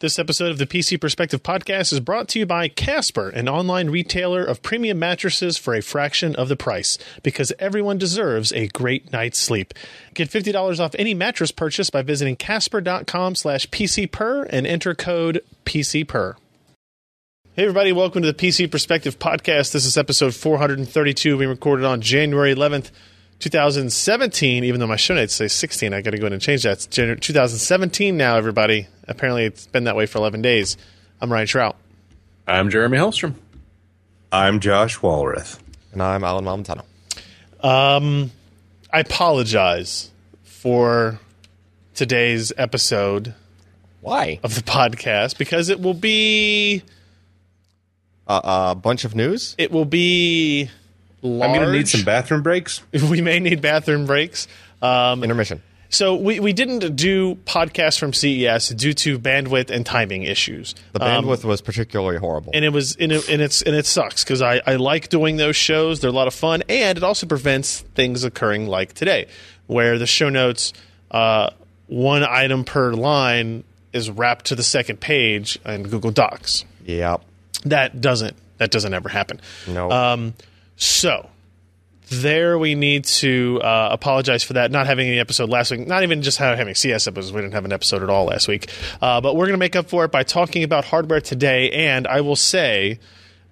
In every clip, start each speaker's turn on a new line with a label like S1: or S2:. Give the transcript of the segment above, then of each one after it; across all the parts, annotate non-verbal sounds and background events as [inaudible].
S1: This episode of the PC Perspective podcast is brought to you by Casper, an online retailer of premium mattresses for a fraction of the price, because everyone deserves a great night's sleep. Get $50 off any mattress purchase by visiting casper.com slash pcper E and enter code PCPER. Hey, everybody, welcome to the PC Perspective Podcast. This is episode 432. We recorded on January 11th, 2017. Even though my show notes say 16, I got to go ahead and change that. It's January 2017 now, everybody. Apparently, it's been that way for 11 days. I'm Ryan Trout.
S2: I'm Jeremy Hellstrom.
S3: I'm Josh Walrath.
S4: And I'm Alan Malmontano.
S1: I apologize for today's episode
S4: Why?
S1: of the podcast because it will be
S4: Uh, a bunch of news?
S1: it will be large.
S3: I'm going to need some bathroom breaks.
S1: [laughs] we may need bathroom breaks. Um,
S4: Intermission.
S1: So we, we didn't do podcasts from CES due to bandwidth and timing issues.
S4: The
S1: Um,
S4: bandwidth was particularly horrible.
S1: and it was and, it, and it's and it sucks because I, I like doing those shows. They're a lot of fun, and it also prevents things occurring like today, where the show notes uh, one item per line is wrapped to the second page in Google Docs.
S4: yep.
S1: That doesn't that doesn't ever happen. Um,
S4: No.
S1: So there we need to uh, apologize for that not having any episode last week not even just ha- having cs episodes we didn't have an episode at all last week uh, but we're going to make up for it by talking about hardware today and i will say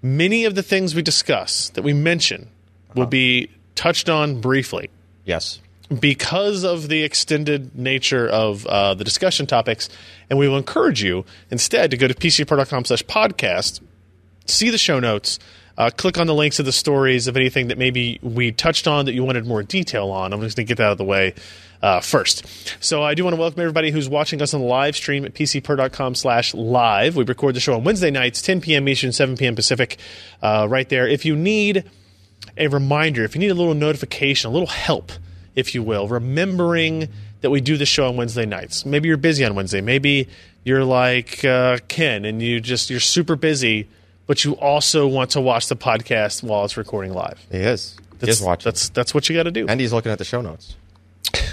S1: many of the things we discuss that we mention will be touched on briefly
S4: yes.
S1: because of the extended nature of uh, the discussion topics, and we will encourage you instead to go to pcpro.com slash podcast, see the show notes, uh, click on the links of the stories of anything that maybe we touched on that you wanted more detail on. I'm just going to get that out of the way uh, first. So I do want to welcome everybody who's watching us on the live stream at pcpro.com slash live. We record the show on Wednesday nights, 10 p.m. Eastern, 7 p.m. Pacific, uh, right there. If you need a reminder, if you need a little notification, a little help, if you will, remembering that we do the show on Wednesday nights. Maybe you're busy on Wednesday. Maybe you're like uh, Ken and you just you're super busy, but you also want to watch the podcast while it's recording live.
S4: He is. He
S1: That's
S4: is watching.
S1: that's that's what you got to do.
S4: and he's looking at the show notes.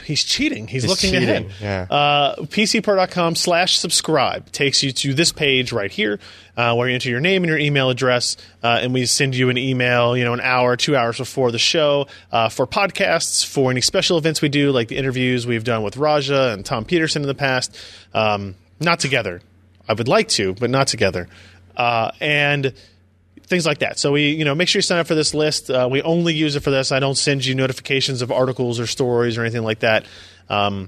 S1: He's cheating. He's, looking
S4: cheating,
S1: ahead.
S4: yeah.
S1: Uh, PCPro.com slash subscribe takes you to this page right here uh, where you enter your name and your email address, uh, and we send you an email, you know, an hour, two hours before the show uh, for podcasts, for any special events we do, like the interviews we've done with Raja and Tom Peterson in the past. Um, not together. I would like to, but not together. Uh, and things like that. So we, you know, make sure you sign up for this list. Uh, we only use it for this. I don't send you notifications of articles or stories or anything like that. Um,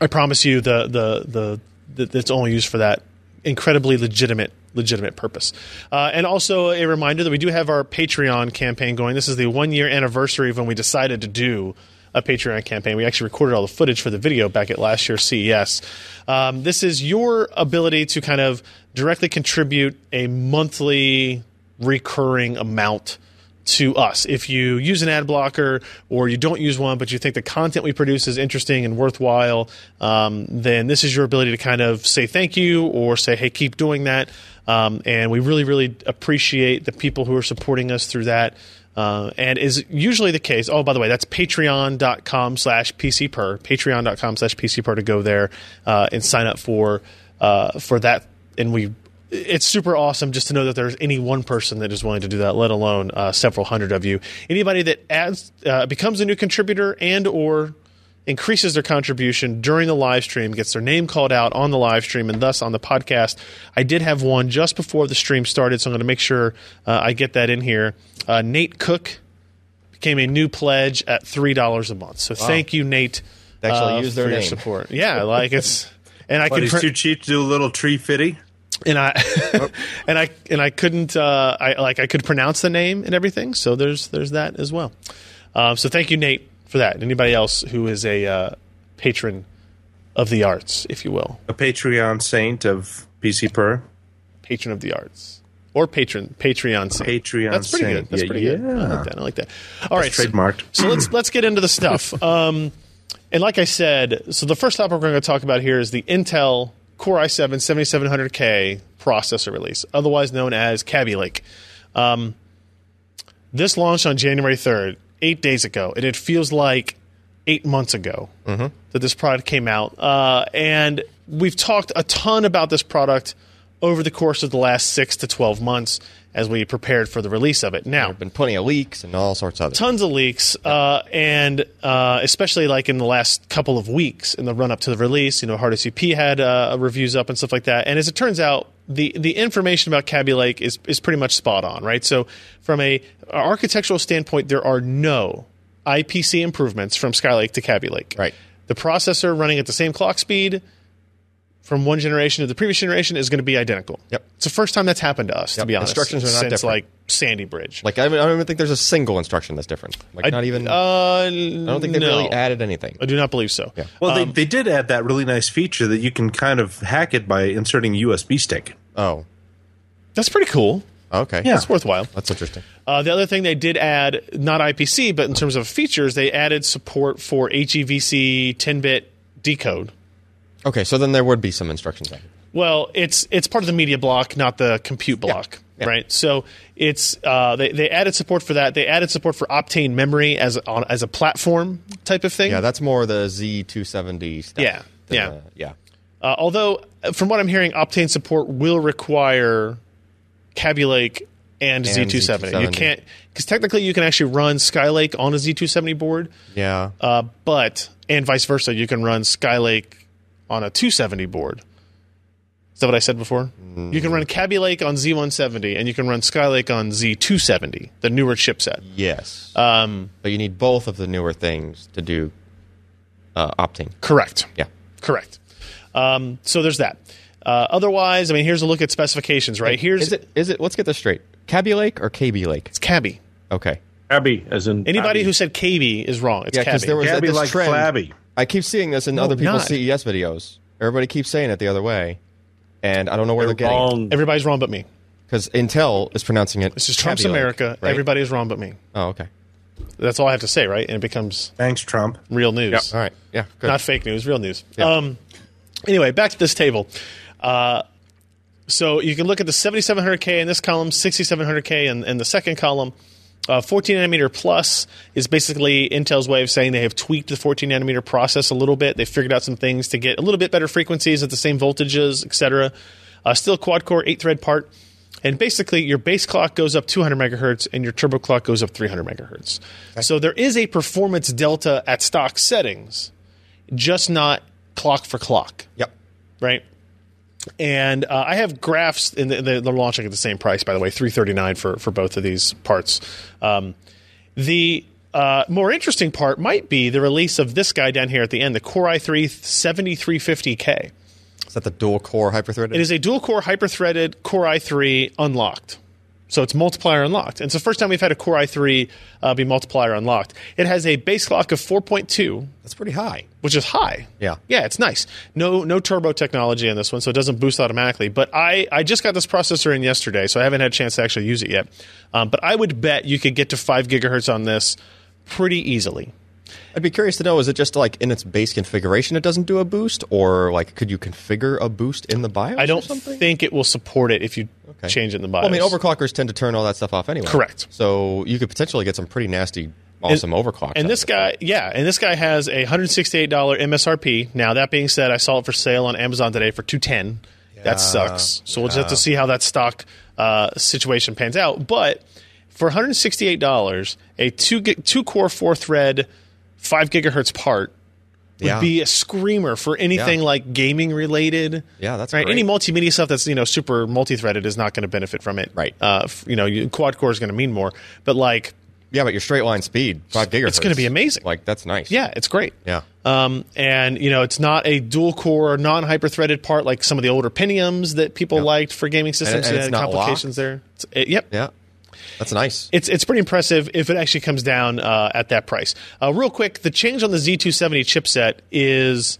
S1: I promise you, the the the that it's only used for that incredibly legitimate legitimate purpose. Uh, and also a reminder that we do have our Patreon campaign going. This is the one year anniversary of when we decided to do a Patreon campaign. We actually recorded all the footage for the video back at last year's CES. Um, this is your ability to kind of directly contribute a monthly recurring amount to us. If you use an ad blocker or you don't use one, but you think the content we produce is interesting and worthwhile, um, then this is your ability to kind of say thank you or say, hey, keep doing that. Um, and we really, really appreciate the people who are supporting us through that. Uh, and is usually the case. Oh, by the way, that's patreon.com slash pcper, patreon.com slash pcper to go there uh, and sign up for uh, for that. And we it's super awesome just to know that there's any one person that is willing to do that let alone uh, several hundred of you anybody that adds uh, becomes a new contributor and or increases their contribution during the live stream gets their name called out on the live stream and thus on the podcast i did have one just before the stream started so i'm going to make sure uh, i get that in here uh, nate cook became a new pledge at $3 a month so thank you nate
S4: They actually
S1: uh,
S4: used their
S1: for your
S4: name.
S1: support yeah like it's and i
S4: [laughs]
S3: But
S1: can
S3: he's
S1: print-
S3: too cheap to do a little tree fitty.
S1: and I [laughs] and I and I couldn't uh, I like I could pronounce the name and everything. So there's there's that as well. Um, so thank you, Nate, for that. Anybody else who is a uh, patron of the arts, if you will,
S3: A Patreon saint of PC Per.
S1: patron of the arts or patron Patreon. saint.
S3: Patreon
S1: That's pretty good.
S3: saint.
S1: That's
S3: Yeah,
S1: pretty good. I like that. I like that. All right, so-
S3: Trademarked.
S1: so let's let's get into the
S3: [laughs]
S1: stuff. Um, and like I said, so the first topic we're going to talk about here is the Intel Core i7 7700K processor release, otherwise known as Kaby Lake. Um, this launched on January 3rd, eight days ago, and it feels like eight months ago that this product came out. Uh, and we've talked a ton about this product over the course of the last six to 12 months as we prepared for the release of it. Now,
S4: Been plenty of leaks and all sorts of other.
S1: tons of leaks, uh, and uh, especially like in the last couple of weeks in the run up to the release. You know, Hard SCP had uh, reviews up and stuff like that. And as it turns out, the the information about Cabby Lake is is pretty much spot on, right? So from a architectural standpoint, there are no IPC improvements from Skylake to Cabby Lake.
S4: Right.
S1: The processor running at the same clock speed from one generation to the previous generation is going to be identical.
S4: Yep.
S1: It's the first time that's happened to us, to
S4: Yep.
S1: be honest.
S4: Instructions are not
S1: since
S4: different.
S1: like Sandy Bridge.
S4: Like I, don't- I don't even think there's a single instruction that's different. Like not even.
S1: Uh, I
S4: I don't think they really added anything.
S1: I do not believe so.
S4: Yeah.
S3: Well,
S2: Um,
S3: they, they did add that really nice feature that you can kind of hack it by inserting a USB stick.
S4: Oh,
S1: That's pretty cool.
S4: okay.
S3: Yeah.
S1: That's worthwhile.
S4: that's interesting.
S1: Uh, the other thing they did add, not IPC, but in terms of features, they added support for E HEVC 10 bit decode.
S4: Okay, so then there would be some instructions. There.
S1: Well, it's it's part of the media block, not the compute block,
S4: Yeah.
S1: right? So it's uh, they they added support for that. They added support for Optane memory as a, on, as a platform type of thing.
S4: Yeah, that's more the Z270 stuff.
S1: Yeah,
S4: than
S1: yeah.
S4: the- yeah.
S1: Uh, although, uh, from what I'm hearing, Optane support will require Cabby Lake and,
S4: And
S1: Z270. You
S4: Z270.
S1: can't because technically you can actually run Skylake on a Z270 board,
S4: Yeah.
S1: uh, but and vice versa, you can run Skylake on a 270 board. Is that what I said before? You can run Cabby Lake on Z170 and you can run Skylake on Z270, the newer chipset.
S4: yes. Um, but you need both of the newer things to do uh, opting.
S1: Correct.
S4: Yeah.
S1: Correct. Um, so there's that. Uh, otherwise, I mean, here's a look at specifications. Right here's
S4: Is it? Is it? Let's get this straight. Cabby Lake or KB Lake?
S1: it's Cabby.
S4: Okay.
S2: Abby, as in
S1: Anybody
S2: Abby.
S1: who said KB is wrong. It's
S4: Yeah,
S1: Cabby.
S4: because there was
S3: Cabby
S4: this
S3: like
S4: trend.
S3: Flabby.
S4: I keep seeing this in other people's
S1: not.
S4: CES videos. Everybody keeps saying it the other way, and I don't know where they're, getting
S2: wrong.
S1: Everybody's wrong but me.
S4: because Intel is pronouncing it.
S1: This is Trump's
S4: Cabby Lake,
S1: America.
S4: right?
S1: Everybody is wrong but me.
S4: Oh, okay.
S1: That's all I have to say, right? And it becomes
S3: Thanks, Trump.
S1: real news.
S4: All right. Yeah. Good.
S1: Not fake news, real news. Um, anyway, back to this table. Uh, so you can look at the 7700K in this column, 6700K in, in the second column. Uh, 14 nanometer plus is basically Intel's way of saying they have tweaked the 14 nanometer process a little bit. They figured out some things to get a little bit better frequencies at the same voltages, etc. Uh, still quad core, eight thread part. And basically, your base clock goes up 200 megahertz and your turbo clock goes up 300 megahertz. So there is a performance delta at stock settings, just not clock for clock
S4: yep.
S1: right? And uh, I have graphs, and the- the- they're launching at the same price, by the way, three thirty nine for for both of these parts. Um, the uh, more interesting part might be the release of this guy down here at the end, the Core i3 7350K.
S4: Is that the dual core hyperthreaded?
S1: It is a dual core hyper-threaded Core i3 unlocked. So it's multiplier unlocked. And it's the first time we've had a Core i3 uh, be multiplier unlocked. It has a base clock of 4.2,
S4: That's pretty high.
S1: which is high.
S4: Yeah.
S1: Yeah, it's nice. No no turbo technology in this one, so it doesn't boost automatically. But I, I just got this processor in yesterday, so I haven't had a chance to actually use it yet. Um, but I would bet you could get to 5 gigahertz on this pretty easily.
S4: I'd be curious to know is it just like in its base configuration it doesn't do a boost or like could you configure a boost in the BIOS
S1: I
S4: or
S1: don't
S4: something?
S1: think it will support it if you change it in the BIOS.
S4: Well, I mean overclockers tend to turn all that stuff off anyway.
S1: Correct.
S4: So you could potentially get some pretty nasty awesome overclocks. out
S1: And
S4: of
S1: this
S4: it.
S1: guy, yeah, and this guy has a hundred sixty-eight dollar MSRP. Now that being said, I saw it for sale on Amazon today for two ten. That sucks. So we'll just have to see how that stock uh, situation pans out. But for one hundred sixty-eight dollars, a two gig, two core four thread, five gigahertz part would
S4: Yeah.
S1: be a screamer for anything
S4: Yeah.
S1: like gaming related.
S4: Yeah, that's
S1: right.
S4: great.
S1: Any multimedia stuff that's you know super multi-threaded is not going to benefit from it.
S4: Right.
S1: Uh, f- you know, you, quad core is going to mean more, but like.
S4: Yeah, but your straight line speed, 5 gigahertz.
S1: It's gonna be amazing.
S4: Like that's nice.
S1: Yeah, it's great.
S4: Yeah.
S1: Um, and you know, it's not a dual core, non hyper threaded part like some of the older Pentiums that people liked for gaming systems.
S4: and
S1: It
S4: it's
S1: had
S4: not
S1: complications there. It's, it, yep.
S4: Yeah. That's nice.
S1: It's, it's pretty impressive if it actually comes down uh, at that price. Uh, real quick, the change on the Z270 chipset is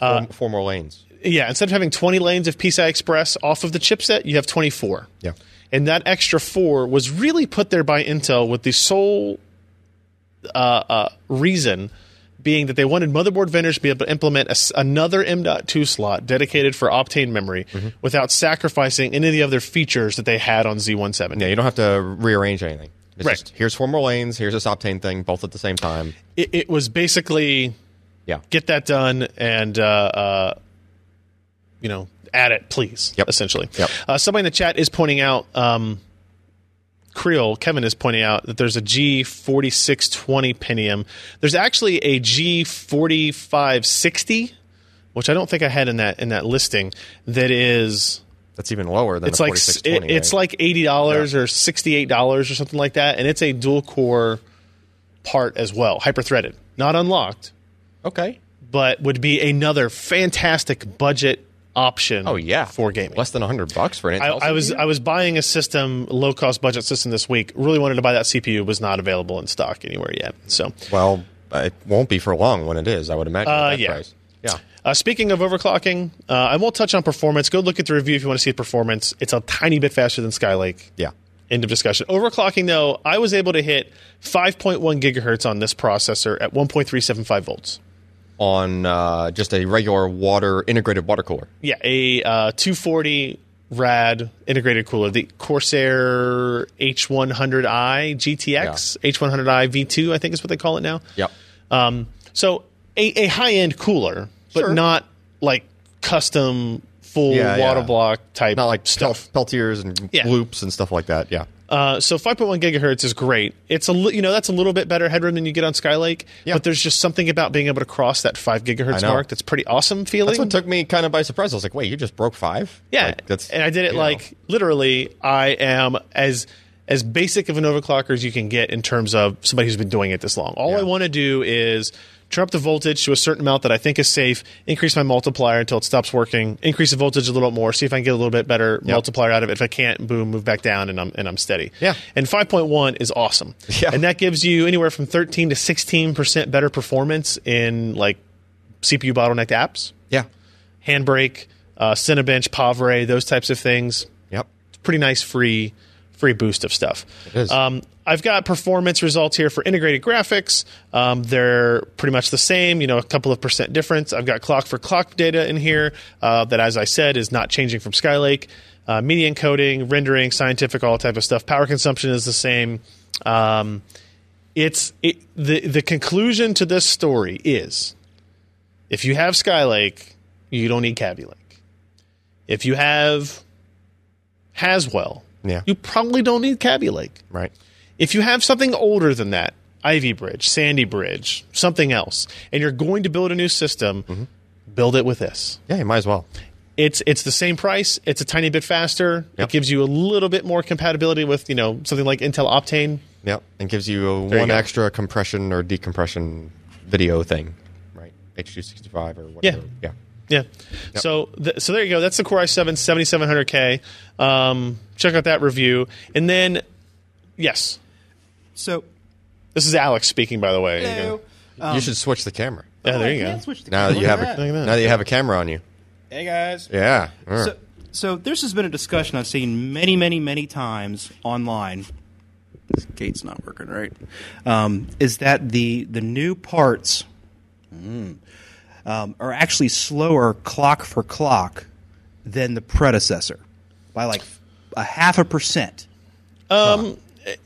S1: uh,
S4: four, four more lanes.
S1: yeah, instead of having 20 lanes of PCI Express off of the chipset, you have 24.
S4: Yeah.
S1: And that extra four was really put there by Intel with the sole uh, uh, reason being that they wanted motherboard vendors to be able to implement a s another M.2 slot dedicated for Optane memory without sacrificing any of the other features that they had on Z170.
S4: Yeah, you don't have to rearrange anything. It's
S1: Right.
S4: just, here's four more lanes, here's this optane thing both at the same time.
S1: It, it was basically
S4: Yeah.
S1: get that done and uh, uh, you know, add it, please.
S4: Yep.
S1: Essentially.
S4: Yep.
S1: Uh, somebody in the chat is pointing out. Um, Creole, Kevin is pointing out that there's a G4620 Pentium. There's actually a G4560, which I don't think I had in that in that listing. That is
S4: That's even lower than
S1: it's
S4: a
S1: like s-
S4: 4620.
S1: it- it's
S4: right?
S1: like eighty dollars or sixty eight dollars or something like that, and it's a dual core part as well, hyper threaded, not unlocked,
S4: okay.
S1: but would be another fantastic budget option.
S4: Oh yeah,
S1: for gaming.
S4: less than hundred bucks for an.
S1: I,
S4: Intel
S1: I was
S4: CPU?
S1: I was buying a system, low cost budget system this week. Really wanted to buy that CPU, was not available in stock anywhere yet. So,
S4: well, it won't be for long when it is. I would imagine.
S1: Uh,
S4: at that
S1: yeah.
S4: Price. Yeah.
S1: uh, speaking of overclocking, uh, I won't touch on performance. Go look at the review if you want to see the performance. It's a tiny bit faster than Skylake.
S4: Yeah.
S1: End of discussion. Overclocking though, I was able to hit 5.1 gigahertz on this processor at 1.375 volts.
S4: On uh, just a regular water integrated water cooler.
S1: Yeah, a uh, 240 rad integrated cooler, the Corsair H100i GTX, H100i V2, I think is what they call it now.
S4: Yep.
S1: Um, so a, a high end cooler, but
S4: Sure.
S1: not like custom full
S4: Yeah, yeah.
S1: water block type.
S4: Not like
S1: stuff.
S4: stuff Peltiers and
S1: Yeah.
S4: loops and stuff like that. Yeah.
S1: Uh, so 5.1 gigahertz is great. It's a li- you know that's a little bit better headroom than you get on Skylake.
S4: Yeah.
S1: But there's just something about being able to cross that five gigahertz
S4: know.
S1: mark that's pretty awesome feeling.
S4: That's what took me kind of by surprise. I was like, "Wait, you just broke five?
S1: yeah,
S4: Like, that's
S1: and I did it
S4: you know.
S1: like literally. I am as as basic of an overclocker as you can get in terms of somebody who's been doing it this long. All I
S4: Yeah.
S1: want to do is turn up the voltage to a certain amount that I think is safe, increase my multiplier until it stops working, increase the voltage a little more, see if I can get a little bit better multiplier out of it. If I can't, boom, move back down, and I'm and I'm steady.
S4: Yeah.
S1: And 5.1 is awesome.
S4: Yeah.
S1: And that gives you anywhere from 13 to 16 percent better performance in like CPU bottlenecked apps,
S4: yeah,
S1: Handbrake, uh, Cinebench, Pavre, those types of things.
S4: yep,
S1: It's pretty nice free free boost of stuff. It
S4: is.
S1: Um, I've got performance results here for integrated graphics. Um, they're pretty much the same, you know, a couple of percent difference. I've got clock for clock data in here uh, that, as I said, is not changing from Skylake. Uh, media encoding, rendering, scientific, all type of stuff. Power consumption is the same. Um, it's it, the the conclusion to this story is if you have Skylake, you don't need Cabby Lake. If you have Haswell,
S4: Yeah.
S1: you probably don't need Cabby Lake.
S4: right.
S1: If you have something older than that, Ivy Bridge, Sandy Bridge, something else, and you're going to build a new system,
S4: Mm-hmm.
S1: build it with this.
S4: Yeah, you might as well.
S1: It's it's the same price. It's a tiny bit faster.
S4: Yep.
S1: It gives you a little bit more compatibility with you know something like Intel Optane.
S4: Yep, and gives you a
S1: you
S4: one
S1: go.
S4: extra compression or decompression video thing, right? H two sixty five or whatever. Yeah,
S1: Yeah. So th- so there you go. That's the Core i7 7700K. Um, check out that review. And then yes,
S5: So,
S1: this is Alex speaking by the way.
S4: you should switch the camera
S1: Yeah, Oh, there you
S5: I
S1: go.
S5: can switch the
S4: now that
S5: camera.
S4: you
S5: Um, Look
S4: have
S5: at
S4: a,
S5: that.
S1: Look at that.
S4: now that you have a camera on you.
S5: Hey guys.
S4: Yeah, Uh,
S5: So, so this has been a discussion I've seen many, many, many times online. This gate's not working right. Um, is that the the new parts mm, um, are actually slower clock for clock than the predecessor by like a half a percent?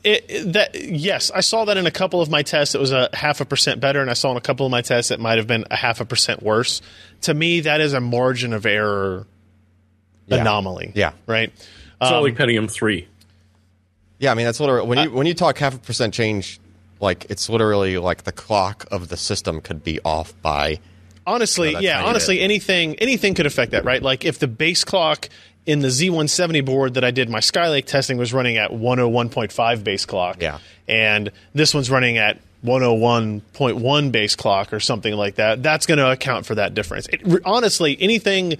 S1: It, it- that yes, I saw that in a couple of my tests. It was a half a percent better, and I saw in a couple of my tests it might have been a half a percent worse. To me, that is a margin of error anomaly.
S4: Yeah.
S1: Right.
S2: It's
S1: Um,
S2: all like Pentium 3.
S4: yeah. I mean, that's literally when you when you talk half a percent change, like it's literally like the clock of the system could be off by.
S1: honestly,
S4: that
S1: yeah,
S4: tiny
S1: honestly,
S4: bit.
S1: anything anything could affect that, right? Like if the base clock in the Z170 board that I did my Skylake testing was running at 101.5 base clock,
S4: Yeah.
S1: and this one's running at 101.1 base clock or something like that, that's going to account for that difference. It, re- honestly, anything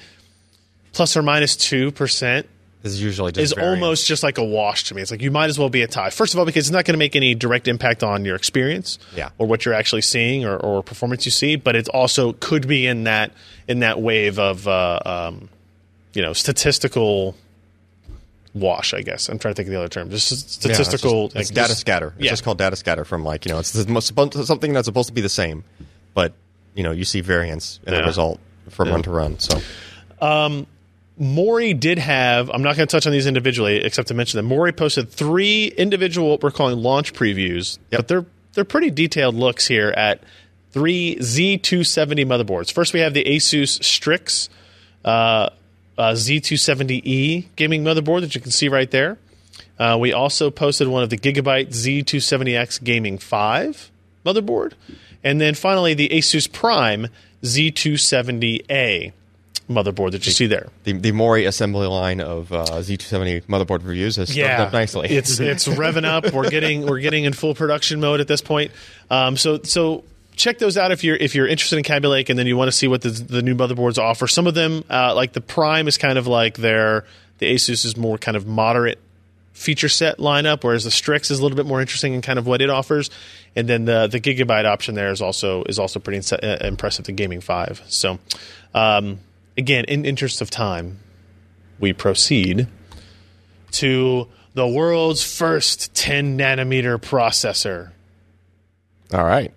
S1: plus or minus two percent
S4: Is usually just
S1: is
S4: variance.
S1: almost just like a wash to me. It's like you might as well be a tie. First of all, because it's not going to make any direct impact on your experience
S4: Yeah.
S1: or what you're actually seeing or, or performance you see, but it also could be in that in that wave of uh, um, you know statistical wash. I guess I'm trying to think of the other term. Just s-
S4: Yeah, it's
S1: statistical
S4: just- it's
S1: like,
S4: data
S1: just-
S4: scatter. It's
S1: yeah.
S4: just called data scatter from like you know it's the most, supposed- something that's supposed to be the same, but you know you see variance in
S1: Yeah.
S4: the result from run to run. So
S1: Maury did have, I'm not going to touch on these individually except to mention that Maury posted three individual, what we're calling launch previews, but they're, they're pretty detailed looks here at three Z270 motherboards. First, we have the Asus Strix uh, uh, Z270E E gaming motherboard that you can see right there. Uh, we also posted one of the Gigabyte Z270X Gaming 5 motherboard. And then finally, the Asus Prime Z270A motherboard that you see there.
S4: The, the Mori assembly line of uh, Z270 motherboard reviews has started up nicely.
S1: It's it's revving up. We're getting we're getting in full production mode at this point. Um, so so check those out if you're if you're interested in Kaby Lake and then you want to see what the, the new motherboards offer. Some of them uh, like the Prime is kind of like their the Asus is more kind of moderate feature set lineup, whereas the Strix is a little bit more interesting in kind of what it offers. And then the the gigabyte option there is also is also pretty inse- uh, impressive. The Gaming Five. So um, again, in interest of time, we proceed to the world's first 10 nanometer processor.
S4: All right.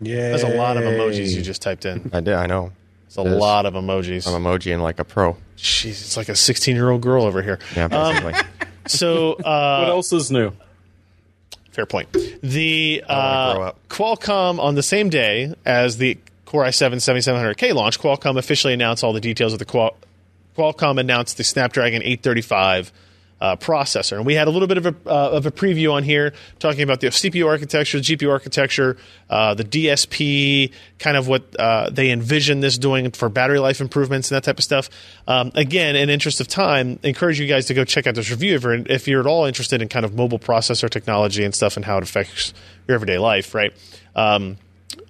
S3: Yeah,
S1: That's a lot of emojis you just typed in.
S4: I did. I know.
S1: It's a lot of emojis.
S4: I'm emoji and like a pro.
S1: Jeez, it's like a 16 year old girl over here.
S4: Yeah, basically.
S1: [laughs] So, uh,
S2: What else is new?
S1: fair point. The
S4: wanna grow
S1: uh,
S4: up.
S1: Qualcomm on the same day as the Core i7 7700K launch, Qualcomm officially announced all the details of the Qual- Qualcomm announced the Snapdragon 835 uh, processor, and we had a little bit of a uh, of a preview on here talking about the CPU architecture, GPU architecture, uh, the DSP, kind of what uh, they envision this doing for battery life improvements and that type of stuff. Um, again, in interest of time, encourage you guys to go check out this review if you're, if you're at all interested in kind of mobile processor technology and stuff and how it affects your everyday life, right? Um,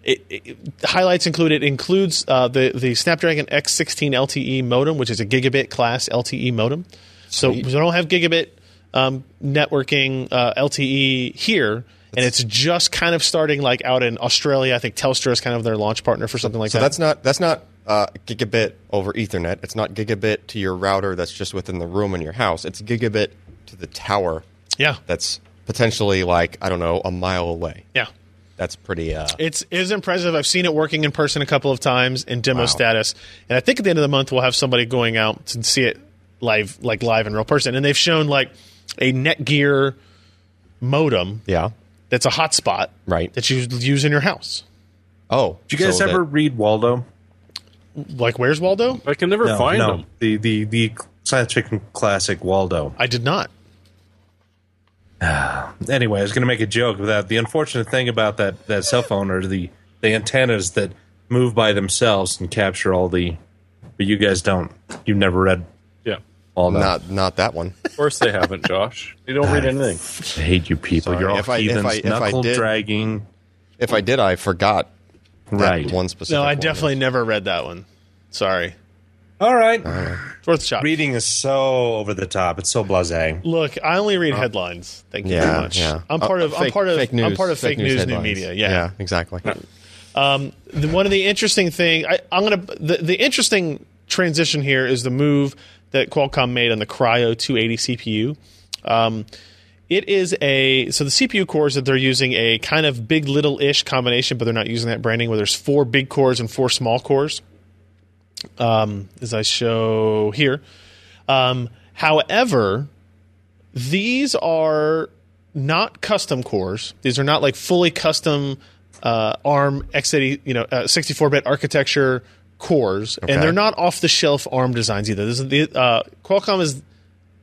S1: it, it, highlights include it includes uh, the the Snapdragon X16 LTE E modem, which is a gigabit class LTE modem. So we don't have gigabit um, networking uh, LTE here, and it's just kind of starting like out in Australia. I think Telstra is kind of their launch partner for something like
S4: So
S1: that.
S4: that's not that's not uh, gigabit over Ethernet. It's not gigabit to your router that's just within the room in your house. It's gigabit to the tower
S1: yeah,
S4: that's potentially like I don't know a mile away.
S1: yeah.
S4: That's pretty. Uh,
S1: It's it is impressive. I've seen it working in person a couple of times in demo status, and I think at the end of the month we'll have somebody going out to see it live, like live in real person. And they've shown like a Netgear modem
S4: yeah.
S1: that's a hotspot,
S4: Right.
S1: That you use in your house.
S4: Oh,
S3: Did you guys
S4: so
S3: ever
S4: that-
S3: read Waldo?
S1: Like, where's Waldo?
S2: I can never find
S3: no.
S2: them.
S3: The, the the science fiction classic Waldo.
S1: I did not.
S3: Anyway, I was going to make a joke about the unfortunate thing about that that cell phone are the the antennas that move by themselves and capture all the. But you guys don't. You've never read
S2: Yeah.
S3: Waldo.
S4: not not that one.
S2: Of course they haven't, [laughs] Josh. They don't read anything.
S3: I hate you people. You're all
S4: If I- if
S3: heathens,
S4: I- if I
S3: knuckle
S4: did-
S3: dragging.
S4: If I did, I forgot.
S3: Right.
S4: That one specific.
S1: No, I
S4: one.
S1: definitely never read that one. Sorry,
S3: All right.
S1: it's worth a shot.
S3: Reading is so over the top. It's so blasé.
S1: Look, I only read headlines. Thank you
S4: Uh, Yeah,
S1: very much.
S4: yeah.
S1: I'm part
S4: Uh,
S1: of. I'm
S4: fake-
S1: part of.
S4: Fake news,
S1: I'm part of fake, news, new
S4: headlines.
S1: media.
S4: yeah, exactly.
S1: Um, the, one of the interesting thing I, I'm gonna the, the interesting transition here is the move that Qualcomm made on the Cryo 280 CPU. Um, it is a so the CPU cores that they're using a kind of big little ish combination, but they're not using that branding where there's four big cores and four small cores, um, as I show here. Um, however, these are not custom cores. These are not like fully custom uh, ARM x80, you know, uh, 64-bit architecture cores, and they're not off-the-shelf ARM designs either. This is the, uh, Qualcomm is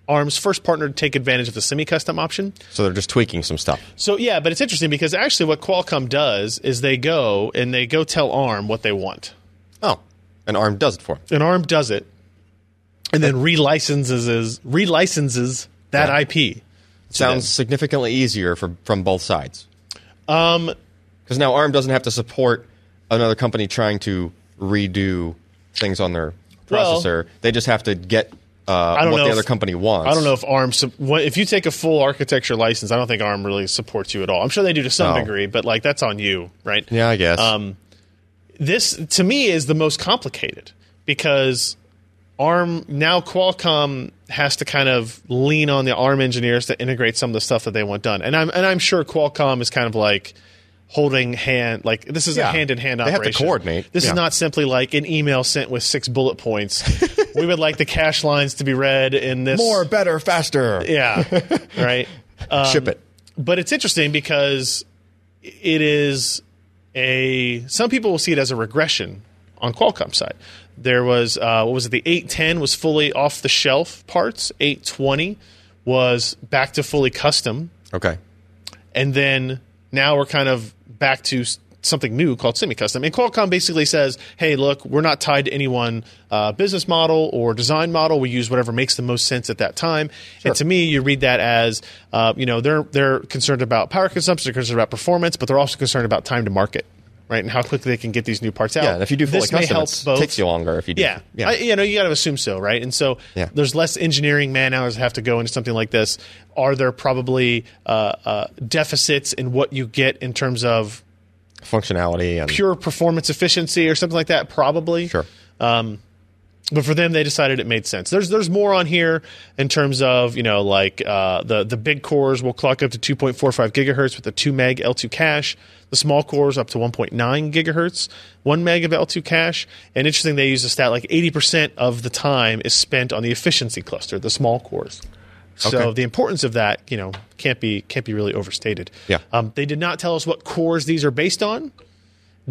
S1: ARM's first partner to take advantage of the semi-custom option.
S4: So they're just tweaking some stuff.
S1: So yeah, but it's interesting because actually, what Qualcomm does is they go and they go tell ARM what they want,
S4: Oh, an ARM does it for 'em.
S1: and ARM does it, and then relicenses relicenses that IP.
S4: Sounds significantly easier for, from both sides.
S1: Um,
S4: Because now ARM doesn't have to support another company trying to redo things on their
S1: Well-
S4: processor. they just have to get uh,
S1: don't
S4: what
S1: know
S4: the
S1: if-
S4: other company wants.
S1: I don't know if ARM. sup- what- If you take a full architecture license, I don't think ARM really supports you at all. I'm sure they do to some
S4: No.
S1: degree, but like that's on you, right?
S4: Yeah, I guess.
S1: Um, This to me is the most complicated because ARM now Qualcomm has to kind of lean on the ARM engineers to integrate some of the stuff that they want done, and I'm and I'm sure Qualcomm is kind of like holding hand like this is a
S4: Yeah.
S1: hand in hand
S4: They have
S1: operation.
S4: to coordinate.
S1: This
S4: Yeah.
S1: is not simply like an email sent with six bullet points.
S4: [laughs]
S1: we would like the cache lines to be read in this
S4: More, better, faster. [laughs]
S1: yeah. right. Um,
S4: Ship it.
S1: But it's interesting because it is a. Some people will see it as a regression on Qualcomm's side. There was uh, what was it? The 810 was fully off the shelf parts. 820 was back to fully custom,
S4: Okay.
S1: and then now we're kind of back to s- something new called semi-custom. And Qualcomm basically says, "Hey, look, we're not tied to any one uh, business model or design model. We use whatever makes the most sense at that time." And to me, you read that as, uh, you know, they're they're concerned about power consumption, they're concerned about performance, but they're also concerned about time to market, right? And how quickly they can get these new parts out.
S4: Yeah, and if you do fully
S1: this may
S4: custom,
S1: help
S4: it's-
S1: both.
S4: takes you longer if you do.
S1: Yeah,
S4: Yeah.
S1: I, you know, you got to assume so, right? And so
S4: Yeah.
S1: there's less engineering man hours that have to go into something like this. Are there probably uh, uh, deficits in what you get in terms of
S4: Functionality and
S1: pure performance efficiency or something like that? Probably. Um,
S4: sure.
S1: But for them, they decided it made sense. There's there's more on here in terms of you know like uh, the the big cores will clock up to 2.45 gigahertz with a two meg L2 cache. The small cores up to 1.9 gigahertz, one meg of L2 cache. And interesting, they use a stat like 80 percent of the time is spent on the efficiency cluster, the small cores. So the importance of that, you know, can't be can't be really overstated.
S4: Yeah.
S1: Um, they did not tell us what cores these are based on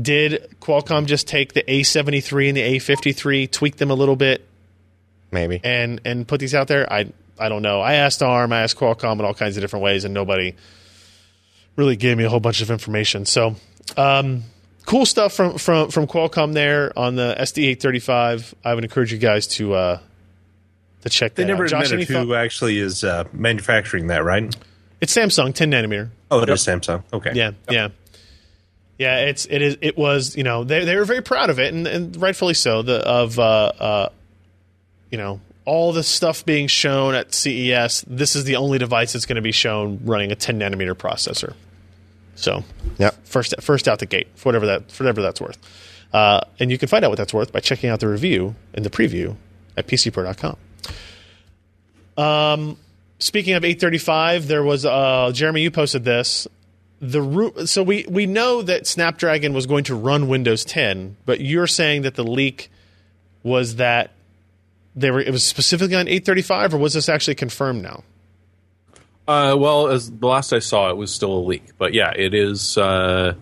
S1: did Qualcomm just take the A73 and the A53, tweak them a little bit,
S4: Maybe.
S1: and and put these out there? I I don't know. I asked ARM, I asked Qualcomm in all kinds of different ways, and nobody really gave me a whole bunch of information. So, um, cool stuff from from from Qualcomm there on the SD835. I would encourage you guys to uh, to check
S3: They
S1: that.
S3: never
S1: out. Uh, Josh,
S3: admitted
S1: any
S3: who
S1: thought-
S3: actually is uh, manufacturing that, right?
S1: It's Samsung, 10 nanometer.
S3: Oh, it is Samsung. Okay.
S1: Yeah, yeah, yeah. It's it is it was you know they they were very proud of it and, and rightfully so the of uh, uh, you know all the stuff being shown at CES. This is the only device that's going to be shown running a 10 nanometer processor. So
S4: Yep.
S1: first first out the gate for whatever that for whatever that's worth. Uh, and you can find out what that's worth by checking out the review and the preview at pcpro.com. Um, Speaking of 835, there was uh, Jeremy. You posted this. The ru- so we we know that Snapdragon was going to run Windows 10, but you're saying that the leak was that they were it was specifically on 835, or was this actually confirmed now?
S2: Uh, well, as the last I saw, it was still a leak, but yeah, it is uh,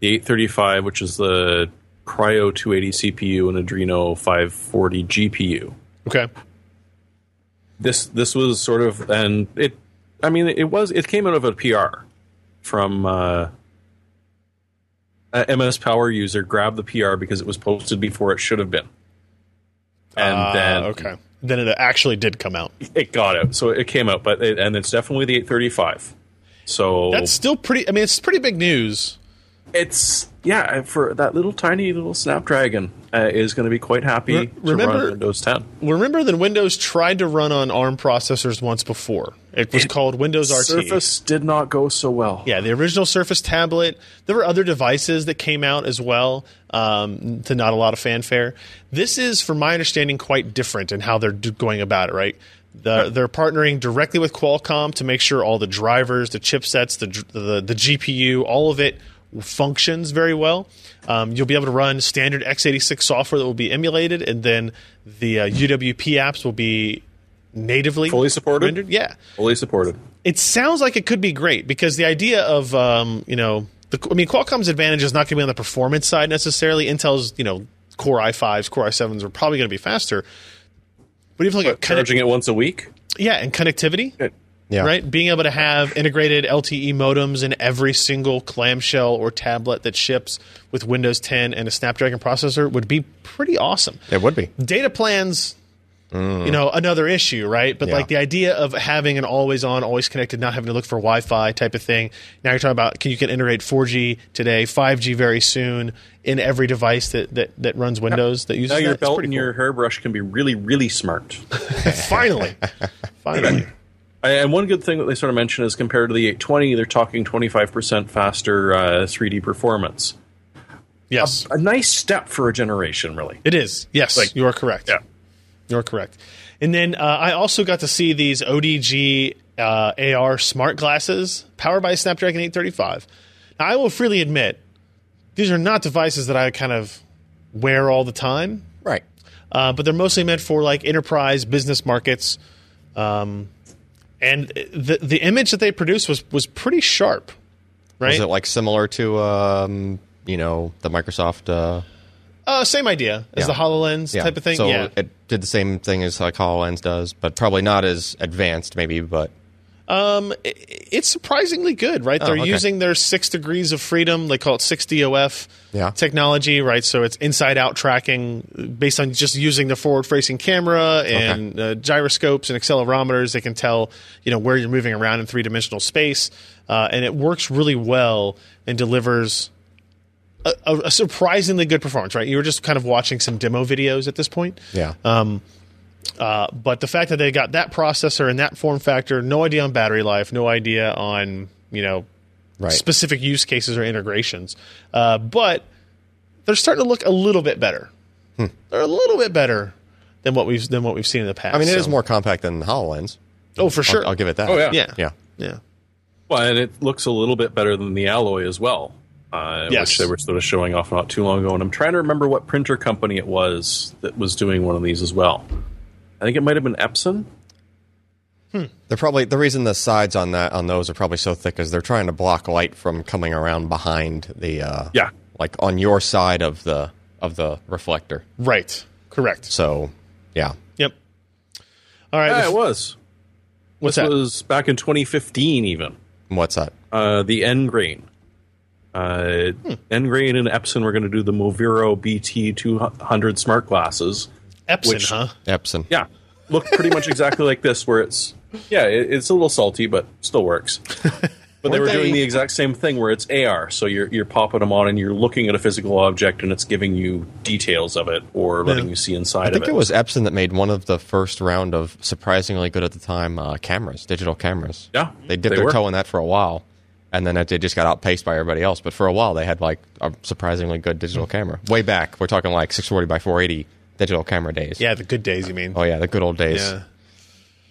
S2: the 835, which is the Cryo 280 CPU and Adreno 540 GPU.
S1: Okay,
S2: This this was sort of and it, I mean, it was it came out of a PR from uh, a MS Power user grabbed the PR because it was posted before it should have been, and
S1: Uh,
S2: then
S1: okay, then it actually did come out.
S2: it got out, so it came out, but it, and it's definitely the 835. So
S1: That's still pretty. I mean, it's pretty big news.
S2: it's yeah for that little tiny little Snapdragon uh, is going to be quite happy
S1: Re-
S2: to
S1: remember-
S2: run Windows 10.
S1: Remember that Windows tried to run on ARM processors once before. It was called Windows RT.
S2: Surface did not go so well.
S1: Yeah, the original Surface tablet. There were other devices that came out as well um, to not a lot of fanfare. This is, from my understanding, quite different in how they're do- going about it. Right, the, they're partnering directly with Qualcomm to make sure all the drivers, the chipsets, the dr- the, the GPU, all of it functions very well. Um, you'll be able to run standard x86 software that will be emulated, and then the uh, UWP apps will be natively
S2: Fully supported?
S1: rendered. Yeah,
S2: fully supported.
S1: it sounds like it could be great because the idea of um, you know the, I mean Qualcomm's advantage is not going to be on the performance side necessarily. Intel's you know Core i5s, Core i7s are probably going to be faster. But even like a connect-
S2: Charging it once a week.
S1: yeah, and connectivity,
S4: Yeah.
S1: right? Being able to have integrated LTE modems in every single clamshell or tablet that ships with Windows 10 and a Snapdragon processor would be pretty awesome
S4: It would be.
S1: data plans you know another issue right but
S4: Yeah.
S1: like the idea of having an always on always connected not having to look for wi-fi type of thing now you're talking about can you can integrate 4g today 5g very soon in every device that that, that runs windows that uses
S2: Now your
S1: that. It's
S2: belt
S1: pretty
S2: and your hairbrush can be really, really smart.
S1: cool. [laughs]
S4: [laughs]
S1: finally finally
S2: and one good thing that they sort of mention is compared to the 820, they're talking 25% faster uh, 3D performance.
S1: yes
S2: A nice step for a generation, really.
S1: it is yes you are correct
S2: Yeah.
S1: You're correct. And then uh, I also got to see these ODG uh, AR smart glasses powered by Snapdragon 835. Now, I will freely admit, these are not devices that I kind of wear all the time,
S4: Right.
S1: uh, but they're mostly meant for like enterprise business markets. Um, and the the image that they produced was was pretty sharp, right?
S4: Is it like similar to um, you know, the Microsoft uh
S1: Uh, same idea as
S4: Yeah.
S1: the Hololens
S4: Yeah.
S1: type of thing.
S4: So
S1: yeah,
S4: it did the same thing as like HoloLens does, but probably not as advanced, maybe. But
S1: um, i- it's surprisingly good, right? They're
S4: Oh, okay.
S1: using their six degrees of freedom. They call it six DOF
S4: Yeah.
S1: technology, right? So it's inside out tracking based on just using the forward facing camera and uh, gyroscopes and accelerometers. They can tell you know where you're moving around in three dimensional space, uh, and it works really well and delivers. A, a a surprisingly good performance, right? You were just kind of watching some demo videos at this point.
S4: yeah,
S1: Uh, but the fact that they got that processor and that form factor, no idea on battery life, no idea on you know
S4: right.
S1: specific use cases or integrations, uh, but they're starting to look a little bit better.
S4: Hmm.
S1: They're a little bit better than what we've than what we've seen in the past.
S4: I mean, it is
S1: so-
S4: more compact than the Hololens.
S1: Oh, for sure.
S4: I'll, I'll give it that.
S2: Oh, yeah.
S1: Yeah.
S4: yeah.
S1: Yeah.
S2: Well, and it looks a little bit better than the alloy as well, uh,
S1: Yes.
S2: which they were sort of showing off not too long ago. And I'm trying to remember what printer company it was that was doing one of these as well. I think it might have been Epson.
S4: They're probably the reason the sides on that on those are probably so thick is they're trying to block light from coming around behind the uh,
S2: Yeah.
S4: like on your side of the of the reflector.
S1: Right. Correct.
S4: So yeah,
S1: Yep. All right.
S2: Yeah,
S1: the-
S2: it was.
S1: what's
S2: this
S1: that?
S2: was back in 2015, even.
S4: what's that?
S2: Uh, the N-Grain. Uh, N-Grain and Epson were going to do the Moviro BT200 smart glasses.
S1: Epson,
S2: which-
S1: huh?
S4: Epson.
S2: Yeah, look pretty much exactly like this, where it's yeah, it, it's a little salty, but still works. But they
S4: Weren't
S2: were doing
S4: they-
S2: the exact same thing where it's AR, so you're you're popping them on and you're looking at a physical object and it's giving you details of it or letting you see inside
S4: I think
S2: of it.
S4: it was Epson that made one of the first round of surprisingly good at the time uh, cameras, digital cameras.
S2: Yeah,
S4: they dipped
S2: they
S4: their
S2: were.
S4: toe in that for a while, and then it, they just got outpaced by everybody else. But for a while, they had like a surprisingly good digital
S2: Hmm.
S4: camera. Way back, we're talking like 640 by 480 digital camera days.
S1: Yeah, the good days. You mean?
S4: Oh yeah, the good old days.
S1: yeah.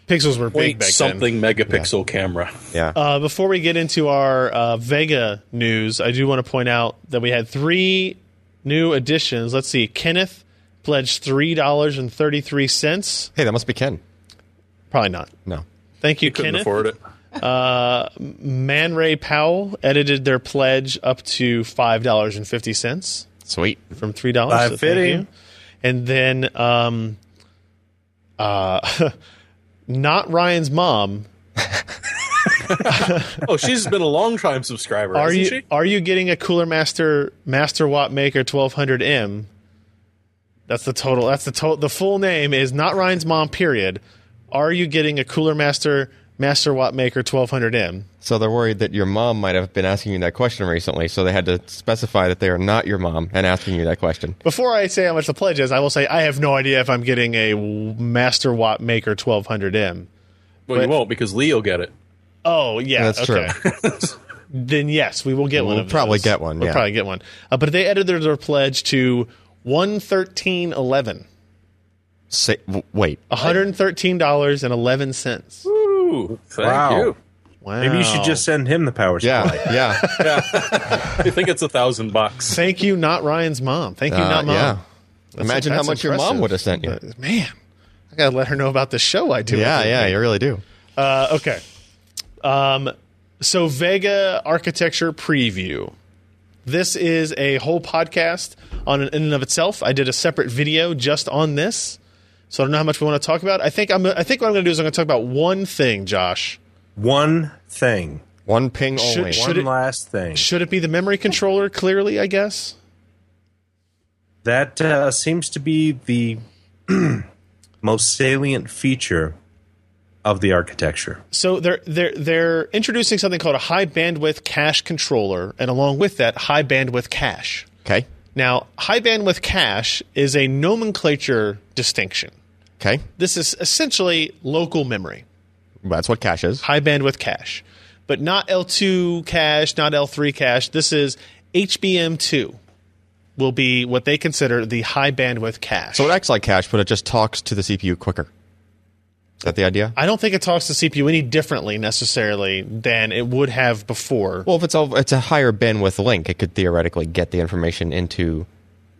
S1: Pixels were big
S2: Point
S1: back then.
S2: something megapixel camera. [laughs]
S4: Yeah.
S1: Uh, before we get into our uh, Vega news, I do want to point out that we had three new additions. Let's see. Kenneth pledged three dollars and thirty three cents.
S4: hey, that must be Ken.
S1: Probably not.
S4: No.
S1: Thank you,
S2: Couldn't
S1: Kenneth.
S2: afford it.
S1: Man Ray Powell edited their pledge up to five dollars and fifty cents
S4: Sweet.
S1: from three dollars. So thank
S3: $5.50.
S1: you. And then, um, uh, [laughs] not Ryan's mom.
S2: Oh, she's been a long time subscriber.
S1: Are
S2: hasn't
S1: you
S2: she?
S1: are you getting a Cooler Master Master Watt Maker 1200M? That's the total. That's the total. The full name is not Ryan's mom. Period. Are you getting a Cooler Master Master Watt Maker 1200M?
S4: So they're worried that your mom might have been asking you that question recently, so they had to specify that they are not your mom and asking you that question.
S1: Before I say how much the pledge is, I will say I have no idea if I'm getting a Master Watt Maker 1200M.
S2: Well, you won't because Lee will get it.
S1: Oh yeah,
S4: That's
S1: okay. [laughs]
S4: true.
S1: then yes, we will get one
S4: We'll
S1: of those.
S4: probably get one,
S1: We'll
S4: yeah.
S1: probably get one. Uh, but they edited their pledge to one thirteen eleven.
S4: Say, w- wait.
S1: Uh, $113.11.
S2: Ooh, thank
S3: Wow.
S2: you.
S1: Wow.
S3: Maybe you should just send him the power
S4: Yeah.
S3: supply.
S4: Yeah.
S2: I think it's a thousand bucks.
S1: Thank you, not Ryan's mom. Thank you,
S4: Uh,
S1: not mom.
S4: yeah. Imagine how
S1: that's
S4: much your mom
S1: impressive.
S4: would have sent you.
S1: But, man, I got to let her know about the show I do.
S4: Yeah,
S1: with her.
S4: yeah, you really do.
S1: Uh, okay. Um, so, Vega architecture preview. This is a whole podcast on in and of itself. I did a separate video just on this, so I don't know how much we want to talk about. I think I'm. I think what I'm going to do is I'm going to talk about one thing, Josh.
S3: One thing.
S4: One ping only.
S1: should-
S3: One
S1: it-
S3: last thing.
S1: Should it be the memory controller? Clearly, I guess.
S3: That uh, seems to be the [clears throat] most salient feature of the architecture.
S1: So they're they're they're introducing something called a high bandwidth cache controller, and along with that, high bandwidth cache.
S4: okay.
S1: Now, high bandwidth cache is a nomenclature distinction.
S4: Okay.
S1: This is essentially local memory,
S4: That's what cash is.
S1: high bandwidth cache, but not L2 cache, not L3 cache. This is HBM2 will be what they consider the high bandwidth cache.
S4: So it acts like cash, but it just talks to the CPU quicker. Is that the idea?
S1: I don't think it talks to CPU any differently necessarily than it would have before.
S4: Well, if it's all, it's a higher bandwidth link, it could theoretically get the information into,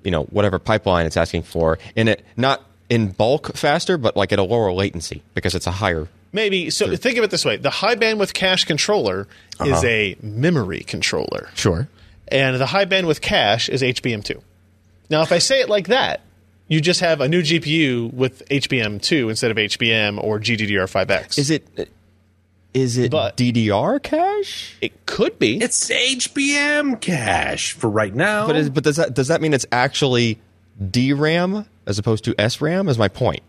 S4: you know, whatever pipeline it's asking for, in it not in bulk faster, but like at a lower latency because it's a higher.
S1: Maybe so. Think of it this way: the high bandwidth cache controller
S4: Uh-huh.
S1: is a memory controller,
S4: Sure.
S1: and the high bandwidth cache is HBM2. Now, if I say it like that, you just have a new GPU with HBM2 instead of HBM or GDDR5X.
S4: Is it is it
S1: But-
S4: DDR cache?
S1: it could be.
S3: It's HBM cache for right now.
S4: But
S1: Oh.
S4: is, but does that does that mean it's actually DRAM as opposed to SRAM? Is my point.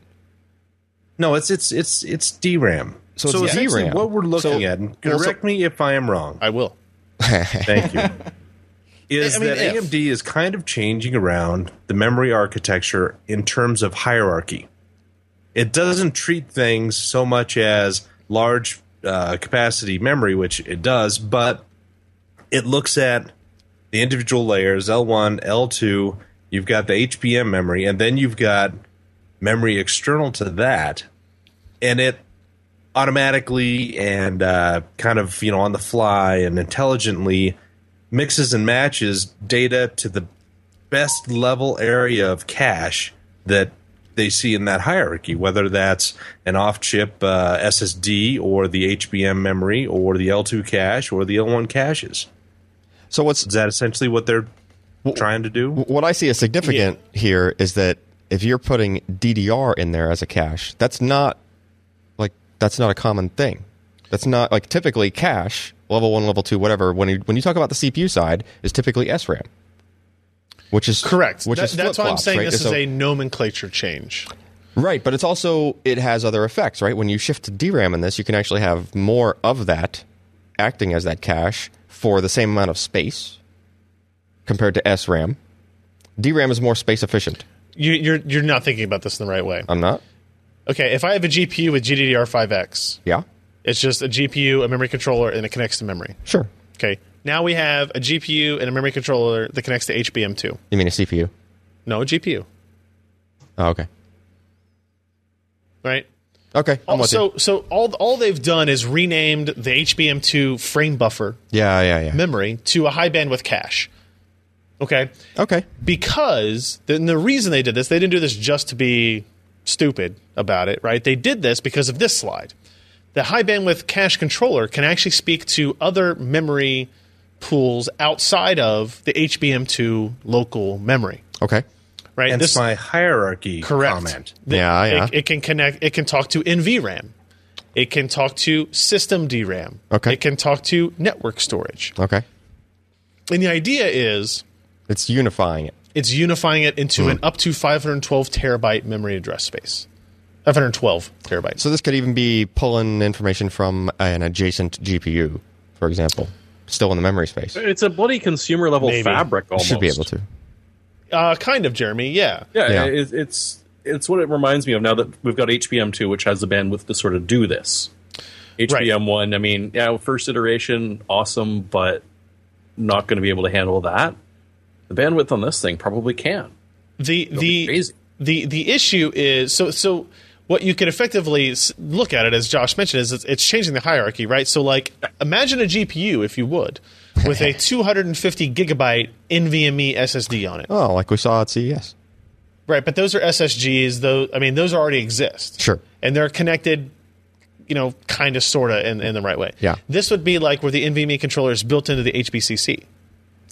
S3: no, it's it's it's it's DRAM.
S4: So it's
S3: essentially
S4: DRAM.
S3: what we're looking
S1: So-
S3: at. and Correct me if I am wrong.
S1: I will.
S3: Thank you.
S1: [laughs]
S3: Is
S1: I mean,
S3: that
S1: if-
S3: AMD is kind of changing around the memory architecture in terms of hierarchy? It doesn't treat things so much as large uh, capacity memory, which it does, but it looks at the individual layers L1, L2. You've got the HBM memory, and then you've got memory external to that, and it automatically and uh, kind of you know on the fly and intelligently mixes and matches data to the best level area of cache that they see in that hierarchy, whether that's an off chip uh, SSD or the HBM memory or the L2 cache or the L1 caches.
S4: So what's
S3: Is that essentially what they're trying to do?
S4: what I see as significant here is that if you're putting DDR in there as a cache, that's not like that's not a common thing. That's not like typically cache level one, level two, whatever. When you, when you talk about the CPU side, is typically SRAM, which is
S1: Correct.
S4: Which
S1: That-
S4: is
S1: that's why I'm
S4: flip-flops,
S1: saying
S4: right?
S1: this
S4: So-
S1: is a nomenclature change.
S4: Right, but it's also it has other effects, right? When you shift to DRAM in this, you can actually have more of that acting as that cache for the same amount of space compared to SRAM. DRAM is more space efficient.
S1: You, you're you're not thinking about this in the right way.
S4: I'm not.
S1: Okay, if I have a GPU with GDDR5X,
S4: Yeah.
S1: it's just a GPU, a memory controller, and it connects to memory.
S4: Sure.
S1: Okay, now we have a GPU and a memory controller that connects to HBM2.
S4: You mean a CPU?
S1: No GPU,
S4: Oh, okay.
S1: right?
S4: Okay. I'm with you.
S1: So so all all they've done is renamed the HBM2 frame buffer
S4: Yeah, yeah, yeah.
S1: memory to a high bandwidth cache. Okay,
S4: Okay.
S1: because then the reason they did this, they didn't do this just to be stupid about it, right? They did this because of this slide. The high bandwidth cache controller can actually speak to other memory pools outside of the HBM2 local memory,
S4: Okay.
S1: right?
S3: Hence my hierarchy
S1: correct.
S3: comment.
S1: The-
S4: Yeah, yeah.
S1: It, it can connect. It can talk to NVRAM. It can talk to system DRAM.
S4: Okay.
S1: It can talk to network storage.
S4: Okay.
S1: And the idea is
S4: It's unifying it.
S1: it's unifying it into
S4: Hmm.
S1: an up to 512 terabyte memory address space 512 terabytes
S4: So this could even be pulling information from an adjacent GPU, for example, still in the memory space.
S2: It's a bloody consumer level
S1: Maybe.
S2: fabric. Almost
S4: Should be able to.
S1: uh, kind of jeremy yeah
S2: Yeah,
S4: Yeah.
S2: It, it's it's what it reminds me of now that we've got HBM2, which has the bandwidth to sort of do this. HBM1, I mean, yeah, first iteration, awesome, but not going to be able to handle that. The bandwidth on this thing probably can.
S1: the
S2: be
S1: the
S2: crazy.
S1: the the issue is so so what you can effectively s- look at it as Josh mentioned is it's, it's changing the hierarchy, right? So like imagine a GPU if you would with a 250 gigabyte NVMe SSD on it.
S4: Oh, like we saw at CES.
S1: Right, but those are SSGs though I mean those already exist.
S4: Sure.
S1: And they're connected you know kind of sort of in, in the right way.
S4: Yeah.
S1: This would be like where the NVMe controller is built into the HBCC.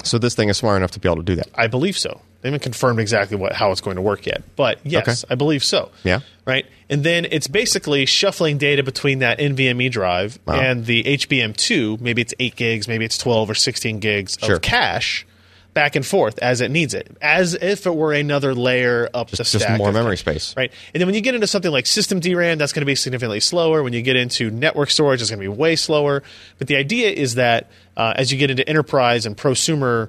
S4: So this thing is smart enough to be able to do that.
S1: I believe so. They haven't confirmed exactly what how it's going to work yet, but yes,
S4: Okay.
S1: I believe so.
S4: Yeah.
S1: Right. And then it's basically shuffling data between that NVMe drive
S4: Wow.
S1: and the HBM2. Maybe it's eight gigs, maybe it's twelve or sixteen gigs
S4: Sure.
S1: of cache back and forth as it needs it, as if it were another layer up the stack.
S4: Just more
S1: of
S4: memory space.
S1: Right. And then when you get into something like system DRAM, that's going to be significantly slower. When you get into network storage, it's going to be way slower. But the idea is that uh, as you get into enterprise and prosumer,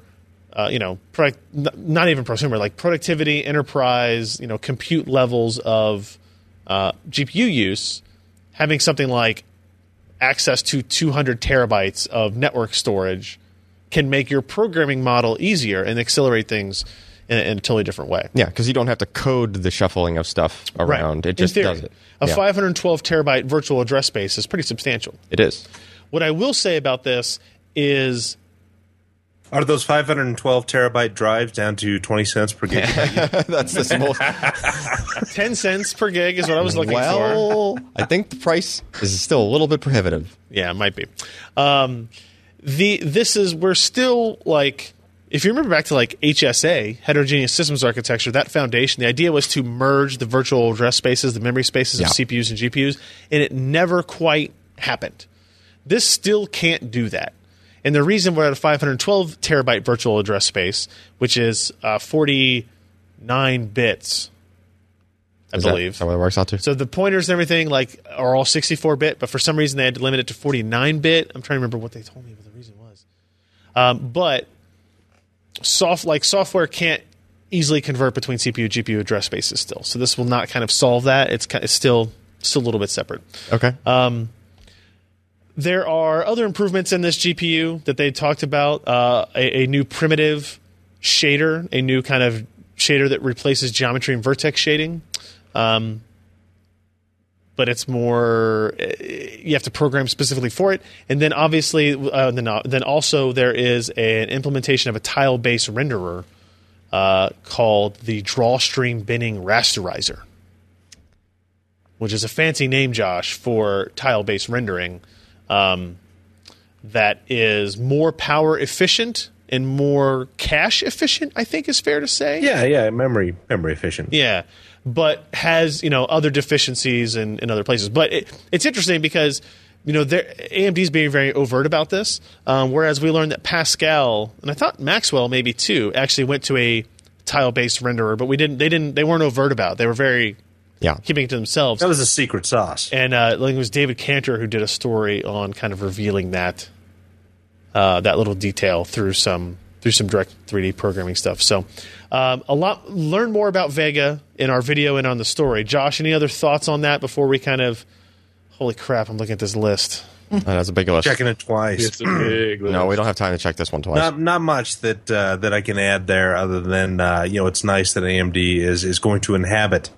S1: uh, you know, product, n- not even prosumer, like productivity, enterprise, you know, compute levels of uh, GPU use, having something like access to 200 terabytes of network storage can make your programming model easier and accelerate things in, in a totally different way.
S4: Yeah, because you don't have to code the shuffling of stuff around.
S1: In
S4: It just
S1: theory,
S4: does it.
S1: A
S4: Yeah,
S1: 512 terabyte virtual address space is pretty substantial. [laughs]
S4: It is.
S1: What I will say about this is
S3: Are those 512 terabyte drives down to 20 cents per gigabyte?
S4: That's the small.
S1: 10 cents per gig is what I was looking for.
S4: [laughs] well, I think the price is still a little bit prohibitive.
S1: Yeah, it might be. Um, the this is we're still like if you remember back to like HSA, heterogeneous systems architecture, that foundation, the idea was to merge the virtual address spaces, the memory spaces
S4: Yeah.
S1: of CPUs and GPUs, and it never quite happened. This still can't do that. And the reason we're at a 512 terabyte virtual address space, which is uh, 49 bits, I
S4: Is that-
S1: believe.
S4: is that what it works out to?
S1: So the pointers and everything like are all 64 bit, but for some reason they had to limit it to 49 bit. I'm trying to remember what they told me what the reason was. Um, but soft like software can't easily convert between CPU GPU address spaces still. So this will not kind of solve that. It's, ki- it's still still a little bit separate.
S4: okay.
S1: uh, There are other improvements in this GPU that they talked about. Uh, a, a new primitive shader, a new kind of shader that replaces geometry and vertex shading. Um, but it's more eh, you have to program specifically for it, and then obviously, uh, then, uh, then also there is an implementation of a tile-based renderer uh, called the Drawstream Binning Rasterizer, which is a fancy name, Josh, for tile-based rendering um, that is more power efficient and more cache efficient. I think is fair to say.
S3: [laughs] Yeah, yeah, memory memory efficient.
S1: Yeah, but has you know other deficiencies in, in other places. But it, it's interesting because you know there- AMD's being very overt about this, um, whereas we learned that Pascal and I thought Maxwell maybe too actually went to a tile based renderer, but we didn't. They didn't. They weren't overt about. It. They were very
S4: yeah.
S1: keeping it to themselves.
S3: That was a secret sauce.
S1: And uh, I think it was David Cantor who did a story on kind of revealing that uh, that little detail through some through some direct 3D programming stuff. So um, a lot. Learn more about Vega in our video and on the story. Josh, any other thoughts on that before we kind of? Holy crap! I'm looking at this list.
S4: That's a big list.
S3: Checking it twice.
S2: It's a big
S4: No, we don't have time to check this one twice.
S3: not not much that uh, that I can add there, other than uh, you know it's nice that AMD is is going to inhabit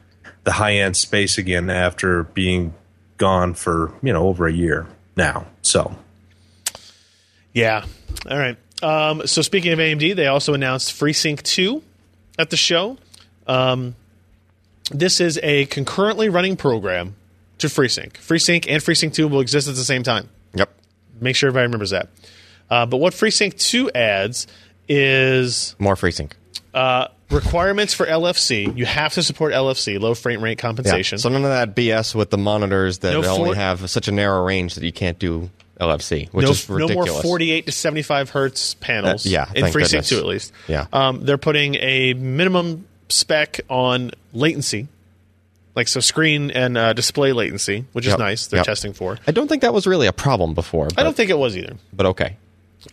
S3: the high end space again after being gone for you know over a year now. So
S1: Yeah. All right. Um, so speaking of AMD, they also announced FreeSync 2 at the show. Um, this is a concurrently running program to FreeSync. FreeSync and FreeSync 2 will exist at the same time.
S4: yep.
S1: Make sure everybody remembers that. Uh, but what FreeSync 2 adds is uh,
S4: More FreeSync.
S1: requirements for LFC. You have to support LFC, low frame rate
S4: Yeah.
S1: compensation.
S4: So none of that BS with the monitors that
S1: No
S4: only
S1: four-
S4: have such a narrow range that you can't do LFC, which
S1: no,
S4: is
S1: no more
S4: ridiculous.
S1: 48 to 75 hertz panels.
S4: Uh, yeah,
S1: in
S4: thank
S1: FreeSync
S4: goodness.
S1: 2 at least.
S4: Yeah.
S1: um, they're putting a minimum spec on latency, like so screen and uh, display latency, which is
S4: Yep.
S1: nice. They're
S4: Yep.
S1: testing for.
S4: I don't think that was really a problem before. But,
S1: I don't think it was either.
S4: but okay.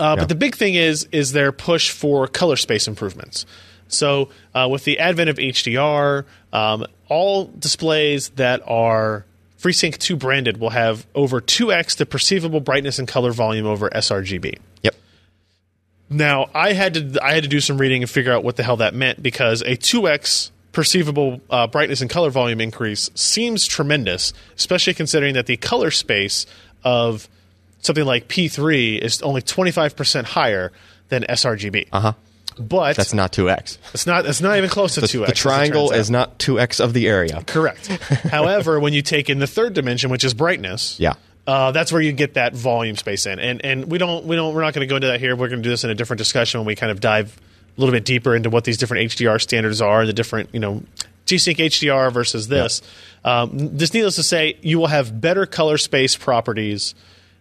S1: Uh, But the big thing is is their push for color space improvements. So uh, with the advent of HDR, um, all displays that are FreeSync 2 branded will have over 2x the perceivable brightness and color volume over sRGB.
S4: Yep.
S1: Now I had to I had to do some reading and figure out what the hell that meant because a two x perceivable uh, brightness and color volume increase seems tremendous, especially considering that the color space of something like P three is only twenty five percent higher than sRGB. Uh huh. But
S4: Uh-huh. That's not 2x.
S1: it's not it's not even close to
S4: The,
S1: two
S4: the
S1: x.
S4: triangle is not 2x of the area. [laughs]
S1: correct. However, when you take in the third dimension, which is brightness,
S4: Yeah.
S1: uh, that's where you get that volume space in. And and we don't we don't we're not going to go into that here. We're going to do this in a different discussion when we kind of dive a little bit deeper into what these different HDR standards are, the different you know G-Sync HDR versus this. Um, this, needless to say, you will have better color space properties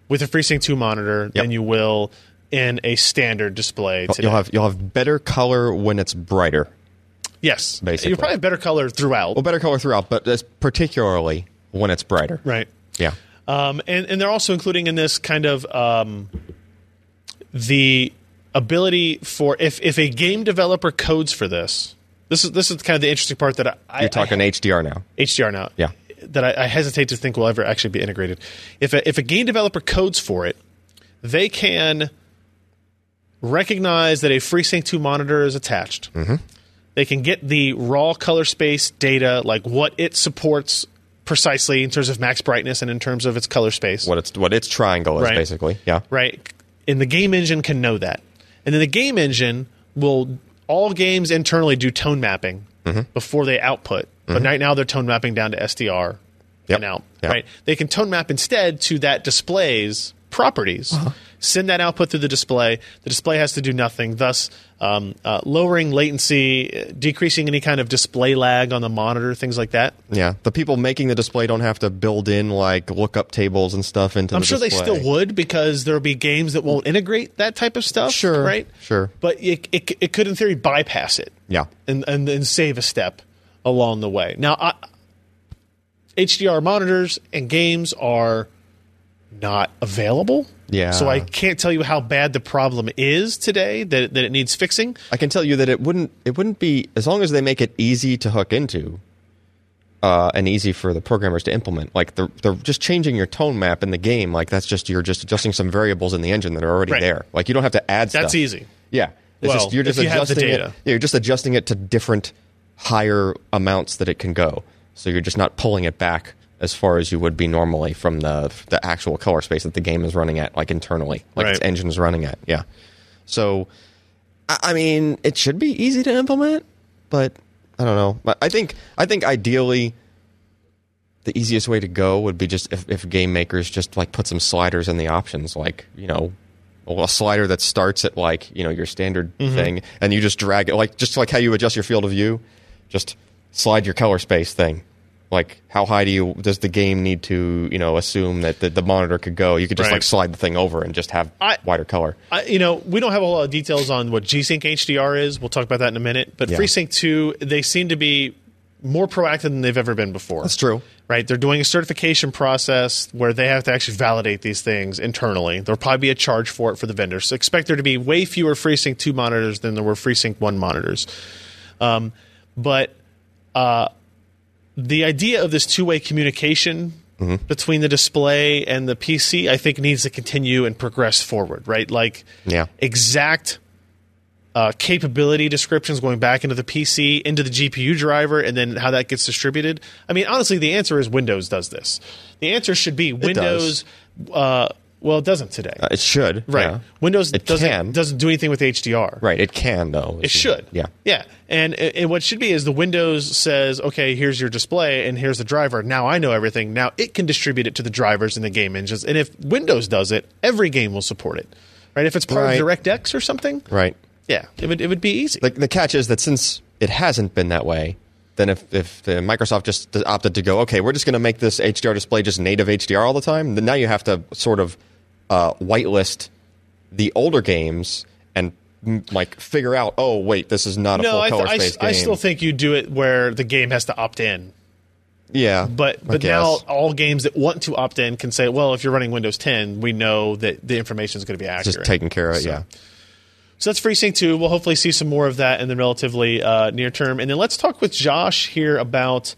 S1: with a FreeSync 2 monitor than you will in a standard display today.
S4: You'll have you'll have better color when it's brighter.
S1: yes,
S4: basically.
S1: you probably have better color throughout,
S4: Well, better color throughout, but that's particularly when it's brighter.
S1: right?
S4: Yeah.
S1: Um, and, and they're also including in this kind of um, the ability for if, if a game developer codes for this. This is this is kind of the interesting part that I, I
S4: You're talking HDR now.
S1: I- HDR now.
S4: Yeah.
S1: That I, I hesitate to think will ever actually be integrated. If a, if a game developer codes for it, they can recognize that a FreeSync 2 monitor is attached. They can get the raw color space data, like what it supports precisely in terms of max brightness and in terms of its color space
S4: What it's what its triangle is
S1: Right.
S4: basically. Yeah.
S1: right? And the game engine can know that. And then the game engine will all games internally do tone mapping
S4: Mm-hmm.
S1: before they output. But right now they're tone mapping down to SDR
S4: Yep.
S1: and out.
S4: Yep.
S1: Right? They can tone map instead to that display's properties. send that output through the display. The display has to do nothing, thus um, uh, lowering latency, uh, decreasing any kind of display lag on the monitor, things like that.
S4: Yeah, the people making the display don't have to build in like lookup tables and stuff into.
S1: I'm
S4: the
S1: sure
S4: display.
S1: they still would because there'll be games that won't integrate that type of stuff.
S4: Sure,
S1: right?
S4: sure.
S1: But it, it, it could, in theory, bypass it.
S4: Yeah.
S1: and and then save a step along the way. Now, I, HDR monitors and games are not available.
S4: Yeah.
S1: So I can't tell you how bad the problem is today that that it needs fixing.
S4: I can tell you that it wouldn't. It wouldn't be as long as they make it easy to hook into, uh, and easy for the programmers to implement. Like they're they're just changing your tone map in the game. Like that's just you're just adjusting some variables in the engine that are already
S1: Right.
S4: there. Like you don't have to add.
S1: That's
S4: stuff.
S1: easy.
S4: Yeah. It's
S1: Well,
S4: just you're just
S1: if you have the
S4: adjusting
S1: data.
S4: it. yeah, You're just adjusting it to different higher amounts that it can go. So you're just not pulling it back as far as you would be normally from the the actual color space that the game is running at, like internally, like its
S1: Right.
S4: engine is running at. Yeah. So, I, I mean, it should be easy to implement, but I don't know. But I think I think ideally. The easiest way to go would be just if, if game makers just like put some sliders in the options, like you know, a slider that starts at like you know your standard
S1: Mm-hmm.
S4: thing, and you just drag it like just like how you adjust your field of view, just slide your color space thing. Like how high do you does the game need to you know assume that the, the monitor could go? You could just
S1: Right.
S4: like slide the thing over and just have
S1: I-
S4: wider color.
S1: I, you know, we don't have a whole lot of details on what G-Sync HDR is. We'll talk about that in a minute. But
S4: Yeah.
S1: FreeSync 2, they seem to be more proactive than they've ever been before.
S4: That's true.
S1: Right? They're doing a certification process where they have to actually validate these things internally. There'll probably be a charge for it for the vendors. So expect there to be way fewer FreeSync 2 monitors than there were FreeSync 1 monitors. Um, but uh, the idea of this two-way communication
S4: Mm-hmm.
S1: between the display and the PC, I think, needs to continue and progress forward, right? Like,
S4: Yeah.
S1: exact uh, capability descriptions going back into the PC, into the GPU driver, and then how that gets distributed. I mean, honestly, the answer is Windows does this. The answer should be Windows. Uh, well, it doesn't today,
S4: It should
S1: right?
S4: Uh, yeah.
S1: Windows
S4: It
S1: doesn't
S4: can.
S1: doesn't do anything with HDR,
S4: right. It can though.
S1: it should.
S4: Mm-hmm. Yeah.
S1: Yeah. And, and what should be is the Windows says, okay, here's your display and here's the driver. Now I know everything. Now it can distribute it to the drivers and the game engines. And if Windows does it, every game will support it. Right? If it's part
S4: Right.
S1: of DirectX or something.
S4: Right.
S1: Yeah. It would, it would be easy.
S4: the, the catch is that since it hasn't been that way, then if, if uh, Microsoft just opted to go, okay, we're just going to make this HDR display just native HDR all the time, then now you have to sort of uh, whitelist the older games and mm, like figure out, oh, wait, this is not a
S1: no,
S4: full
S1: I, th-
S4: color
S1: I,
S4: space
S1: I
S4: game.
S1: still think you do it where the game has to opt in.
S4: yeah, I
S1: But but now
S4: guess.
S1: all games that want to opt in can say, well, if you're running Windows 10, we know that the information is going to be accurate.
S4: just taking care of it.
S1: So-
S4: yeah,
S1: So that's FreeSync 2. We'll hopefully see some more of that in the relatively uh, near term. And then let's talk with Josh here about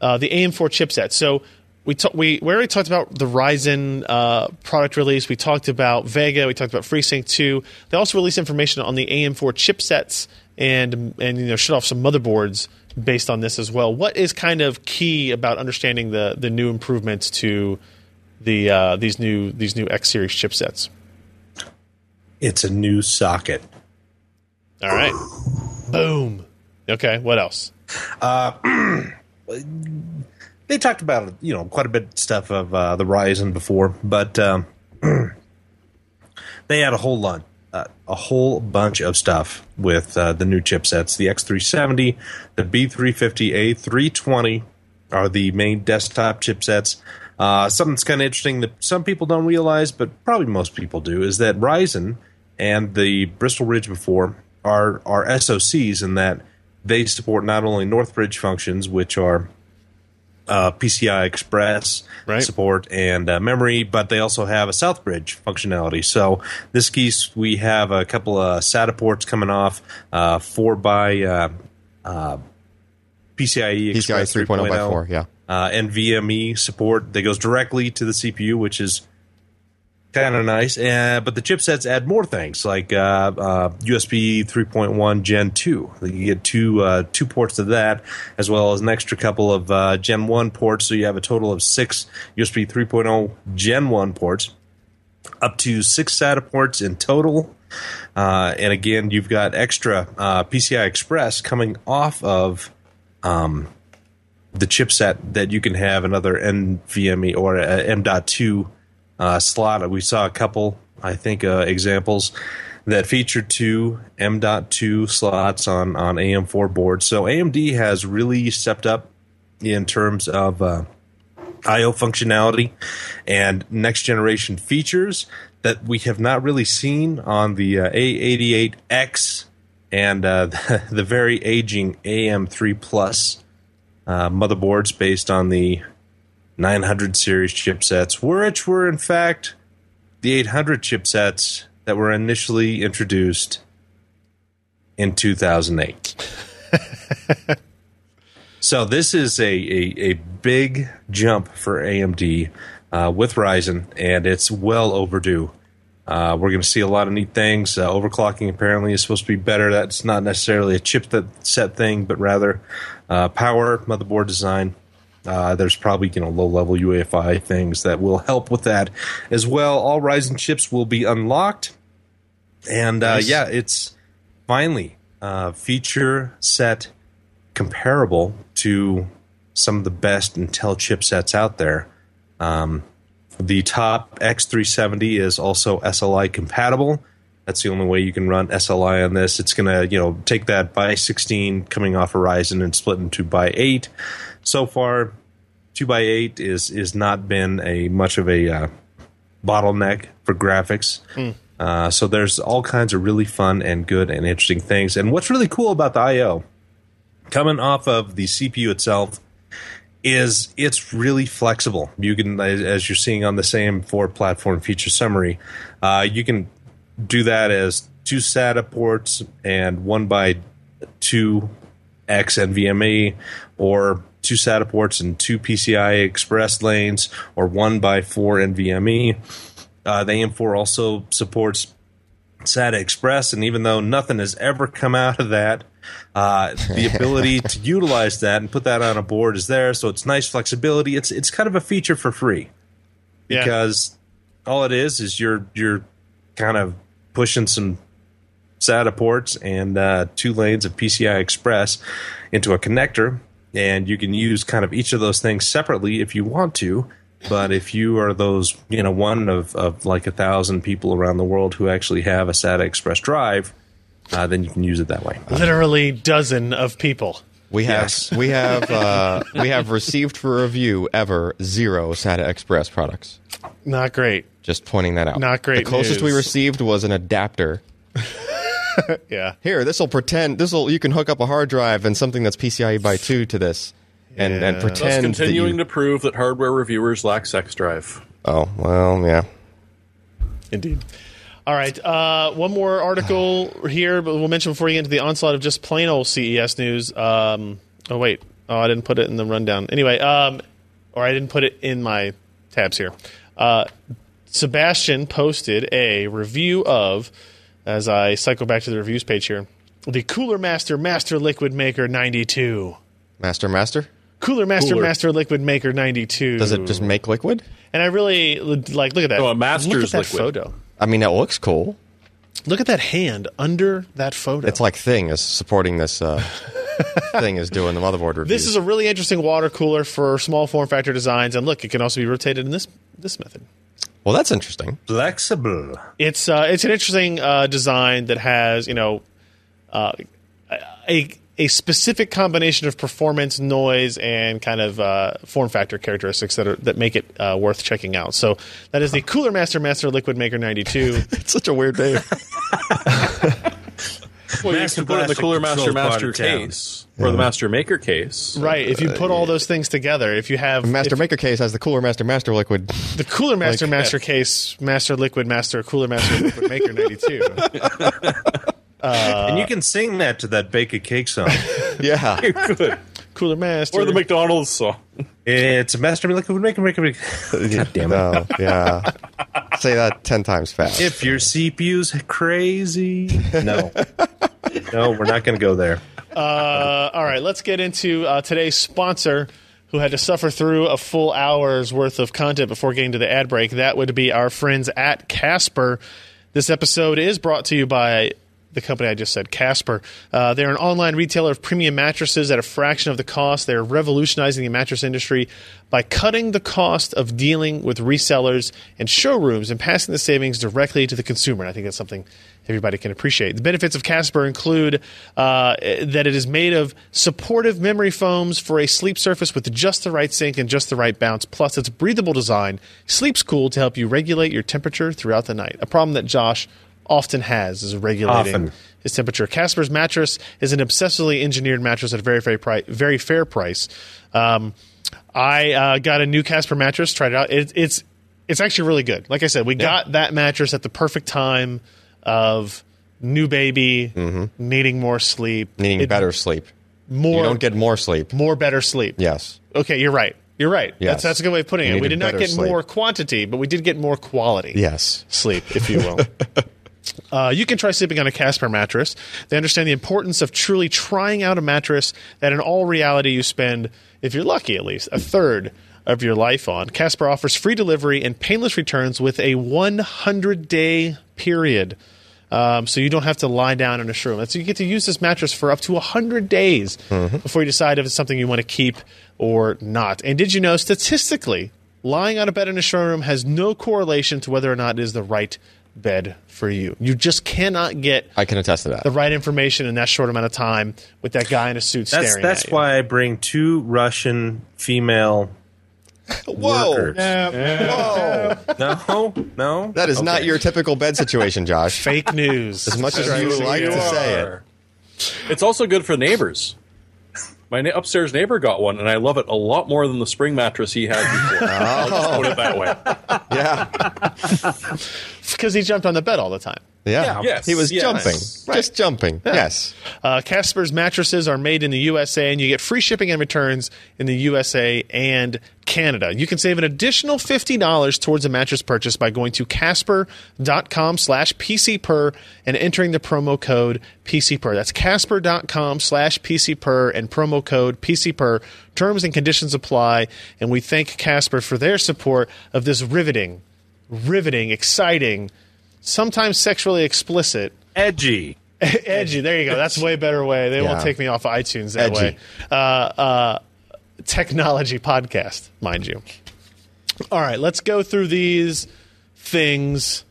S1: uh, the AM4 chipset. So we, ta- we, we already talked about the Ryzen uh, product release. We talked about Vega. We talked about FreeSync 2. They also released information on the AM4 chipsets and, and you know, shut off some motherboards based on this as well. What is kind of key about understanding the, the new improvements to the, uh, these, new, these new X series chipsets?
S3: It's a new socket.
S1: All right. Boom. Okay, what else?
S3: They talked about you know quite a bit of stuff of uh, the Ryzen before, but um, [clears throat] they had a whole lot, uh, a whole bunch of stuff with uh, the new chipsets. The X370, the B350, A320 are the main desktop chipsets. Uh, something that's kind of interesting that some people don't realize, but probably most people do, is that Ryzen and the Bristol Ridge before are are SoCs in that they support not only Northbridge functions, which are uh, PCI Express
S1: Right.
S3: support and uh, memory, but they also have a Southbridge functionality. So this case, we have a couple of SATA ports coming off, uh, four by uh, uh, PCIe
S4: PCI
S3: E Express
S4: 3.0 by
S3: 3.0,
S1: oh.
S4: 4, yeah.
S3: uh, and VME support that goes directly to the CPU, which is kind of nice. Uh, but the chipsets add more things like uh, uh, USB 3.1 Gen 2. You get two uh, two ports of that, as well as an extra couple of uh, Gen 1 ports. So you have a total of six USB 3.0 Gen 1 ports, up to six SATA ports in total. Uh, and again, you've got extra uh, PCI Express coming off of the chipset that you can E have another NVMe or a M.2 uh, slot. We saw a couple I think, uh, examples that feature two M.2 slots on, on AM4 boards. So AMD has really stepped up in terms of uh, I/O functionality and next generation features that we have not really seen on the uh, A88X and uh, [laughs] the, very aging AM3 Plus uh, motherboards based on the 900 series chipsets, which were in fact the 800 chipsets that were initially introduced in 2008. [laughs] So this is a, a, a big jump for AMD uh, with Ryzen, and it's well overdue. Uh, we're going to see a lot of neat things. Uh, overclocking apparently is supposed to be better. That's not necessarily a chip that set thing, but rather uh, power, motherboard design. Uh, there's probably you know low level UEFI things that will help with that as well. All Ryzen chips will be unlocked, and uh, yeah, it's finally uh, feature set comparable to some of the best Intel chipsets out there. Um, the top X370 is also SLI compatible. That's the only way you can run SLI on this. It's going to, you know, take that by 16 coming off Horizon and split into by 8. So far, 2 by 8 is is not been a much of a uh, bottleneck for graphics. Uh, so there's all kinds of really fun and good and interesting things. And what's really cool about the IO coming off of the CPU itself is it's really flexible. You can, as- as you're seeing on the same four platform feature summary, uh, you can do that as two SATA ports and one by two X NVMe, or two SATA ports and two PCI Express lanes, or one by four NVMe. Uh, the AM4 also supports SATA Express, and even though nothing has ever come out of that, uh, the ability to utilize that and put that on a board is there. So it's nice flexibility. It's it's kind of a feature for free
S1: Yeah.
S3: because all it is is you're you're kind of pushing some SATA ports and uh, two lanes of PCI Express into a connector, and you can use kind of each of those things separately if you want to. But if you are those, you know, one of, of like a thousand people around the world who actually have a SATA Express drive, uh, then you can use it that way.
S1: Literally dozen of people.
S4: We have
S3: Yes.
S1: [laughs]
S4: we have uh, we have received for review ever zero SATA Express products.
S1: Not great.
S4: Just pointing that out.
S1: Not great
S4: The closest we
S1: news.
S4: received was an adapter.
S1: Yeah.
S4: Here, this will pretend this will you can hook up a hard drive and something that's PCIe E by two to this, and and
S1: Yeah.
S2: That's
S4: pretend
S2: continuing
S4: that
S2: to prove that hardware reviewers lack sex drive.
S4: you, Oh well, yeah.
S1: Indeed. All right. Uh, one more article here, but we'll mention before we get into the onslaught of just plain old CES news. Um, oh, wait. Oh, I didn't put it in the rundown. Anyway, um, or I didn't put it in my tabs here. Uh, Sebastian posted a review of, as I cycle back to the reviews page here, the Cooler Master Master Liquid Maker 92.
S4: Master, master.
S1: Cooler Master
S2: Cooler.
S1: Master Liquid Maker 92.
S4: Does it just make liquid?
S1: And I really like look at that.
S2: No, a master's
S1: look at that
S2: liquid.
S1: photo.
S4: I mean, it looks cool.
S1: Look at that hand under that photo.
S4: It's like Thing is supporting this.
S1: [laughs]
S4: Uh, thing is doing the motherboard review.
S1: this is a really interesting water cooler for small form factor designs, and look, it can also be rotated in this this method.
S4: well, that's interesting. [laughs]
S3: Flexible.
S1: It's uh, it's an interesting uh, design that has you know uh, a a specific combination of performance, noise, and kind of uh, form factor characteristics that are that make it uh, worth checking out. So that is the Cooler Master Master Liquid Maker 92.
S4: It's such a
S1: [laughs]
S4: weird name.
S2: Well, you
S3: Master
S2: can put it in the
S3: Blaster
S2: Cooler Master
S3: controlled
S2: Master
S3: part of town.
S2: case or the Master Maker case.
S1: right, if you put all those things together, if you have
S4: Uh, Master
S1: if-
S4: Maker case has the cooler Master
S1: [laughs]
S4: Master liquid.
S1: the Cooler Master
S4: Like-
S1: Master Case Master Liquid Master Cooler Master Liquid Maker
S4: [laughs]
S1: 92.
S3: and you can sing that to that bake a cake song.
S4: Yeah.
S2: Good.
S1: Cooler Master.
S2: Or the McDonald's song.
S3: it's a master liquid maker maker. maker. God damn it.
S4: Oh, yeah. Say that 10 times
S3: [laughs]
S4: fast.
S3: If your CPU's crazy. No. [laughs] no, we're not going to go there.
S1: uh, all right, let's get into uh, today's sponsor, who had to suffer through a full hour's worth of content before getting to the ad break. That would be our friends at Casper. This episode is brought to you by the company I just said, Casper. Uh, they're an online retailer of premium mattresses at a fraction of the cost. They're revolutionizing the mattress industry by cutting the cost of dealing with resellers and showrooms and passing the savings directly to the consumer. And I think that's something everybody can appreciate. The benefits of Casper include uh, that it is made of supportive memory foams for a sleep surface with just the right sink and just the right bounce. Plus, its breathable design sleeps cool to help you regulate your temperature throughout the night. A problem that Josh often has is regulating
S3: Often.
S1: his temperature. Casper's mattress is an obsessively engineered mattress at a very fair price. Very fair price. Um, I uh, got a new Casper mattress. Tried it out. It, it's it's actually really good. Like I said, we got that mattress at the perfect time of new baby needing more sleep,
S4: Mm-hmm. needing
S1: It-
S4: better sleep.
S1: more
S4: you don't get more sleep.
S1: more better sleep.
S4: Yes.
S1: Okay, you're right. You're right. That's
S4: Yes.
S1: that's a good way of putting
S4: You
S1: it. We
S4: needed
S1: did not
S4: better
S1: get
S4: sleep.
S1: more quantity, but we did get more quality
S4: Yes.
S1: sleep, if you
S4: [laughs]
S1: will. Uh, you can try sleeping on a Casper mattress. They understand the importance of truly trying out a mattress that, in all reality, you spend, if you're lucky at least, a third of your life on. Casper offers free delivery and painless returns with a 100 day period. Um, so you don't have to lie down in a shroom. And so you get to use this mattress for up to 100 days
S4: Mm-hmm.
S1: before you decide if it's something you want to keep or not. And did you know, statistically, lying on a bed in a showroom has no correlation to whether or not it is the right bed for you. You just cannot get
S4: I can attest to that.
S1: the right information in that short amount of time with that guy in a suit
S3: That's
S1: staring
S3: that's
S1: at you.
S3: why I bring two Russian female
S4: Whoa.
S3: workers. No, no,
S4: That is not
S3: Okay.
S4: your typical bed situation,
S1: [laughs]
S4: Josh.
S1: Fake news.
S4: As much as you would like to say it.
S2: It's also good for neighbors. My na- upstairs neighbor got one, and I love it a lot more than the spring mattress he had
S4: [laughs]
S2: before.
S4: Oh.
S2: I'll just put it that way.
S4: Yeah.
S1: Because he jumped on the bed all the time.
S4: Yeah.
S2: Yes,
S4: he was
S2: yes.
S4: jumping. Just jumping. Yes.
S1: Uh, Casper's mattresses are made in the USA, and you get free shipping and returns in the USA and Canada. You can save an additional $50 towards a mattress purchase by going to casper.com slash pcper and entering the promo code pcper. That's casper.com slash pcper and promo code pcper. Terms and conditions apply, and we thank Casper for their support of this riveting, riveting, exciting, sometimes sexually explicit
S3: edgy.
S1: [laughs] edgy. There you go. That's a way better way. They won't
S4: Yeah.
S1: take me off of iTunes that
S4: Edgy.
S1: way. Uh, uh, technology podcast, mind you. All right, let's go through these things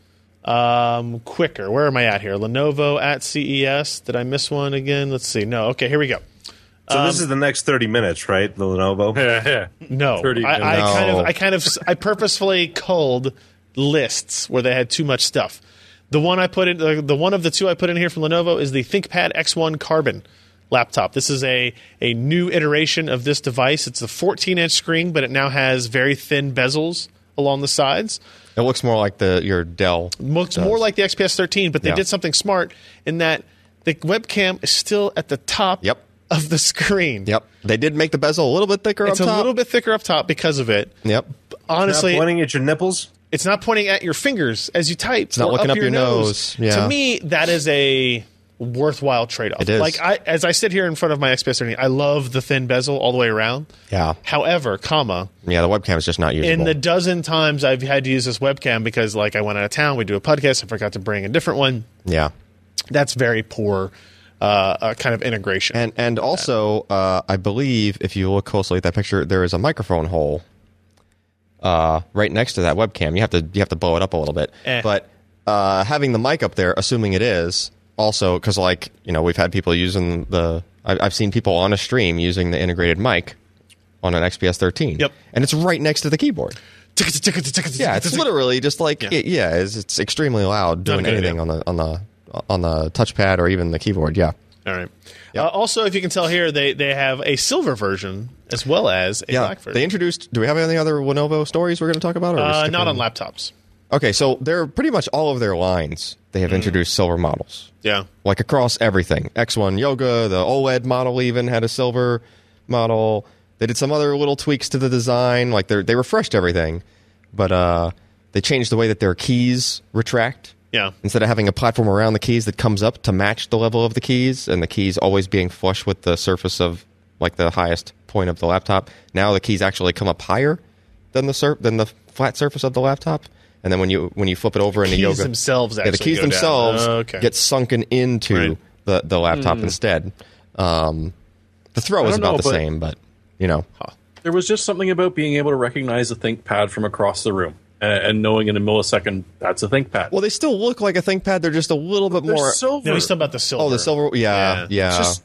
S1: um, quicker. Where am I at here? Lenovo at CES. Did I miss one again? Let's see. No. Okay, here we go.
S3: So this is the next thirty minutes, right? The Lenovo.
S1: No,
S2: 30
S1: I, I
S4: minutes.
S1: kind
S4: No.
S1: of, I kind of, I purposefully culled lists where they had too much stuff. The one I put in, the, the one of the two I put in here from Lenovo is the ThinkPad X1 Carbon laptop. This is a a new iteration of this device. It's a 14 inch screen, but it now has very thin bezels along the sides
S4: It looks more like the your Dell.
S1: looks more like the XPS 13, but they
S4: Yeah.
S1: did something smart in that the webcam is still at the top
S4: Yep.
S1: of the screen.
S4: Yep. They did make the bezel a little bit thicker
S1: It's
S4: up
S1: a
S4: top.
S1: little bit thicker up top because of it.
S4: Yep.
S1: Honestly,
S3: Not pointing at your nipples.
S1: it's not pointing at your fingers as you type. It's
S4: not looking up your nose.
S1: To
S4: Yeah.
S1: me, that is a worthwhile trade-off.
S4: It is.
S1: Like I, as I sit here in front of my XPS 13, I love the thin bezel all the way around.
S4: Yeah.
S1: However, comma,
S4: Yeah, the webcam is just not usable.
S1: in the dozen times I've had to use this webcam because, like, I went out of town, we do a podcast, I forgot to bring a different one.
S4: yeah.
S1: that's very poor uh, uh, kind of integration.
S4: And and also, uh, I believe if you look closely at that picture, there is a microphone hole uh, right next to that webcam. You have to you have to blow it up a little bit.
S1: Eh.
S4: But uh, having the mic up there, assuming it is, also because like you know we've had people using the I- I've seen people on a stream using the integrated mic on an XPS 13.
S1: Yep.
S4: and it's right next to the keyboard. Yeah, it's literally just like yeah, it, yeah it's, it's extremely loud
S1: a
S4: doing
S1: good
S4: anything
S1: idea.
S4: on the on the on the touchpad or even the keyboard. Yeah.
S1: All right. Uh, also, if you can tell here, they they have a silver version as well as a
S4: Yeah,
S1: black
S4: they
S1: version.
S4: introduced. Do we have any other Lenovo stories we're going to talk about? Or are we
S1: Uh,
S4: sticking-
S1: not on laptops.
S4: Okay, so they're pretty much all of their lines. They
S1: Hmm.
S4: have introduced silver models,
S1: Yeah.
S4: like across everything. X1 Yoga, the OLED model even had a silver model. They did some other little tweaks to the design, like they they refreshed everything, but uh, they changed the way that their keys retract.
S1: Yeah.
S4: Instead of having a platform around the keys that comes up to match the level of the keys, and the keys always being flush with the surface of like the highest point of the laptop, now the keys actually come up higher than the sur- than the flat surface of the laptop, and then when you when you flip it over into
S1: keys
S4: yoga,
S1: themselves
S4: yeah, the
S1: actually
S4: keys
S1: go down.
S4: themselves
S1: Okay.
S4: get sunken into
S1: Right. Hmm.
S4: the the laptop instead. Um, the throw is
S2: don't
S4: about
S2: know,
S4: the
S2: but-
S4: same, but you know,
S2: There was just something about being able to recognize a ThinkPad from across the room uh, and knowing in a millisecond that's a ThinkPad.
S4: well, they still look like a ThinkPad. They're just a little bit
S2: They're
S4: more.
S2: silver.
S1: No, he's talking about the silver.
S4: oh, the silver. Yeah, yeah,
S1: Yeah.
S4: yeah.
S2: just-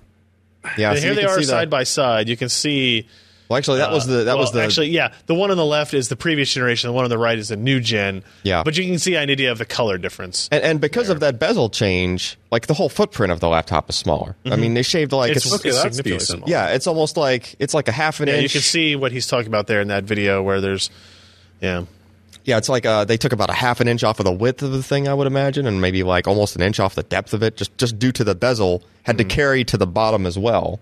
S1: And here
S4: so you
S1: they
S4: can
S1: are
S4: see the-
S1: side by side. You can see uh,
S4: Well, actually, that was the that
S1: well,
S4: was the
S1: actually yeah. The one on the left is the previous generation. The one on the right is the new gen.
S4: Yeah.
S1: but you can see an idea of the color difference.
S4: And, and because of that bezel change, like the whole footprint of the laptop is smaller. I mean, they shaved like it's,
S1: Mm-hmm. It's,
S2: okay,
S1: it's
S2: that's
S1: significantly
S2: decent.
S1: smaller.
S4: yeah, it's almost like it's like a half an
S1: Yeah,
S4: inch.
S1: you can see what he's talking about there in that video where there's, yeah, [laughs]
S4: Yeah, it's like uh, they took about a half an inch off of the width of the thing, I would imagine, and maybe like almost an inch off the depth of it, just just due to the bezel had
S1: Mm-hmm.
S4: to carry to the bottom as well.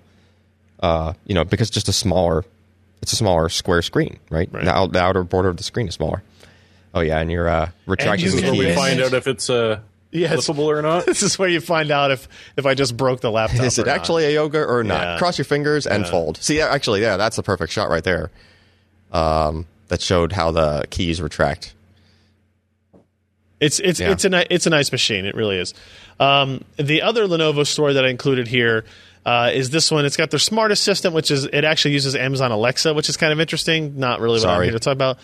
S4: Uh, you know, because just a smaller, it's a smaller square screen, right? The, out, the outer border of the screen is smaller. Oh yeah, and you're uh, retracting
S1: you
S4: the
S2: Where
S1: can-
S4: keys.
S2: we
S1: Yes.
S2: find out if it's uh,
S1: Yes.
S2: flippable or
S4: [laughs]
S2: not.
S1: this is where you find out if if I just broke the laptop.
S4: Is
S1: or
S4: it
S1: not.
S4: actually a yoga or not?
S1: Yeah.
S4: Cross your fingers and fold. See, yeah, actually, yeah, that's the perfect shot right there. Um, that showed how the keys retract.
S1: It's it's
S4: Yeah.
S1: it's a ni- it's a nice machine. It really is. Um, the other Lenovo story that I included here uh, is this one. It's got their smart assistant, which is it actually uses Amazon Alexa, which is kind of interesting. Not really what
S4: Sorry.
S1: I'm here to talk about.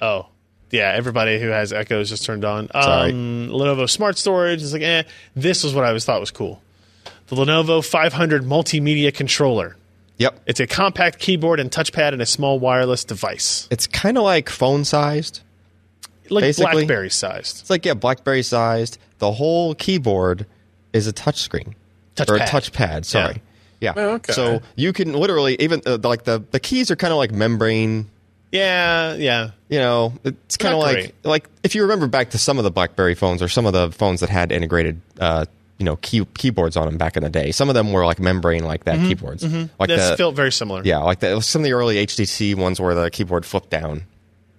S1: Oh. Yeah, everybody who has Echo is just turned on.
S4: Sorry.
S1: Um, Lenovo Smart Storage is like, eh. This was what I always thought was cool. The Lenovo 500 Multimedia Controller.
S4: Yep,
S1: It's a compact keyboard and touchpad and a small wireless device,
S4: it's kind of like phone sized.
S1: like
S4: Basically-
S1: BlackBerry sized.
S4: It's like yeah, BlackBerry sized. The whole keyboard is a touch screen or a
S1: Touchpad.
S4: touchpad. Sorry, yeah.
S2: okay.
S4: So you can literally even uh, like the the keys are kind of like membrane.
S1: Yeah, yeah.
S4: You know, it's kind of
S1: Not
S4: like
S1: great.
S4: like if you remember back to some of the BlackBerry phones or some of the phones that had integrated. Uh, you know, key, keyboards on them back in the day. Some of them were like membrane, like
S1: Mm-hmm.
S4: that keyboards, like
S1: This
S4: the
S1: felt very similar.
S4: yeah, like the, some of the early HTC ones where the keyboard flipped down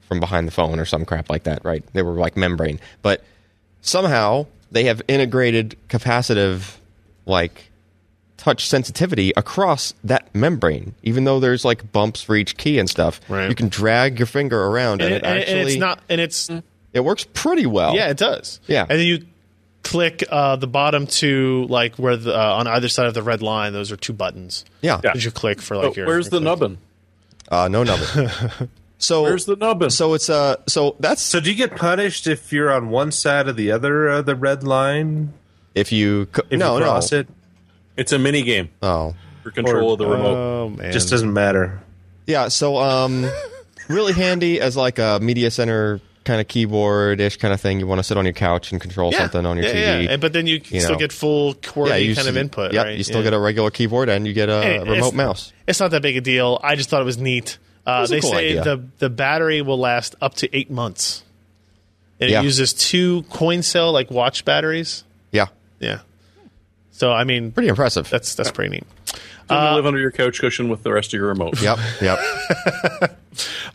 S4: from behind the phone or some crap like that, right? They were like membrane, but somehow they have integrated capacitive, like touch sensitivity across that membrane. Even though there's like bumps for each key and stuff,
S1: Right.
S4: you can drag your finger around
S1: and,
S4: and, it
S1: and-
S4: actually
S1: and it's not and it's
S4: it works pretty well.
S1: yeah it does
S4: Yeah.
S1: and then you click uh, the bottom two like where the, uh, on either side of the red line those are two buttons
S4: yeah.
S2: Yeah.
S1: that you click for like
S2: But
S1: your
S2: Oh, where's the nubbin?
S4: Uh, no nubbin. so
S2: Where's the nubbin?
S4: so it's uh so that's
S3: So do you get punished if you're on one side or the other of the red line?
S4: if you co-
S3: If
S4: no
S3: you cross
S4: no
S3: it,
S2: it's a mini game
S4: oh
S2: for control of the remote.
S4: uh,
S1: oh man
S3: just doesn't matter.
S4: Yeah, so um, really handy as like a media center kind of keyboard ish kind of thing. You want to sit on your couch and control
S1: yeah.
S4: something on your
S1: yeah,
S4: TV.
S1: yeah. And- but then you can
S4: you
S1: still
S4: know.
S1: get full QWERTY
S4: you
S1: kind of
S4: s-
S1: input
S4: Yep,
S1: right
S4: you still get a regular keyboard and you get a
S1: Hey, it's-
S4: remote mouse.
S1: it's not that big a deal I just thought it was neat uh,
S4: was a
S1: they
S4: cool
S1: say
S4: idea.
S1: the the battery will last up to eight months and
S4: Yeah.
S1: it uses two coin cell like watch batteries
S4: Yeah,
S1: yeah so I mean
S4: pretty impressive.
S1: that's that's pretty neat.
S2: Doesn't
S4: uh,
S2: live under your couch cushion with the rest of your remote.
S4: yep, yep.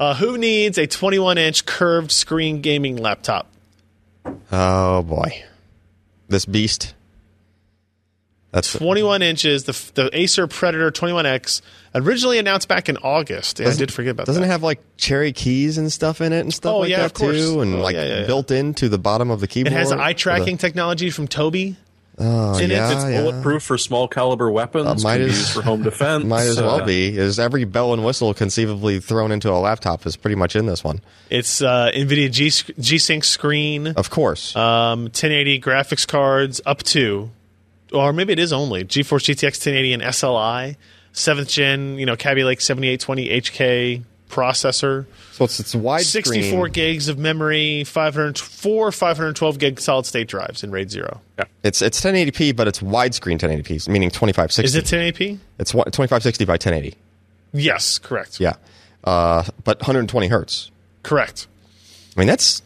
S1: Uh, who needs a 21 inch curved screen gaming laptop?
S4: oh boy, this beast. That's
S1: 21 inches, the, the Acer Predator 21X, originally announced back in August. Yeah, I did forget about
S4: doesn't
S1: that.
S4: it have like cherry keys and stuff in it and stuff
S1: Oh,
S4: like
S1: yeah,
S4: that
S1: of course.
S4: too, and
S1: Oh,
S4: like
S1: yeah, yeah, yeah.
S4: built into the bottom of the keyboard.
S1: it has eye
S4: or the-
S1: tracking technology from Toby.
S4: Oh,
S1: in it.
S4: yeah,
S1: It's
S4: yeah.
S2: Bulletproof for small caliber weapons.
S4: might
S2: can be
S4: as-
S2: used for
S4: [laughs]
S2: home defense.
S4: Might as
S2: Uh,
S4: well be. Is every bell and whistle conceivably thrown into a laptop is pretty much in this one.
S1: It's uh, NVIDIA G, G-Sync screen,
S4: Of course.
S2: Uh,
S1: um, 1080 graphics cards, up to, or maybe it is only, GeForce GTX 1080 and SLI, 7th gen, you know, Kaby Lake 7820 HK processor.
S4: so it's it's wide
S1: 64 gigs of memory, 504, 512 gig solid state drives in RAID 0.
S4: It's it's 1080p, but it's widescreen 1080p, meaning 2560.
S1: Is it 1080p?
S4: It's wa- 2560 by 1080.
S1: Yes, correct.
S4: Yeah, uh, but 120 hertz.
S1: Correct.
S4: I mean, that's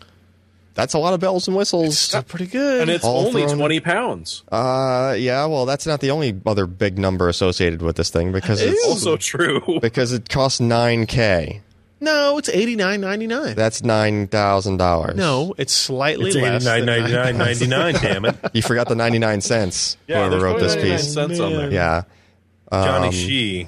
S4: that's a lot of bells and whistles.
S1: That's pretty good.
S2: And it's
S4: All
S2: only
S4: thrown-
S2: 20 pounds.
S4: Uh, yeah. Well, that's not the only other big number associated with this thing because it's [laughs]
S2: also true.
S4: because it costs 9k.
S1: no, it's 89.99.
S4: That's nine thousand dollars.
S1: no, it's slightly
S3: It's
S1: less. than
S3: eighty nine ninety nine ninety nine. Damn it!
S4: [laughs] you forgot the 99 cents.
S2: Yeah,
S4: whoever
S2: there's
S4: wrote this
S2: probably 99
S4: piece.
S2: Cents on there.
S4: Yeah.
S3: Johnny She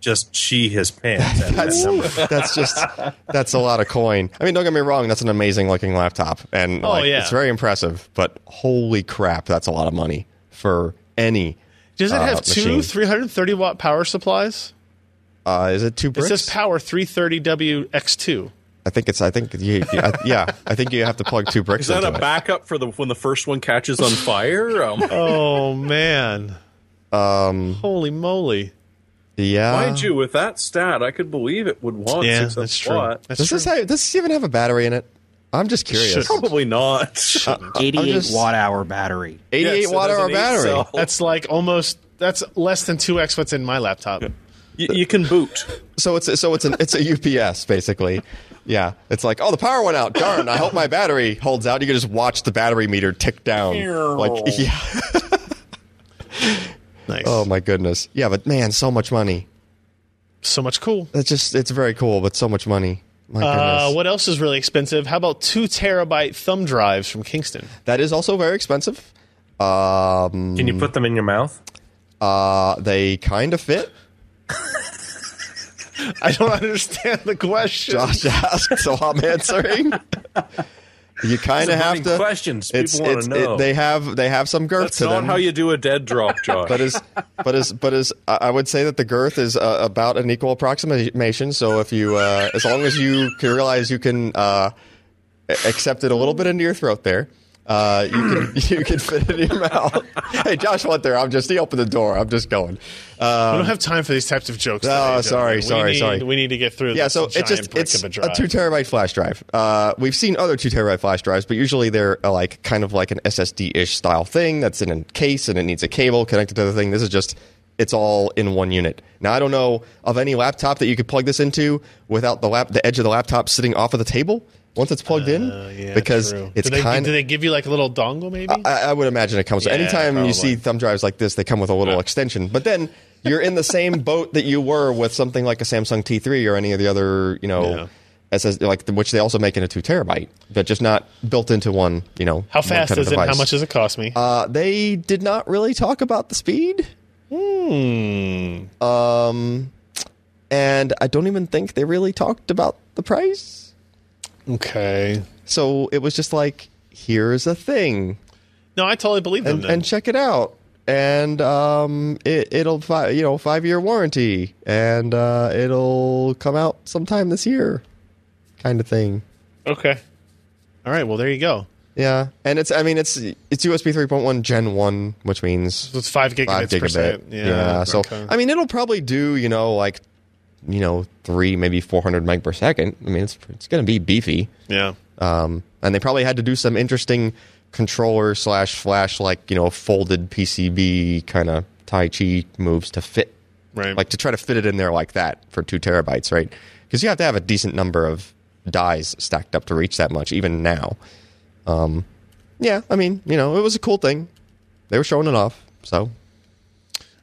S3: just she his pants. at that number.
S4: Um, [laughs] that's just that's a lot of coin. I mean, don't get me wrong, that's an amazing looking laptop, and
S1: Oh,
S4: like,
S1: yeah.
S4: it's very impressive. But holy crap, that's a lot of money for any.
S1: Does it
S4: uh,
S1: have two
S4: machine.
S1: 330 watt power supplies?
S4: Uh, is it two
S1: It
S4: bricks?
S1: says power 330WX2.
S4: I think it's. I think you. I, yeah, I think you have to plug two bricks
S2: Is that
S4: into
S2: a
S4: it.
S2: backup for the when the first one catches on fire? Um,
S4: [laughs]
S1: Oh [laughs] man. Um. Holy moly.
S4: yeah.
S2: mind you, with that stat, I could believe it would want
S1: Uh, Yeah,
S2: six
S1: that's
S2: that's
S1: true. That's
S4: does
S1: true.
S4: this have, does this even have a battery in it? I'm just curious.
S1: Should. [laughs]
S2: Probably not.
S5: 88
S4: just-
S5: watt hour battery.
S4: 88
S2: Yes, it
S4: watt
S2: has
S4: hour
S2: an eight
S4: battery.
S2: cell.
S1: [laughs] that's like almost. That's less than two x what's in my laptop.
S2: Y- you
S1: [laughs]
S2: can boot.
S4: So it's so it's an it's a UPS basically. Yeah, it's like oh the power went out. Darn, I hope my battery holds out. You can just watch the battery meter tick down. Like [laughs] yeah.
S1: Nice.
S4: Oh my goodness. Yeah, but man, so much money.
S1: So much cool.
S4: That's just it's very cool, but so much money. My
S1: Uh,
S4: goodness.
S1: what else is really expensive? How about two terabyte thumb drives from
S4: [laughs]
S1: Kingston?
S4: that is also very expensive. Um,
S3: Can you put them in your mouth?
S4: uh, they kind of fit.
S1: I don't understand the question.
S4: Josh asked, so I'm answering. You kind
S3: These are
S4: of have
S3: burning
S4: to.
S3: questions.
S4: It's,
S3: People wanna
S4: it's,
S3: know.
S4: It, they have they have some girth
S2: That's
S4: to
S2: not
S4: them.
S2: how you do a
S1: [laughs]
S2: dead drop, Josh.
S4: but is but is but is I I would say that the girth is uh, about an equal approximation. So if you, uh, as long as you can realize you can uh, a- accept it a little bit into your throat there, uh, you can [laughs] you can fit it in your mouth. hey, Josh, went there. I'm just he opened the door. I'm just going.
S1: we don't have time for these types of jokes.
S4: Oh,
S1: today,
S4: Um,
S1: gentlemen. We
S4: sorry, sorry,
S1: need-
S4: sorry.
S1: We need to get through.
S4: yeah,
S1: this
S4: so
S1: giant
S4: it's just
S1: brick
S4: it's
S1: of a,
S4: a,
S1: drive.
S4: two terabyte flash drive. Uh, we've seen other two terabyte flash drives, but usually they're uh, like kind of like an SSD ish style thing that's in a case and it needs a cable connected to the thing. This is just it's all in one unit. Now I don't know of any laptop that you could plug this into without the lap the edge of the laptop sitting off of the table once it's plugged in,
S1: Uh, yeah,
S4: because
S1: true.
S4: it's
S1: do they,
S4: kind. Uh,
S1: Do they give you like a little dongle? Maybe.
S4: I, I would imagine it comes.
S1: Yeah,
S4: anytime
S1: probably.
S4: you see thumb drives like this, they come with a little extension. But then you're in
S1: [laughs]
S4: the same boat that you were with something like a Samsung T3 or any of the other, you know,
S1: Yeah.
S4: SS like the- which they also make in a two terabyte, but just not built into one. You know,
S1: how fast is it? How much does it cost me?
S4: Uh, they did not really talk about the speed, Um,
S1: hmm.
S4: and I don't even think they really talked about the price.
S1: Okay.
S4: So it was just like, here's a thing.
S1: No, I totally believe them.
S4: and,
S1: then.
S4: and check it out. And um, it, it'll fi- you know five year warranty, and uh, it'll come out sometime this year, kind of thing.
S1: okay. All right. Well, there you go.
S4: Yeah, and it's I mean it's it's USB three point one Gen one, which means
S1: So it's five gigabits
S4: five
S1: per
S4: gigabit.
S1: second.
S4: Yeah, so
S1: okay.
S4: I mean it'll probably do you know like you know three maybe four hundred meg per second. I mean it's it's gonna be beefy.
S1: yeah.
S4: Um, and they probably had to do some interesting controller slash flash like you know folded PCB kind of Tai Chi moves to fit,
S1: Right.
S4: like to try to fit it in there like that for two terabytes, right? Because you have to have a decent number of dies stacked up to reach that much, even now. Um, yeah, I mean, you know, it was a cool thing. They were showing it off, so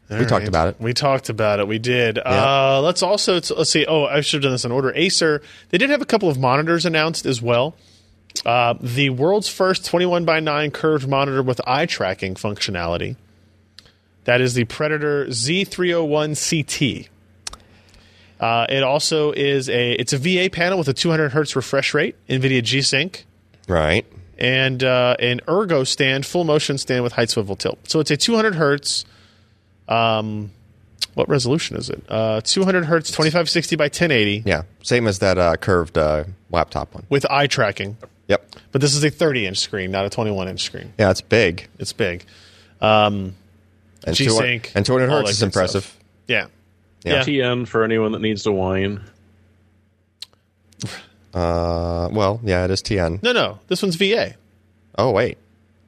S4: we
S1: All
S4: talked
S1: right.
S4: about it.
S1: We talked about it. We did. Uh, let's also let's see. Oh, I should have done this in order. Acer. They did have a couple of monitors announced as well. Uh, the world's first 21 by 9 curved monitor with eye tracking functionality. That is the Predator Z301 CT. Uh, it also is a it's a VA panel with a 200 hertz refresh rate, NVIDIA G Sync
S4: Right.
S1: and uh, an ergo stand, full motion stand with height swivel tilt. So it's a 200 hertz. Um, what resolution is it? Uh, 200 hertz, 2560 by 1080
S4: Yeah. Same as that uh, curved uh, laptop one.
S1: with eye tracking.
S4: Yep.
S1: But this is a 30 inch screen, not a 21 inch screen.
S4: Yeah, it's big.
S1: It's big.
S4: And
S1: G
S4: 200
S1: Sync
S4: and 200
S1: all
S4: hertz
S1: that
S4: is
S1: good stuff.
S4: impressive.
S1: Yeah.
S4: Yeah.
S2: TN for anyone that needs to whine.
S4: Uh, well, yeah, it is TN.
S1: No, no. This one's VA.
S4: Oh wait,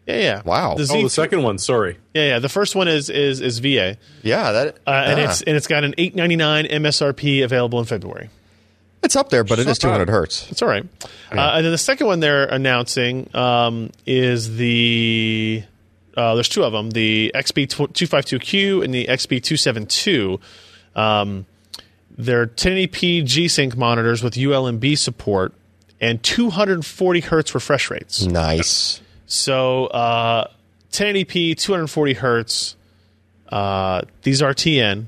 S1: Yeah, yeah.
S4: Wow.
S1: The
S2: Oh,
S1: Z-
S2: the second one. Sorry.
S1: yeah, yeah. The first one is is is VA,
S4: yeah, that
S1: uh, and
S4: ah.
S1: it's and it's got an 899 MSRP available in February.
S4: it's up there, but it is
S2: Shut up.
S4: 200 hertz.
S1: It's all right. Uh, and then the second one they're announcing um, is the uh, there's two of them: the XB two five two Q and the XB two seven two. Um, they're E 1080p G-Sync monitors with ULMB support and 240 hertz refresh rates.
S4: Nice.
S1: So uh, 1080p, 240 hertz. Uh, these are TN.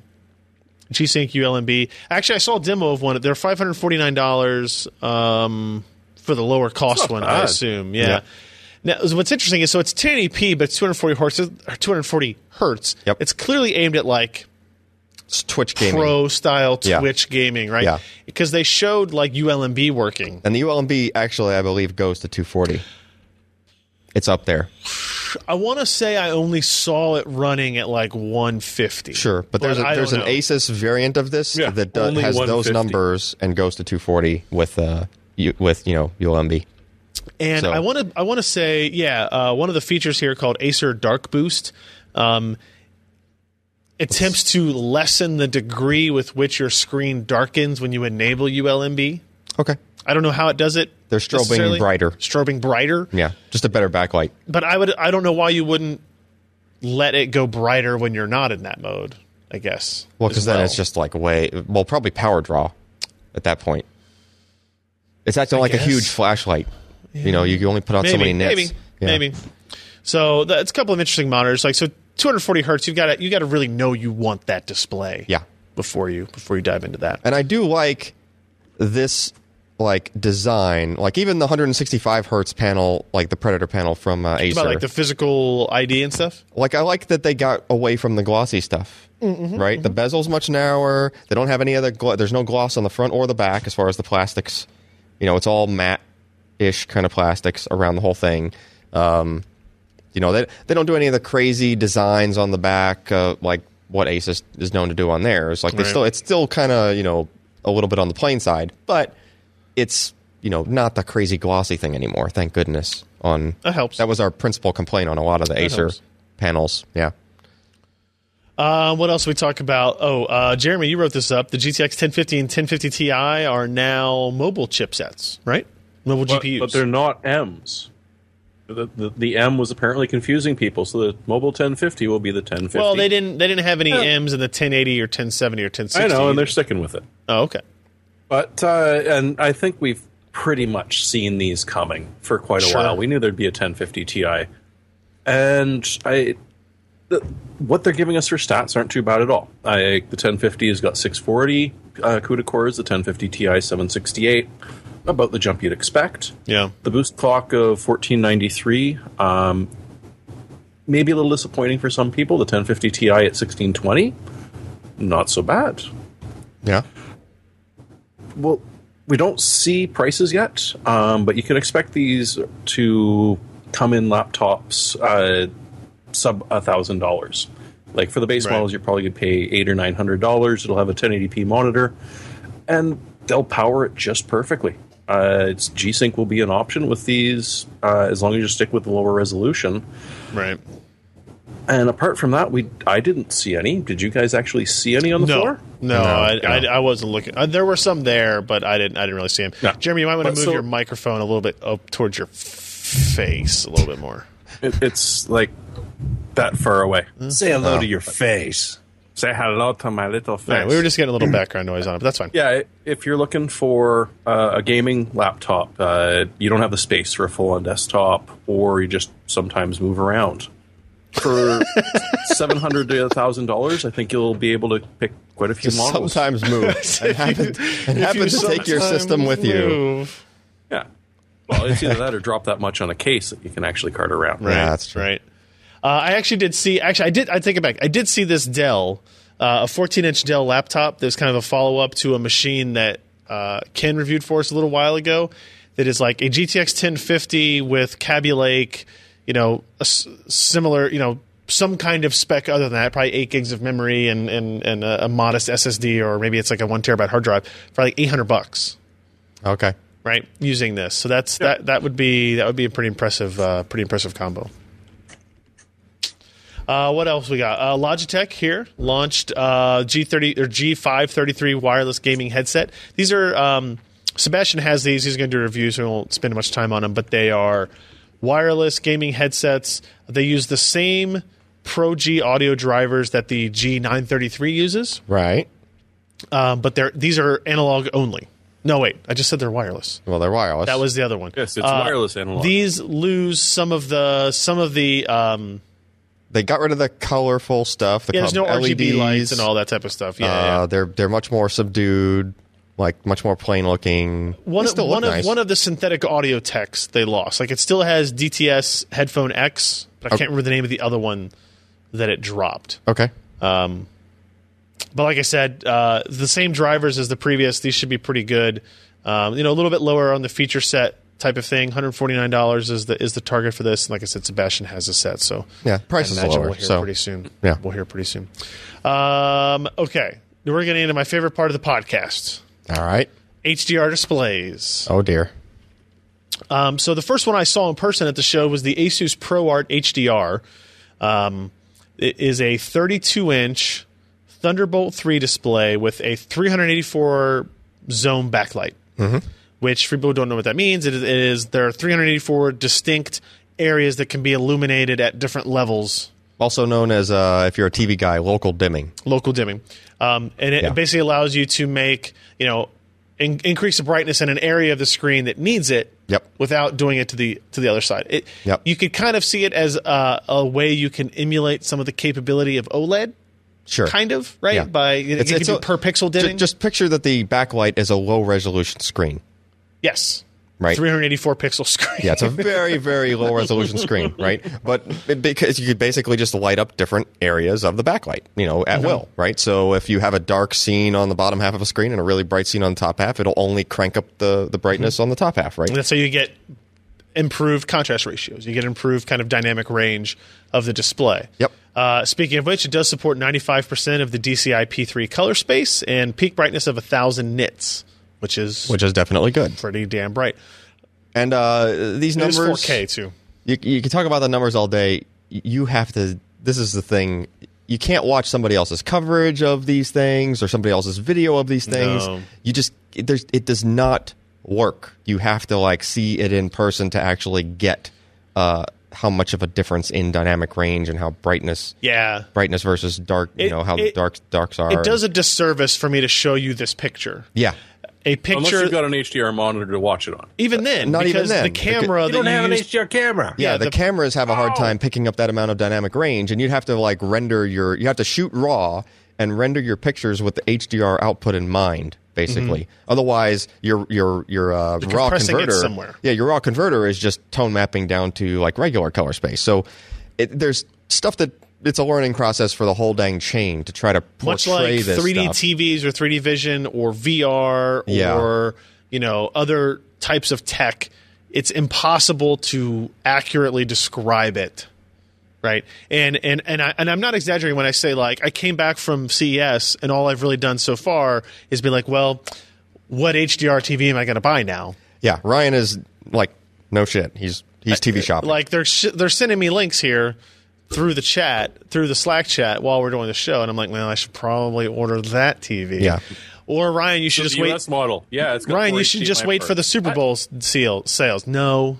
S1: G-Sync ULMB. Actually, I saw a demo of one. They're five hundred forty nine dollars um, for the lower cost one. I
S2: bad.
S1: assume, yeah. Now, what's interesting is so it's 1080p, but it's 240 hertz. Or 240 hertz.
S4: Yep.
S1: It's clearly aimed at like
S4: It's Twitch gaming.
S1: pro style
S4: Yeah.
S1: Twitch gaming, right?
S4: Yeah.
S1: Because they showed like ULMB working.
S4: And the ULMB actually, I believe, goes to 240. It's up there,
S1: I want to say I only saw it running at like 150.
S4: sure, but there's
S1: I
S4: a, there's an
S1: don't know.
S4: ASUS variant of this
S2: Yeah,
S4: that does,
S2: only
S4: has those
S2: 150.
S4: numbers and goes to 240 with uh you, with you know ULMB.
S1: And
S4: So-
S1: I want to I want to say, yeah, uh, one of the features here called Acer Dark Boost um, attempts to lessen the degree with which your screen darkens when you enable ULMB.
S4: Okay,
S1: I don't know how it does it.
S4: They're strobing
S1: necessarily.
S4: brighter.
S1: Strobing brighter.
S4: yeah, just a better backlight.
S1: But I would I don't know why you wouldn't let it go brighter when you're not in that mode, I guess.
S4: Well,
S1: as
S4: because then it's just like way well, probably power draw at that point. It's acting like
S1: guess.
S4: a huge flashlight. You know, you can only put out so many nits.
S1: Maybe,
S4: Yeah.
S1: maybe. So that's a couple of interesting monitors. Like so, 240 hertz. You've got to you got to really know you want that display.
S4: Yeah.
S1: Before you before you dive into that.
S4: And I do like this like design, like even the 165 hertz panel, like the Predator panel from uh, Acer.
S1: About like the physical ID and stuff.
S4: Like, I like that they got away from the glossy stuff, right? The bezel's much narrower. They don't have any other. Gl- There's no gloss on the front or the back as far as the plastics. You know, it's all matte-ish kind of plastics around the whole thing. Um, you know, they they don't do any of the crazy designs on the back, uh, like what Asus is known to do on theirs. Like they
S1: Right.
S4: still, it's still kind of you know a little bit on the plain side, but it's you know not the crazy glossy thing anymore. Thank goodness. On
S1: That helps.
S4: that was our principal complaint on a lot of the Acer
S1: helps.
S4: panels. Yeah.
S1: Uh, what else we talk about? Oh, uh, Jeremy, you wrote this up. The GTX 1050 and 1050 Ti are now mobile chipsets, right? Mobile
S2: But,
S1: GPUs.
S2: but they're not M's. The, the, the M was apparently confusing people, so the mobile 1050 will be the 1050.
S1: well, they didn't. They didn't have any M's in the 1080 or 1070 or 1060.
S2: I know, and
S1: either.
S2: they're sticking with it.
S1: oh, okay.
S2: But uh, and I think we've pretty much seen these coming for quite a
S1: Sure.
S2: while. We knew there'd be a 1050 Ti, and I the, what they're giving us for stats aren't too bad at all. I, the 1050 has got 640 uh, CUDA cores, the 1050 Ti 768, about the jump you'd expect.
S1: Yeah.
S2: The boost clock of 1493, um, maybe a little disappointing for some people. The 1050 Ti at 1620, not so bad
S4: Yeah.
S2: well, we don't see prices yet, um, but you can expect these to come in laptops uh, sub a thousand dollars. Like for the base
S1: Right.
S2: models, you're probably gonna pay eight or nine hundred dollars. It'll have a 1080p monitor, and they'll power it just perfectly. Uh, it's G-Sync will be an option with these uh, as long as you stick with the lower resolution.
S1: Right.
S2: And apart from that, we I didn't see any. Did you guys actually see any on the
S1: No,
S2: floor?
S1: no, I,
S2: no.
S1: I, I wasn't looking. Uh, there were some there, but I didn't. I didn't really see them.
S2: No.
S1: Jeremy, you might want to
S2: But
S1: move
S2: so-
S1: your microphone a little bit up towards your f- face a little bit
S4: [laughs]
S1: more.
S2: It, it's like that far away.
S1: Hmm?
S3: Say hello to your face.
S2: Say hello to my little face.
S1: All right, Oh. we were just getting a little background noise on it, but that's [laughs] fine.
S2: yeah, if you're looking for uh, a gaming laptop, uh, you don't have the space for a full-on desktop, or you just sometimes move around.
S1: [laughs]
S2: For seven hundred to thousand dollars, I think you'll be able to pick quite a few
S4: Just
S2: models.
S4: sometimes move.
S1: [laughs]
S4: It happens, it happens to take your system with you.
S2: Yeah. Well,
S1: [laughs]
S2: it's either that or drop that much on a case that you can actually cart around.
S1: Right,
S4: Yeah, that's true.
S1: right. Uh, I actually did see. Actually, I did. I take it back. I did see this Dell, uh, a 14-inch Dell laptop. There's kind of a follow-up to a machine that uh, Ken reviewed for us a little while ago. That is like a GTX 1050 with Kaby Lake. You know, a s- similar. You know, some kind of spec other than that. Probably eight gigs of memory and and, and a, a modest SSD, or maybe it's like a one terabyte hard drive for like 800 bucks.
S4: Okay.
S1: Right, using this, so that's that. That would be that would be a pretty impressive, uh, pretty impressive combo. Uh, what else we got? Uh, Logitech here launched uh, G30 or G533 wireless gaming headset. These are um, Sebastian has these. He's going to do a review, so we won't spend much time on them. But they are wireless gaming headsets. They use the same Pro G audio drivers that the G933 uses,
S4: Right.
S1: um, but they're these are analog only. No, wait, I just said they're wireless.
S4: Well, they're wireless.
S1: That was the other one.
S3: Uh,
S2: Yes, it's wireless analog.
S1: These lose some of the some of the um,
S4: They got rid of the colorful stuff. The
S1: Yeah, there's no
S4: colored
S1: RGB lights
S4: LEDs.
S1: and all that type of stuff. Yeah, yeah.
S4: Uh, they're they're much more subdued, like much more plain looking.
S1: one
S4: They
S1: of,
S4: still
S1: one,
S4: look
S1: of,
S4: nice.
S1: one of the synthetic audio techs they lost. Like it still has DTS headphone X, but I can't remember the name of the other one that it dropped.
S4: okay.
S1: But like I said, uh, the same drivers as the previous. These should be pretty good. Um, you know, a little bit lower on the feature set type of thing. One hundred forty nine dollars is the is the target for this. And like I said, Sebastian has a set, so
S4: Yeah, price
S1: I
S4: is
S1: imagine
S4: lower,
S1: We'll hear
S4: so-
S1: pretty soon.
S4: Yeah.
S1: we'll hear pretty soon. Um, okay, Now we're getting into my favorite part of the podcast:
S4: All right.
S1: HDR displays.
S4: Oh dear.
S1: Um, so the first one I saw in person at the show was the Asus ProArt HDR. Um, it is a 32 inch Thunderbolt 3 display with a 384 zone backlight, which for people who don't know what that means, it is, it is there are 384 distinct areas that can be illuminated at different levels
S4: Also known as uh, if you're a TV guy, local dimming.
S1: local dimming, um, and it
S4: Yeah.
S1: basically allows you to make you know in- increase the brightness in an area of the screen that needs it.
S4: Yep.
S1: Without doing it to the to the other side, it,
S4: Yep.
S1: you could kind of see it as a, a way you can emulate some of the capability of OLED,
S4: Sure.
S1: kind of right
S4: Yeah.
S1: by it, it can
S4: a-
S1: do per pixel
S4: ju-
S1: dimming.
S4: just picture that the backlight is a low resolution screen.
S1: yes,
S4: Right.
S1: 384 pixel screen.
S4: Yeah, it's a [laughs] very, very low resolution screen, right? But it, because you could basically just light up different areas of the backlight, you know, at will, right? So if you have a dark scene on the bottom half of a screen and a really bright scene on the top half, it'll only crank up the, the brightness on the top half, right?
S1: That's how you get improved contrast ratios. You get improved kind of dynamic range of the display.
S4: Yep.
S1: Uh, speaking of which, it does support 95% of the DCI P3 color space and peak brightness of 1,000 nits, which is
S4: Which is definitely good.
S1: pretty damn bright.
S4: And uh, these
S1: It is
S4: numbers.
S1: 4K too.
S4: you, you can talk about the numbers all day. Y- You have to. This is the thing. You can't watch somebody else's coverage of these things or somebody else's video of these things.
S1: No.
S4: You just it, there's it does not work. You have to like see it in person to actually get uh, how much of a difference in dynamic range and how brightness
S1: Yeah.
S4: brightness versus dark. You
S1: It-
S4: know how
S1: it-
S4: dark darks are.
S1: It does a disservice for me to show you this picture.
S4: Yeah.
S1: A
S2: Unless
S1: picture,
S2: you've got an HDR monitor to watch it on.
S1: even then,
S4: Not even
S1: because
S4: then.
S1: the camera
S3: You don't
S1: that
S3: have
S1: you
S3: an
S1: use
S3: HDR camera.
S4: Yeah,
S1: Yeah,
S4: the,
S1: the- Oh.
S4: cameras have a hard time picking up that amount of dynamic range, and you'd have to like render your you have to shoot raw and render your pictures with the HDR output in mind, basically. Otherwise, your your your uh, raw
S1: Mm-hmm. compressing it
S4: converter
S1: somewhere.
S4: Yeah, your raw converter is just tone mapping down to like regular color space. So it, there's stuff that it's a learning process for the whole dang chain to try to portray
S1: much like
S4: this
S1: 3D
S4: stuff.
S1: TVs or 3D vision or VR
S4: Yeah.
S1: or you know other types of tech. It's impossible to accurately describe it, right? And and and I and I'm not exaggerating when I say like I came back from CES and all I've really done so far is be like, well, what HDR TV am I going to buy now?
S4: yeah, Ryan is like no shit. He's he's TV shopping.
S1: uh, Like they're sh- they're sending me links here through the chat, through the Slack chat while we're doing the show, and I'm like, well, I should probably order that TV.
S4: Yeah.
S1: Or Ryan, you should just
S2: the
S1: wait.
S2: US model. Yeah, it's got
S1: Ryan, you
S2: 480
S1: should just wait
S2: lamp
S1: for the
S2: art.
S1: Super Bowl s- seal sales. No,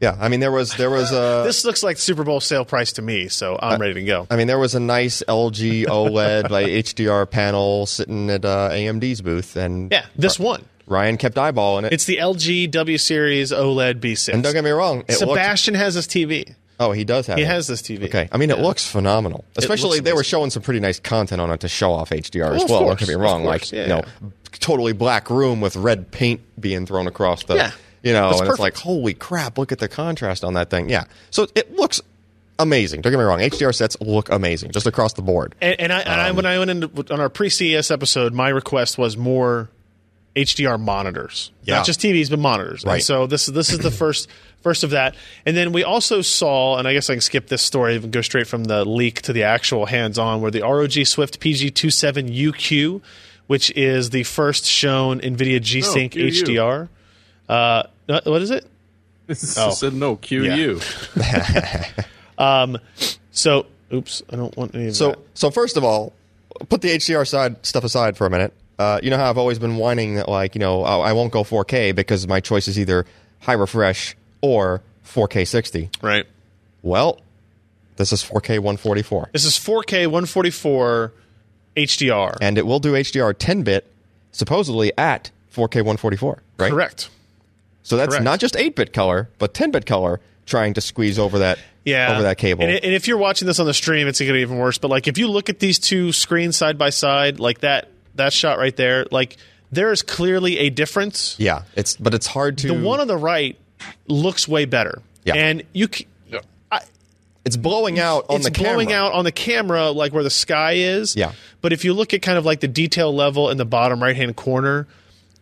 S4: yeah, I mean there was there was
S1: [laughs]
S4: uh,
S1: this looks like Super Bowl sale price to me, so I'm ready to go.
S4: I mean, there was a nice LG OLED E like HDR panel sitting at uh, AMD's booth, and
S1: Yeah, this one.
S4: Ryan kept eyeballing it.
S1: It's the LG W Series E OLED B6.
S4: and don't get me wrong, it looked,
S1: Sebastian has this TV.
S4: oh, he does have.
S1: He
S4: it.
S1: has this TV.
S4: Okay, I mean, it looks phenomenal. Especially
S1: looks
S4: they were
S1: amazing.
S4: showing some pretty nice content on it to show off HDR
S1: Well,
S4: as
S1: of
S4: well.
S1: course,
S4: don't get
S1: of
S4: me wrong,
S1: course,
S4: like
S1: yeah,
S4: you know,
S1: yeah.
S4: totally black room with red paint being thrown across the.
S1: Yeah,
S4: You know,
S1: that's
S4: and it's like,
S1: perfect.
S4: holy crap! Look at the contrast on that thing. Yeah, so it looks amazing. Don't get me wrong, HDR sets look amazing just across the board.
S1: And, and I, and
S4: Um,
S1: I when I went into on our pre CES episode, my request was more HDR monitors,
S4: Yeah.
S1: not just TVs, but monitors. And
S4: Right.
S1: so this this
S4: [clears throat]
S1: is the first first of that. And then we also saw, and I guess I can skip this story and go straight from the leak to the actual hands on, where the ROG Swift PG27UQ, which is the first shown NVIDIA G Sync
S2: QU.
S1: HDR. Uh, uh, what is it? Oh.
S2: I said no, QU.
S1: [laughs] Um, So, oops, I don't want any of
S4: So,
S1: that.
S4: so first of all, put the HDR side stuff aside for a minute. Uh, you know how I've always been whining that, like, you know, oh, I won't go 4K because my choice is either high refresh or 4K 60.
S1: Right.
S4: Well, this is 4K 144,
S1: This is 4K 144 HDR.
S4: and it will do HDR 10 bit, supposedly at 4K 144. Right.
S1: Correct.
S4: So that's
S1: correct.
S4: not just 8 bit color, but 10 bit color trying to squeeze over that
S1: yeah.
S4: over that cable.
S1: And, i- and if you're watching this on the stream, it's going to get even worse. But like if you look at these two screens side by side, like that that shot right there, like there is clearly a difference.
S4: yeah, it's but it's hard to.
S1: The one on the right looks way better.
S4: Yeah.
S1: And you c-
S4: it's blowing out on
S1: it's
S4: the camera.
S1: blowing out on the camera like where the sky is.
S4: Yeah.
S1: But if you look at kind of like the detail level in the bottom right hand corner,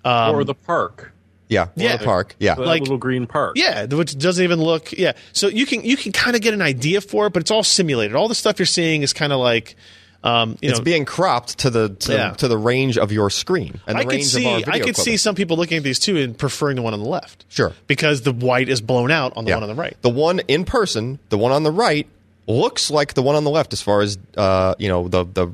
S2: or
S4: Um,
S2: the park,
S4: Yeah,
S1: Yeah.
S4: yeah. the park. Yeah,
S2: that
S1: Like-
S2: little green park.
S1: yeah, th- which doesn't even look yeah. So you can you can kind of get an idea for it, but it's all simulated. All the stuff you're seeing is kind of like um, you
S4: it's
S1: know
S4: being cropped to the to,
S1: Yeah.
S4: to the range of your screen and the
S1: I could
S4: range
S1: see
S4: of our
S1: I
S4: video
S1: could see
S4: equipment.
S1: some people looking at these two and preferring the one on the left.
S4: Sure.
S1: Because the white is blown out on the
S4: Yeah.
S1: one on the right.
S4: The one in person, the one on the right looks like the one on the left as far as uh, you know the the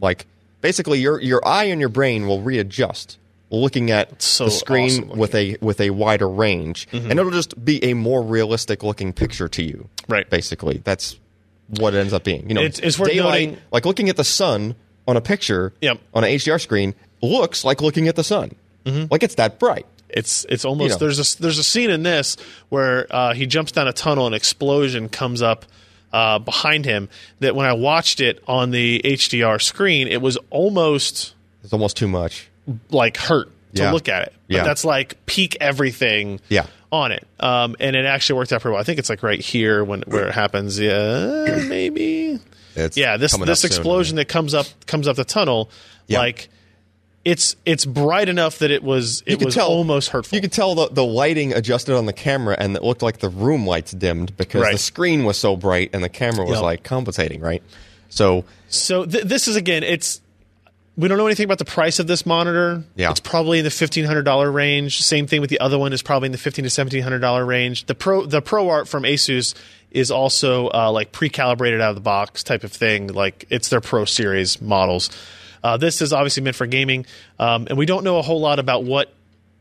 S4: like basically your your eye and your brain will readjust looking at
S1: so
S4: the screen
S1: awesome looking. Mm-hmm.
S4: with a with a wider range and it'll just be a more realistic looking picture to you.
S1: Right.
S4: Basically, that's what it ends up being. You know,
S1: It's- it's worth
S4: daylight,
S1: noting-
S4: like looking at the sun on a picture
S1: Yep.
S4: on an HDR screen looks like looking at the sun.
S1: Mm-hmm.
S4: Like it's that bright.
S1: It's it's almost
S4: You know.
S1: there's a there's a scene in this where uh, he jumps down a tunnel and an explosion comes up uh, behind him. That when I watched it on the HDR screen, it was almost
S4: It's almost too much.
S1: like hurt to
S4: Yeah.
S1: look at it. But
S4: Yeah.
S1: that's like peak everything.
S4: Yeah.
S1: On it, um, and it actually worked out pretty well. I think it's like right here when where it happens. Yeah,
S4: [clears throat]
S1: maybe.
S4: It's
S1: yeah, this
S4: coming up
S1: this
S4: soon.
S1: explosion that comes up comes up the tunnel,
S4: Yeah.
S1: like it's it's bright enough that it was it
S4: could
S1: was almost hurtful.
S4: You could tell the, the lighting adjusted on the camera, and it looked like the room lights dimmed because
S1: Right.
S4: the screen was so bright and the camera was
S1: Yep.
S4: like compensating, right? So
S1: So th- this is again, it's we don't know anything about the price of this monitor.
S4: Yeah.
S1: it's probably in the fifteen hundred dollar range. Same thing with the other one is probably in the fifteen to seventeen hundred dollar range. The pro the Pro Art from Asus is also uh, like pre calibrated out of the box type of thing. Like it's their Pro Series models. Uh, this is obviously meant for gaming, um, and we don't know a whole lot about what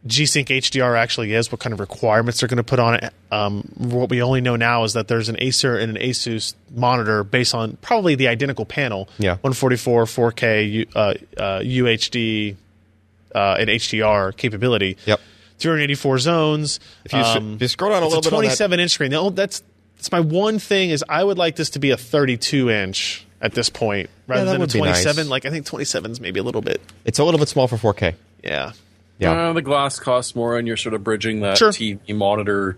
S1: G-Sync HDR actually is, what kind of requirements they're going to put on it. Um, what we only know now is that there's an Acer and an Asus monitor based on probably the identical panel,
S4: Yeah.
S1: 144, 4K, U- uh, uh, UHD, uh, and HDR capability.
S4: Yep.
S1: 384 zones.
S4: if you, s-
S1: um,
S4: if you scroll down a
S1: it's
S4: little
S1: a
S4: bit on that-
S1: 27 inch screen. Now, that's that's my one thing is I would like this to be a 32 inch at this point rather
S4: that
S1: than a
S4: would be nice.
S1: 27. Like I think 27 is maybe a little bit.
S4: it's a little bit small for 4K.
S1: Yeah.
S4: Yeah,
S2: Uh, the glass costs more, and you're sort of bridging that
S1: Sure.
S2: TV monitor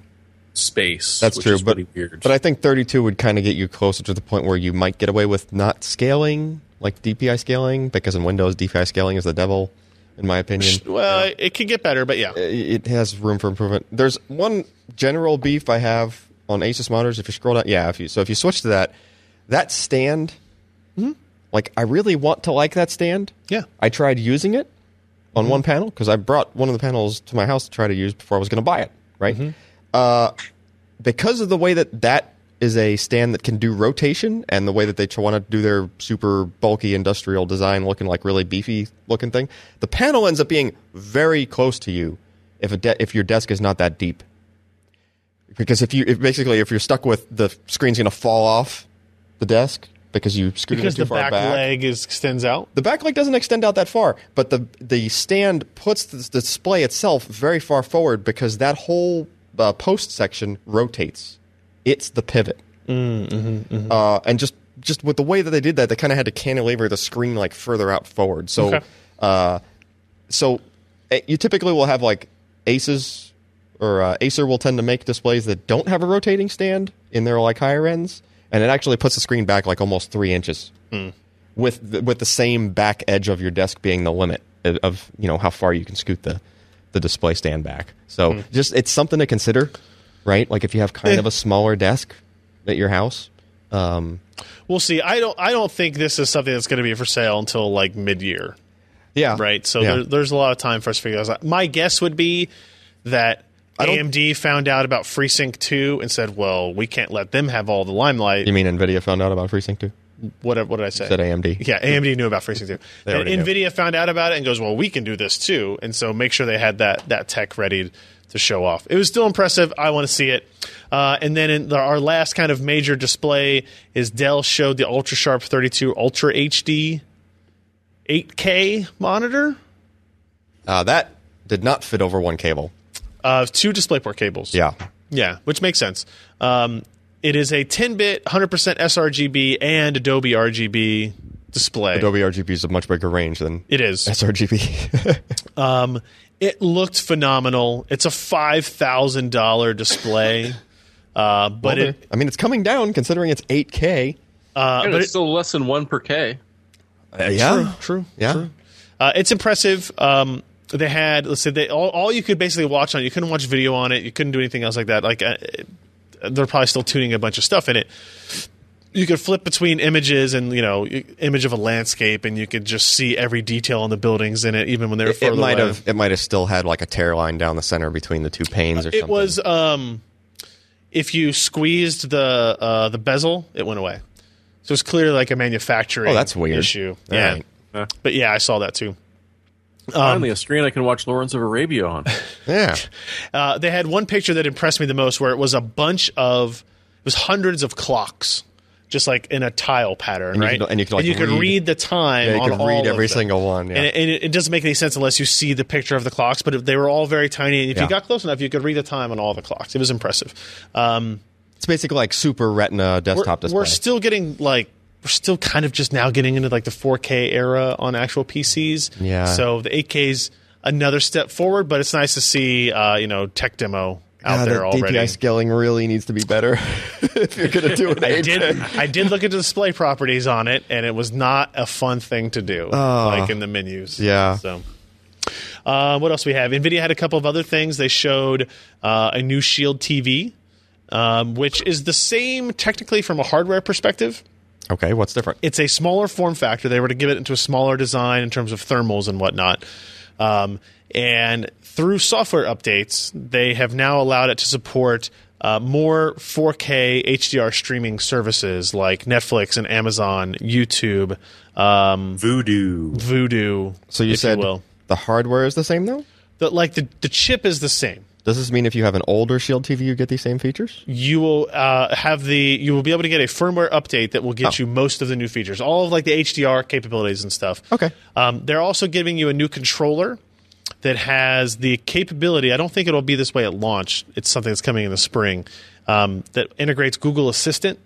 S2: space.
S4: that's
S2: which
S4: true.
S2: Is
S4: But
S2: pretty weird.
S4: but I think 32 would kind of get you closer to the point where you might get away with not scaling, like DPI scaling, because in Windows DPI scaling is the devil, in my opinion.
S1: Well, it could get better, but yeah.
S4: it it has room for improvement. There's one general beef I have on Asus monitors. If you scroll down, yeah, if you so if you switch to that, that stand, like I really want to like that stand.
S1: Yeah.
S4: I tried using it on one panel because I brought one of the panels to my house to try to use before I was going to buy it. Right, uh, because of the way that that is a stand that can do rotation and the way that they want to do their super bulky industrial design looking like really beefy looking thing the panel ends up being very close to you if a de- if your desk is not that deep because if you if basically if you're stuck with the screen's going to fall off the desk because you scooted
S1: because
S4: it too
S1: the
S4: far
S1: back, leg is extends out.
S4: the back leg doesn't extend out that far, but the the stand puts the, the display itself very far forward because that whole uh, post section rotates. It's the pivot, Uh, and just just with the way that they did that, they kind of had to cantilever the screen like further out forward. So,
S1: Okay.
S4: uh, so eh, you typically will have like Aces or uh, Acer will tend to make displays that don't have a rotating stand in their like higher ends, and it actually puts the screen back like almost three inches with the, with the same back edge of your desk being the limit of, of you know how far you can scoot the the display stand back. So just it's something to consider, right? Like if you have kind of a smaller desk at your house, um,
S1: We'll see. I don't. I don't think this is something that's going to be for sale until like mid year,
S4: yeah,
S1: right? So
S4: Yeah.
S1: there, there's a lot of time for us to figure this out. My guess would be that
S4: don't-
S1: AMD found out about FreeSync 2 and said, "Well, we can't let them have all the limelight."
S4: you mean Nvidia found out about FreeSync too?
S1: What, what did I say?
S4: Said AMD.
S1: Yeah, AMD knew about FreeSync 2. And
S4: already knew.
S1: NVIDIA found out about it and goes, well, we can do this too. And so make sure they had that, that tech ready to show off. It was still impressive. I want to see it. Uh, and then in the, our last kind of major display is Dell showed the UltraSharp 32 Ultra HD 8K monitor
S4: Uh, that did not fit over one cable.
S1: of two uh, DisplayPort cables.
S4: Yeah,
S1: Yeah, which makes sense. Um, It is a 10 bit, 100% sRGB and Adobe RGB display.
S4: Adobe RGB is a much bigger range than
S1: It is.
S4: sRGB.
S1: Um, it looked phenomenal. It's a five thousand dollar display, [laughs] uh, but
S4: Well,
S1: it
S4: [laughs] I mean, it's coming down considering it's 8K.
S2: and it's still less than one per K.
S4: Uh, yeah,
S1: true,
S4: yeah.
S1: Uh, it's impressive. Um, they had let's say they all, all you could basically watch on. it. You couldn't watch video on it. You couldn't do anything else like that. Like uh, they're probably still tuning a bunch of stuff in it. You could flip between images and you know i- image of a landscape, and you could just see every detail on the buildings in it, even when they were
S4: It,
S1: further
S4: might
S1: away.
S4: have it might have still had like a tear line down the center between the two panes or something.
S1: Uh, It was um, if you squeezed the uh, the bezel, it went away. So it's clearly like a manufacturing.
S4: Oh, that's weird.
S1: issue.
S4: All
S1: yeah,
S4: right.
S1: but yeah, I saw that too.
S4: Um,
S2: Finally, a screen I can watch Lawrence of Arabia
S1: [laughs]
S2: on.
S4: yeah.
S1: Uh, they had one picture that impressed me the most, where it was a bunch of it was hundreds of clocks, just like in a tile pattern,
S4: And you
S1: right?
S4: could- and you could,
S1: read,
S4: like, read-
S1: the time.
S4: Yeah, you
S1: on
S4: could
S1: all
S4: read
S1: of
S4: every
S1: them.
S4: single one, yeah.
S1: and, it, and it, it doesn't make any sense unless you see the picture of the clocks. But if- they were all very tiny, and if you
S4: Yeah.
S1: got close enough, you could read the time on all the clocks. It was impressive. Um,
S4: It's basically like super retina
S1: we're,
S4: desktop display.
S1: we're still getting like we're still kind of just now getting into like the 4K era on actual PCs.
S4: Yeah.
S1: So the 8K's another step forward, but it's nice to see uh, you know tech demo out
S4: God,
S1: there
S4: that
S1: already.
S4: DPI scaling really needs to be better [laughs] if you're going to
S1: [laughs]
S4: do it.
S1: I did. [laughs] I did look at the display properties on it, and it was not a fun thing to do, like in the menus.
S4: Oh. Yeah.
S1: So, uh, what else we have? Nvidia had a couple of other things. They showed uh, a new Shield TV, um, which is the same technically from a hardware perspective.
S4: Okay, what's different?
S1: it's a smaller form factor. They were to give it into a smaller design in terms of thermals and whatnot. Um, and through software updates, they have now allowed it to support uh, more 4K HDR streaming services like Netflix and Amazon, YouTube, um,
S3: Voodoo.
S1: Voodoo.
S4: So you
S1: if
S4: said
S1: will.
S4: the hardware is the same though?
S1: That, like the, the chip is the same.
S4: Does this mean if you have an older Shield TV, you get these same features?
S1: you will uh, have the you will be able to get a firmware update that will get you most of the new features, all of like the HDR capabilities and stuff.
S4: Okay.
S1: Um, they're also giving you a new controller that has the capability. I don't think it'll be this way at launch. It's something that's coming in the spring um, that integrates Google Assistant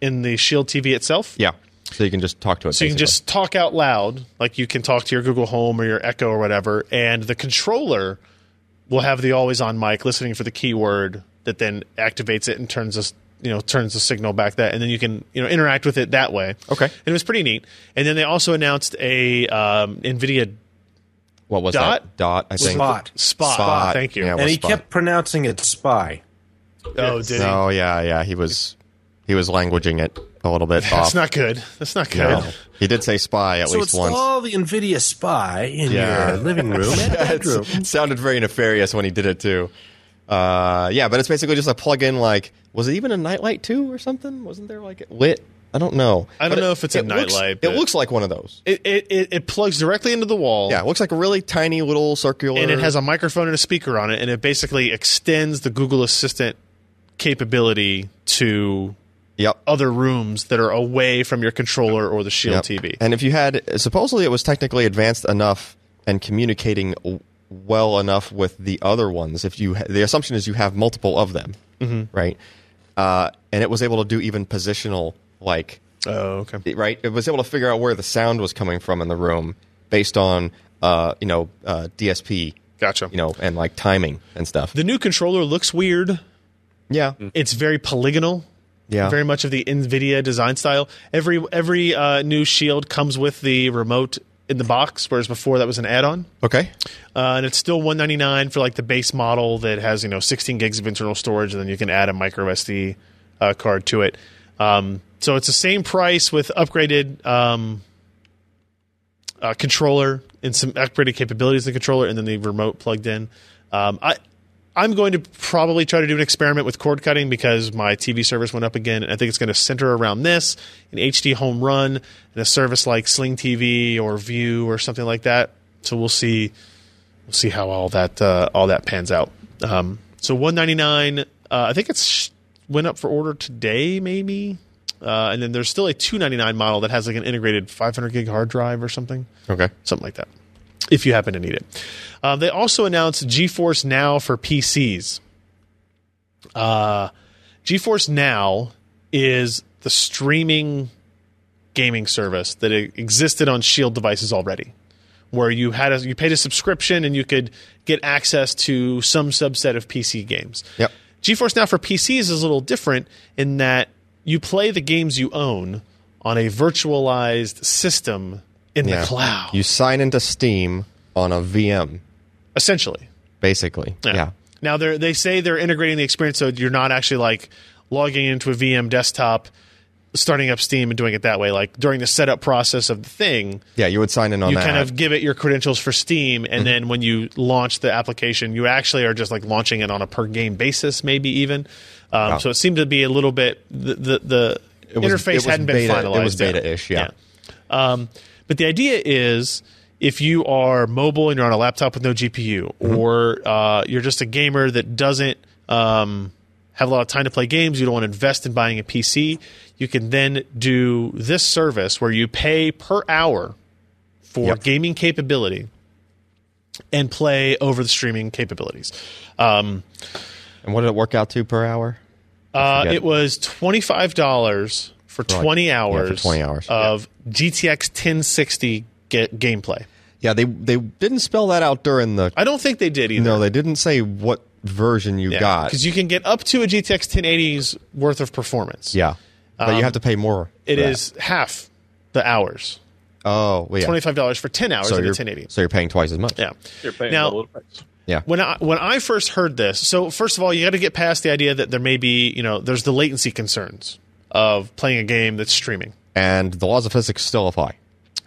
S1: in the Shield TV itself.
S4: Yeah. So you can just talk to it.
S1: So you can just talk out loud, like you can talk to your Google Home or your Echo or whatever, and the controller will have the always on mic listening for the keyword that then activates it and turns us you know turns the signal back that and then you can you know interact with it that way
S4: Okay.
S1: and it was pretty neat and then they also announced a um, nvidia
S4: what was
S1: Dot?
S4: that? Dot, I think.
S3: Spot.
S1: spot,
S4: Spot.
S1: thank you
S4: Yeah,
S3: And he
S4: Spy.
S3: kept pronouncing it spy.
S1: oh did he
S4: Oh yeah, yeah. He was he was languaging it a little bit
S1: [laughs]
S4: off.
S1: that's not good that's not good
S4: No. He did say spy at
S3: So
S4: least
S3: it's
S4: once.
S3: all the NVIDIA spy in
S4: Yeah.
S3: your living room [laughs]
S4: [laughs]
S3: and bedroom.
S4: It sounded very nefarious when he did it too. Uh, yeah, but it's basically just a plug-in. Like, was it even a nightlight too, or something? Wasn't there like a lit? I don't know.
S1: I don't
S4: But
S1: know if it's a
S4: it looks-
S1: nightlight, but-
S4: It looks like one of those.
S1: it, it, it, it plugs directly into the wall
S4: Yeah, it looks like a really tiny little circular.
S1: and it has a microphone and a speaker on it, and it basically extends the Google Assistant capability to
S4: yep.
S1: other rooms that are away from your controller or the Shield
S4: Yep.
S1: TV.
S4: And if you had, supposedly it was technically advanced enough and communicating w- well enough with the other ones. If you, ha- the assumption is you have multiple of them,
S1: Mm-hmm.
S4: right? Uh, and it was able to do even positional, like
S1: oh, okay.
S4: it- right? It was able to figure out where the sound was coming from in the room based on, uh, you know, uh, DSP,
S1: Gotcha.
S4: you know, and like timing and stuff.
S1: the new controller looks weird.
S4: yeah,
S1: It's very polygonal.
S4: yeah.
S1: Very much of the NVIDIA design style. Every every uh, new Shield comes with the remote in the box, whereas before that was an add-on.
S4: okay.
S1: Uh, and it's still 199 for like the base model that has you know 16 gigs of internal storage, and then you can add a micro SD uh, card to it. Um, so it's the same price with upgraded um, uh, controller and some upgraded capabilities in the controller, and then the remote plugged in. Um, I I'm going to probably try to do an experiment with cord cutting because my TV service went up again, and I think it's going to center around this an HD home run and a service like Sling TV or View or something like that. So we'll see we'll see how all that uh, all that pans out. Um, so one ninety nine, uh, I think it's sh- went up for order today, maybe. Uh, and then there's still a two ninety nine model that has like an integrated five hundred gig hard drive or something,
S4: Okay.
S1: something like that. If you happen to need it, uh, they also announced GeForce Now for PCs. Uh, GeForce Now is the streaming gaming service that e- existed on Shield devices already, where you had a, you paid a subscription and you could get access to some subset of PC games.
S4: Yep.
S1: GeForce Now for PCs is a little different in that you play the games you own on a virtualized system in the cloud,
S4: You sign into Steam on a VM,
S1: essentially.
S4: basically. Yeah.
S1: Now they they say they're integrating the experience, so you're not actually like logging into a VM desktop, starting up Steam, and doing it that way. Like during the setup process of the thing,
S4: Yeah, you would sign in on Mm-hmm.
S1: you
S4: that.
S1: kind of give it your credentials for Steam, and then when you launch the application, you actually are just like launching it on a per game basis, maybe even. Um, So it seemed to be a little bit the the, the
S4: was- it
S1: interface
S4: was
S1: hadn't been
S4: beta- it
S1: finalized.
S4: was
S1: yet.
S4: beta-ish, yeah.
S1: Um, but the idea is. If you are mobile and you're on a laptop with no GPU,
S4: Mm-hmm.
S1: or uh, you're just a gamer that doesn't um, have a lot of time to play games, you don't want to invest in buying a PC, you can then do this service where you pay per hour for gaming capability and play over the streaming capabilities. Um,
S4: and what did it work out to per hour?
S1: uh,
S4: forget.
S1: it was twenty five dollars for twenty hours.
S4: for 20 hours.
S1: of GTX ten sixty ge- gameplay.
S4: Yeah, they they didn't spell that out during the.
S1: I don't think they did either.
S4: No, they didn't say what version you got.
S1: because you can get up to a GTX 1080's worth of performance.
S4: yeah, but you have to pay more.
S1: Um, it
S4: for that.
S1: is half the hours.
S4: Oh, well, yeah.
S1: Twenty five dollars for ten hours
S4: so
S1: in a
S4: you're,
S1: ten eighty.
S4: so you're paying twice as much.
S1: Yeah.
S2: You're paying
S1: Now-
S2: double the price.
S4: Yeah.
S1: when I when I first heard this, so first of all, you got to get past the idea that there may be you know there's the latency concerns of playing a game that's streaming.
S4: And the laws of physics still apply.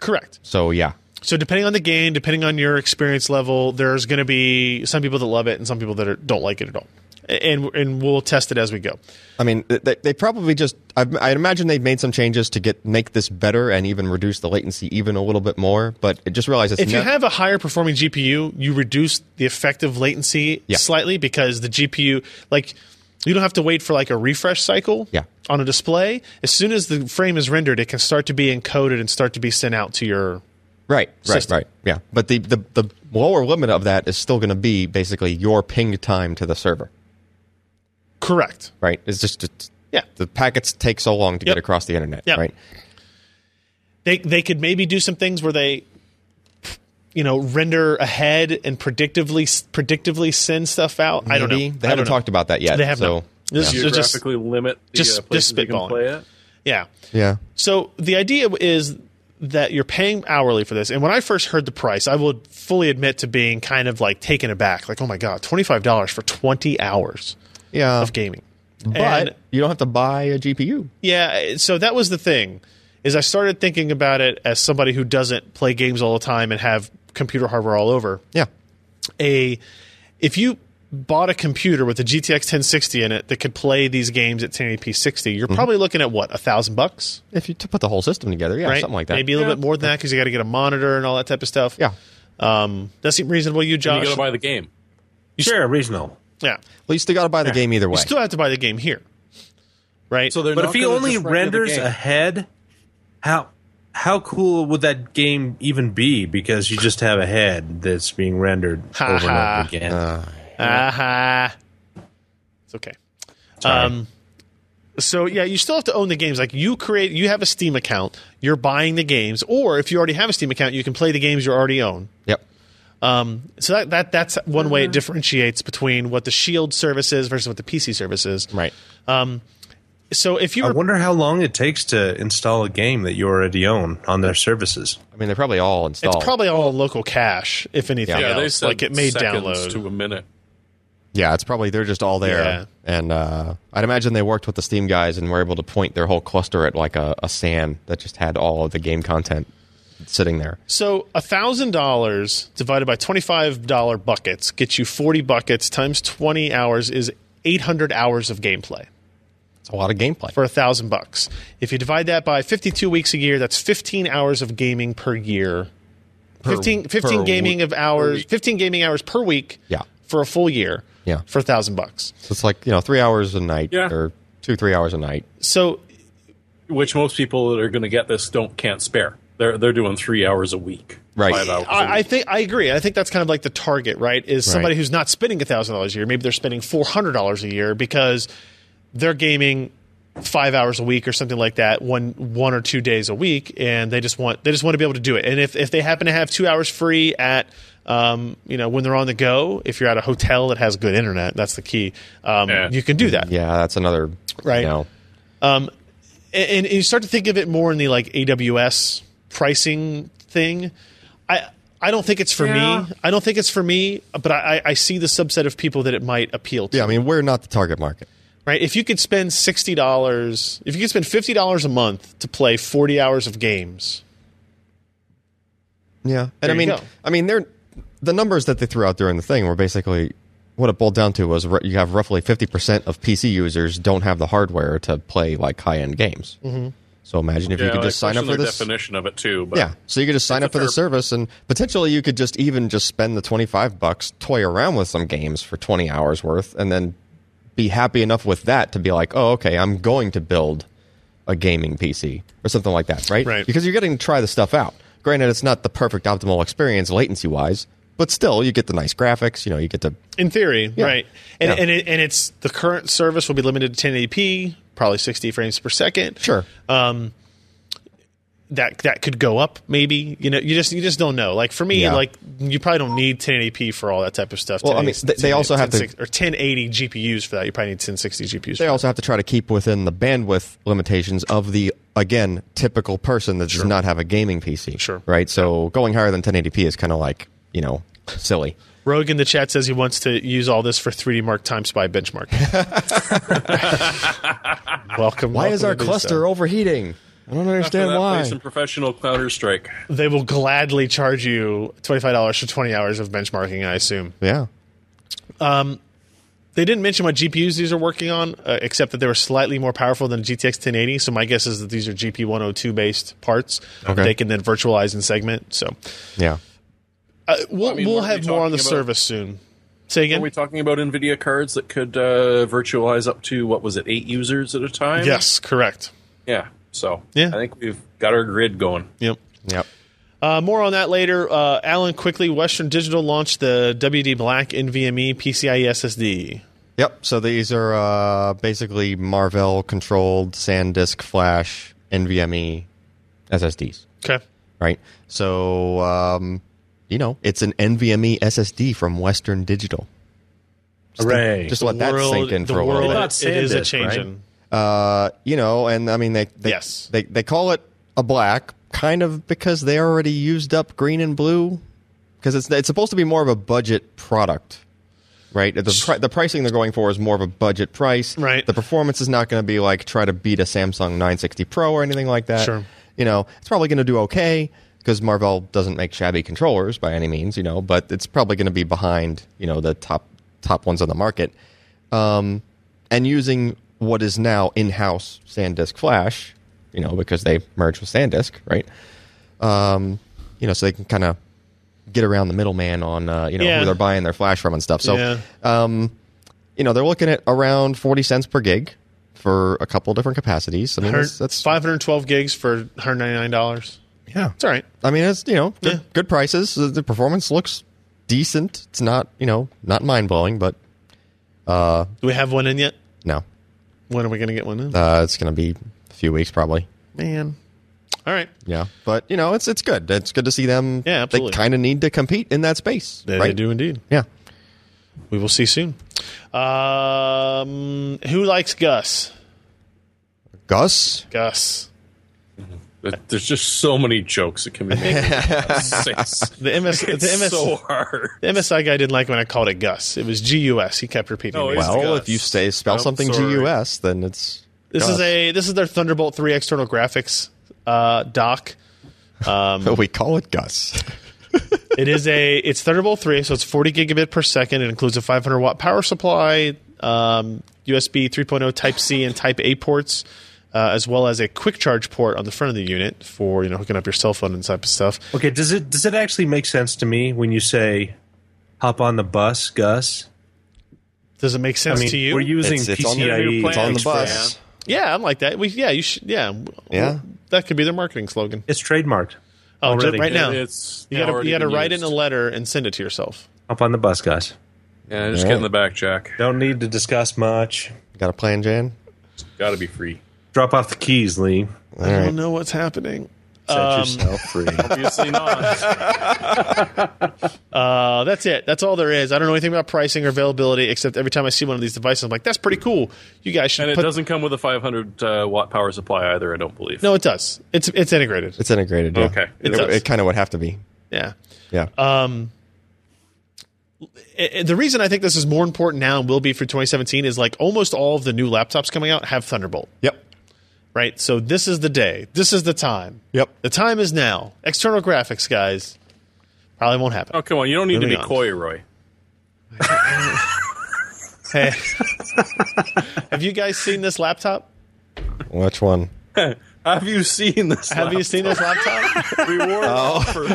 S1: Correct.
S4: So yeah,
S1: So depending on the game, depending on your experience level, there's going to be some people that love it and some people that are, don't like it at all. A- And and we'll test it as we go.
S4: I mean th- they, they probably just I, I imagine they've made some changes to get make this better and even reduce the latency even a little bit more. But it just realize it's
S1: If you
S4: ne-
S1: have a higher performing GPU, you reduce the effective latency
S4: Yeah.
S1: slightly because the GPU, like, you don't have to wait for like a refresh cycle
S4: Yeah.
S1: on a display. As soon as the frame is rendered, it can start to be encoded and start to be sent out to your.
S4: Right, right,
S1: system.
S4: right. Yeah, but the, the the lower limit of that is still going to be basically your ping time to the server.
S1: Correct.
S4: Right, it's just it's,
S1: Yeah.
S4: the packets take so long to
S1: Yep.
S4: get across the internet.
S1: Yep.
S4: Right.
S1: They they could maybe do some things where they, you know, render ahead and predictively predictively send stuff out. I don't know.
S4: Maybe. They
S1: I
S4: haven't
S1: don't know.
S4: talked about that yet.
S1: They have
S4: so,
S1: not. This is just
S2: Geographically limit the
S1: just-
S2: uh,
S1: just
S2: places you
S1: spitballing.
S2: can play it.
S1: yeah.
S4: Yeah.
S1: So the idea is that you're paying hourly for this. And when I first heard the price, I will fully admit to being kind of like taken aback. Like, oh my God, $25 for 20 hours
S4: Yeah.
S1: of gaming.
S4: But
S1: And-
S4: you don't have to buy a GPU.
S1: yeah, eh, so that was the thing. Is I started thinking about it as somebody who doesn't play games all the time and have computer hardware all over.
S4: Yeah.
S1: A if you bought a computer with a GTX 1060 in it that could play these games at 1080p 60, you're
S4: Mm-hmm.
S1: probably looking at what, a thousand bucks?
S4: If you to put the whole system together, yeah,
S1: right?
S4: something like that.
S1: Maybe a little bit more than that because you got to get a monitor and all that type of stuff.
S4: Yeah.
S1: Um, that seem reasonable, to you
S2: And you
S1: Josh?
S2: got to buy the game.
S3: Sure, reasonable.
S1: yeah.
S4: Well, you still got to buy the game either way.
S1: You still have to buy the game here, right?
S2: So they're
S3: But
S2: not
S3: if he
S2: gonna
S3: only
S2: just render the
S3: renders
S2: game.
S3: ahead, how how cool would that game even be? Because you just have a head that's being rendered
S1: Ha
S3: over and
S1: ha.
S3: over again.
S1: uh-huh. it's okay. Um, so yeah, you still have to own the games. Like you create, you have a Steam account. You're buying the games, or if you already have a Steam account, you can play the games you already own.
S4: yep.
S1: Um, so that, that that's one way it differentiates between what the Shield service is versus what the PC service is.
S4: Right.
S1: So if you
S3: I
S1: were
S3: wonder how long it takes to install a game that you already own on their services.
S4: I mean, they're probably all installed.
S1: It's probably all local cache, if anything
S2: Yeah, they
S1: else.
S2: said
S1: Like it may
S2: seconds
S1: download.
S2: to a minute.
S4: yeah, it's probably they're just all there.
S1: Yeah.
S4: And uh, I'd imagine they worked with the Steam guys and were able to point their whole cluster at like a, a SAN that just had all of the game content sitting there.
S1: so thousand dollars divided by twenty-five dollar buckets gets you forty buckets times twenty hours is eight hundred hours of gameplay
S4: It's a lot of gameplay.
S1: for a thousand bucks. If you divide that by fifty-two weeks a year, that's fifteen hours of gaming per year. 15, 15
S4: per
S1: gaming
S4: week-
S1: of hours, fifteen gaming hours per week.
S4: Yeah.
S1: for a full year.
S4: Yeah.
S1: for a thousand bucks.
S4: So it's like you know three hours a night
S2: Yeah.
S4: or two three hours a night.
S1: So
S2: which most people that are going to get this don't can't spare. They're they're doing three hours a week,
S4: Right.
S2: Five hours a
S1: I, I
S2: week.
S1: think I agree. I think that's kind of like the target, right? Is somebody
S4: Right.
S1: who's not spending thousand dollars a year. Maybe they're spending four hundred dollars a year because they're gaming five hours a week or something like that, one one or two days a week, and they just want they just want to be able to do it. And if if they happen to have two hours free at um, you know, when they're on the go, if you're at a hotel that has good internet, that's the key. Um,
S2: Yeah.
S1: You can do that.
S4: Yeah, that's another
S1: Right.
S4: You know,
S1: and, and you start to think of it more in the like AWS pricing thing. I I don't think it's for
S2: Yeah.
S1: me. I don't think it's for me, but I, I- I see the subset of people that it might appeal to.
S4: yeah, I mean, we're not the target market.
S1: Right? If you could spend sixty dollars, if you could spend fifty dollars a month to play forty hours of games,
S4: Yeah, and I
S1: you
S4: mean,
S1: go.
S4: I mean, they're the numbers that they threw out during the thing were basically what it boiled down to was r you have roughly fifty percent of PC users don't have the hardware to play like high end games. Mm-hmm. So imagine if you could
S2: I
S4: just sign up
S2: question
S4: for
S2: their
S4: this.
S2: definition of it too. But
S4: Yeah, so you could just sign up for the
S2: fair-
S4: service, and potentially you could just even just spend the twenty five bucks, toy around with some games for twenty hours worth, and then be happy enough with that to be like, oh, okay, I'm going to build a gaming PC or something like that, right?
S1: Right.
S4: Because you're getting to try the stuff out. Granted, it's not the perfect optimal experience latency wise, but still, you get the nice graphics. You know, you get to
S1: in theory, right? And
S4: Yeah.
S1: and it, and it's the current service will be limited to 1080p, probably 60 frames per second.
S4: sure,
S1: that that could go up maybe you know you just you just don't know like for me
S4: Yeah.
S1: like you probably don't need 1080p for all that type of stuff
S4: Well, I mean,
S1: 1080
S4: they- they also have to-
S1: 1060 or 1080 gpus for that you probably need 1060 gpus
S4: they also have to try to keep within the bandwidth limitations of the again typical person that does not have a gaming PC.
S1: Sure.
S4: Right. So going higher than 1080p is kind of like you know silly.
S1: rogue in the chat says he wants to use all this for 3d mark time spy
S4: [laughs]
S1: benchmark welcome
S4: Why is
S1: welcome
S4: our
S1: to do
S4: cluster
S1: so.
S4: overheating? I don't understand
S2: that
S4: why.
S2: plays some professional Counter Strike.
S1: they will gladly charge you $25 for 20 hours of benchmarking i assume
S4: yeah.
S1: They didn't mention what GPUs these are working on, uh, except that they were slightly more powerful than a GTX 1080. So my guess is that these are GP 102 based parts that
S4: Okay.
S1: they can then virtualize and segment. So
S4: Yeah.
S1: uh, we'll,
S2: I mean,
S1: we'll
S2: what are we
S1: have more on the
S2: talking about?
S1: service soon. Say
S2: Are
S1: again.
S2: we talking about NVIDIA cards that could uh, virtualize up to what was it, eight users at a time?
S1: yes, correct.
S2: Yeah. So
S1: Yeah.
S2: I think we've got our grid going.
S1: Yep.
S4: Yep.
S1: Uh, more on that later. Uh, Alan quickly. Western Digital launched the WD Black NVMe PCIe SSD.
S4: Yep. So these are uh, basically Marvell controlled SanDisk flash NVMe SSDs,
S1: Okay.
S4: right? So um, you know it's an NVMe SSD from Western Digital. Just let-
S3: Hooray.
S4: Just let that sink in
S1: the
S4: for a
S1: world,
S4: little bit.
S3: Not
S1: it is a
S3: SanDisk,
S1: change.
S3: right?
S1: in-
S4: Uh, you know, and I mean they they,
S1: Yes.
S4: they they call it a black kind of because they already used up green and blue because it's it's supposed to be more of a budget product. Right, the pri- the pricing they're going for is more of a budget price.
S1: Right.
S4: the performance is not going to be like try to beat a Samsung 960 Pro or anything like that.
S1: Sure.
S4: you know it's probably going to do okay because Marvell doesn't make shabby controllers by any means. You know, but it's probably going to be behind you know the top top ones on the market um, and using what is now in-house SanDisk Flash, you know, because they merged with SanDisk, right? Um, you know, so they can kind of get around the middleman on uh, you know
S1: Yeah.
S4: who they're buying their flash from and stuff. So,
S1: Yeah.
S4: um, you know, they're looking at around forty cents per gig for a couple different capacities. I mean, that's, that's
S1: 512 gigs for 199 dollars.
S4: yeah.
S1: It's all right.
S4: I mean, it's you know good,
S1: Yeah.
S4: good prices. The the performance looks decent. It's not you know not mind blowing, but
S1: Do we have one in yet?
S4: no,
S1: When are we going to get one in?
S4: uh, it's going to be a few weeks probably.
S1: Man. All right.
S4: Yeah, but you know, it's it's good. It's good to see them.
S1: Yeah, absolutely.
S4: They kind of need to compete in that space,
S1: They,
S4: right?
S1: they do indeed.
S4: Yeah,
S1: We will see soon. Um, who likes Gus?
S4: Gus.
S1: Gus.
S2: There- There's just so many jokes that can
S1: [laughs]
S2: be made. Six.
S1: The [laughs] MS. The
S2: It's
S1: MS.
S2: so hard.
S1: the MSI guy didn't like when I called it Gus. It was GUS. He kept repeating.
S2: No,
S1: it.
S2: it's-
S4: Well,
S2: Gus.
S4: if you say spell
S2: I'm
S4: something
S2: sorry.
S4: GUS, then it's
S1: this is
S4: Gus.
S1: a this is their Thunderbolt three external graphics uh, dock. Um,
S4: [laughs] we call it Gus.
S1: It is a it's Thunderbolt three, so it's forty gigabit per second. It includes a five hundred watt power supply, um, USB three oh Type C and Type A ports, uh, as well as a quick charge port on the front of the unit for you know hooking up your cell phone and type of stuff.
S3: Okay, does it does it actually make sense to me when you say hop on the bus, Gus?
S1: Does it make sense
S3: I mean,
S1: to you?
S3: we're using
S4: It's- it's on the-
S1: E.
S3: PCIe.
S4: It's on the
S2: Thanks,
S4: bus.
S1: Yeah, I'm like that. We, yeah, you should. Yeah,
S4: Yeah.
S1: That could be their marketing slogan.
S3: It's trademarked.
S1: Oh,
S3: Already.
S1: right
S2: It-
S1: now,
S2: it's
S1: you gotta
S2: already
S1: you gotta
S2: been
S1: write
S2: used.
S1: in a letter and send it to yourself.
S3: Hop on the bus, Gus.
S2: Yeah, just get in the back, Jack.
S3: Don't need to discuss much.
S4: Got a plan, Jan?
S2: Got to be free.
S3: Drop off the keys, Lee.
S1: I don't know what's happening.
S3: Set
S1: Um, [laughs]
S3: yourself free.
S2: Obviously not.
S1: Uh, that's it. That's all there is. I don't know anything about pricing or availability, except every time I see one of these devices, I'm like, that's pretty cool. You guys should
S2: [laughs] And it
S1: put.
S2: doesn't come with a 500 uh, watt power supply either. I don't believe.
S1: no, it does. It's it's integrated.
S4: It's integrated. Yeah.
S2: Okay.
S4: It, Uh,
S2: It does.
S4: kind of would have to be.
S1: Yeah.
S4: Yeah.
S1: I- I- the reason I think this is more important now and will be for 2017 is like almost all of the new laptops coming out have Thunderbolt,
S4: yep.
S1: right? So this is the day. This is the time.
S4: Yep.
S1: The time is now. External graphics, guys. Probably won't happen.
S2: Oh come on! You don't need to
S1: Moving
S2: be
S1: on.
S2: coy, Roy.
S1: Hey. [laughs] Have you guys seen this laptop?
S4: Which one?
S2: Have you seen this?
S1: Have you seen this
S4: [laughs]
S1: laptop?
S2: we wore
S4: Oh.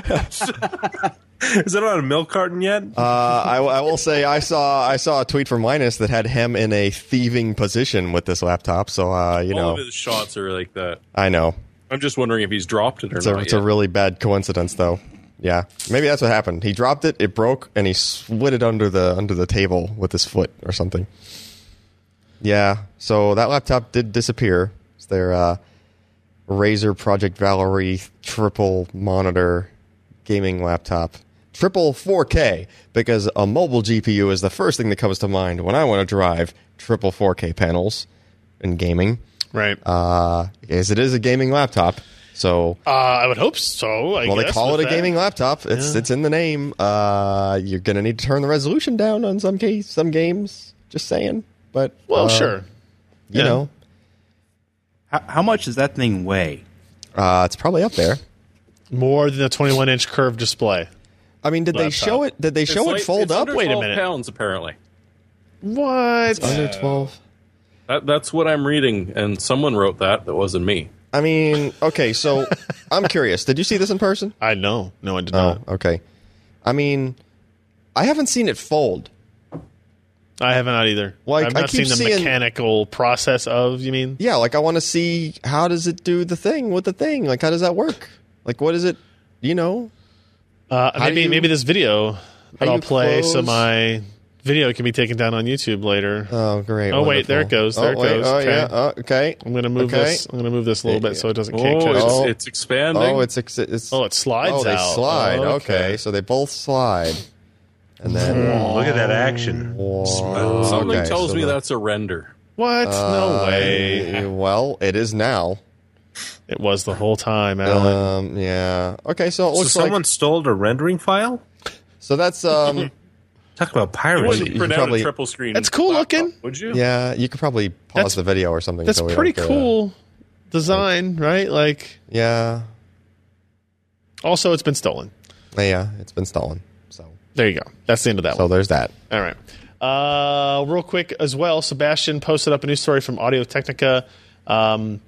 S2: [laughs]
S3: Is it on a milk carton yet?
S4: Uh, I, w- I will say I saw I saw a tweet from Linus that had him in a thieving position with this laptop. So uh, you
S2: All
S4: know,
S2: of his shots are like that.
S4: I know
S2: I'm just wondering if he's dropped it or
S4: it's a
S2: not.
S4: it's
S2: yet.
S4: a really bad coincidence though. Yeah, maybe that's what happened. He dropped it, it broke, and he slid it under the under the table with his foot or something. Yeah, so that laptop did disappear. It's their uh, Razer Project Valerie triple monitor gaming laptop. Triple 4K, because a mobile GPU is the first thing that comes to mind when I want to drive triple 4K panels in gaming,
S1: right.
S4: uh, as it is a gaming laptop. So
S1: Uh, I would hope so. I
S4: well, they
S1: guess,
S4: call it
S1: with
S4: a
S1: that.
S4: gaming laptop. It's it's in the name. Uh, you're gonna need to turn the resolution down on some case, some games. Just saying. But
S1: Well,
S4: uh,
S1: sure.
S4: You
S1: yeah.
S4: know,
S5: How, how much does that thing weigh?
S4: uh, it's probably up there.
S1: More than a 21 inch curved display.
S4: I mean, did they
S1: Laptop.
S4: show it? Did they
S2: It's
S4: show
S2: like-
S4: it fold
S2: it's
S4: up?
S2: under
S1: Wait a
S2: 12
S1: minute.
S2: Pounds apparently.
S1: What?
S4: Under twelve.
S2: That, that's what I'm reading, and someone wrote that. That wasn't me.
S4: I mean,
S1: [laughs]
S4: okay. So I'm curious. Did you see this in person?
S1: I know. No, I did
S4: Oh,
S1: not.
S4: okay. I mean, I haven't seen it fold.
S1: I have not either.
S4: Like,
S1: I've
S4: Oh. I
S1: not
S4: keep
S1: seen the
S4: seeing-
S1: mechanical process of. You mean?
S4: Yeah, like I want to see how does it do the thing with the thing? Like, how does that work? Like, what is it? You know,
S1: Uh,
S4: do
S1: maybe
S4: you-
S1: maybe this video that
S4: do
S1: I'll
S4: you
S1: play so
S4: close-
S1: my video can be taken down on YouTube later.
S4: Oh great!
S1: Oh, wait, there it goes,
S4: Oh,
S1: there it
S4: wait,
S1: goes,
S4: Oh
S1: okay.
S4: yeah. Oh, okay.
S1: I'm gonna move
S4: okay.
S1: this. I'm gonna move this a little bit so it doesn't
S2: Oh,
S1: cake
S2: it's,
S4: Oh.
S2: it's expanding.
S4: Oh, it's ex- it's.
S1: Oh, it slides
S4: Oh, they
S1: out.
S4: slide.
S1: Oh,
S4: okay. so they both slide,
S1: Mm-hmm.
S4: and then
S3: Look at that action.
S1: Oh.
S4: Whoa,
S2: Something
S4: okay,
S2: tells
S4: so
S2: me
S4: the-
S2: that's a render.
S1: What? no
S4: uh,
S1: way.
S4: eh, Well, it is now.
S1: It was the whole time, Alan.
S4: Um, yeah. Okay, so it
S3: So
S4: looks
S3: someone
S4: like
S3: stole a rendering file?
S4: so
S1: [laughs]
S4: that's um.
S3: Talk about
S2: You
S3: piracy.
S2: wouldn't
S4: you
S2: print out
S4: probably-
S2: a triple screen.
S1: That's cool
S4: uh,
S2: laptop,
S1: looking.
S2: Would you?
S4: yeah, you could probably pause
S1: That's-
S4: the video or something.
S1: That's
S4: so we
S1: pretty
S4: don't get a-
S1: cool design, right? Like,
S4: yeah,
S1: also, it's been stolen.
S4: yeah. It's been stolen. So
S1: There you go. That's the end of that
S4: so there's that.
S1: All right. Uh, real quick as well, Sebastian posted up a new story from Audio Technica. Um,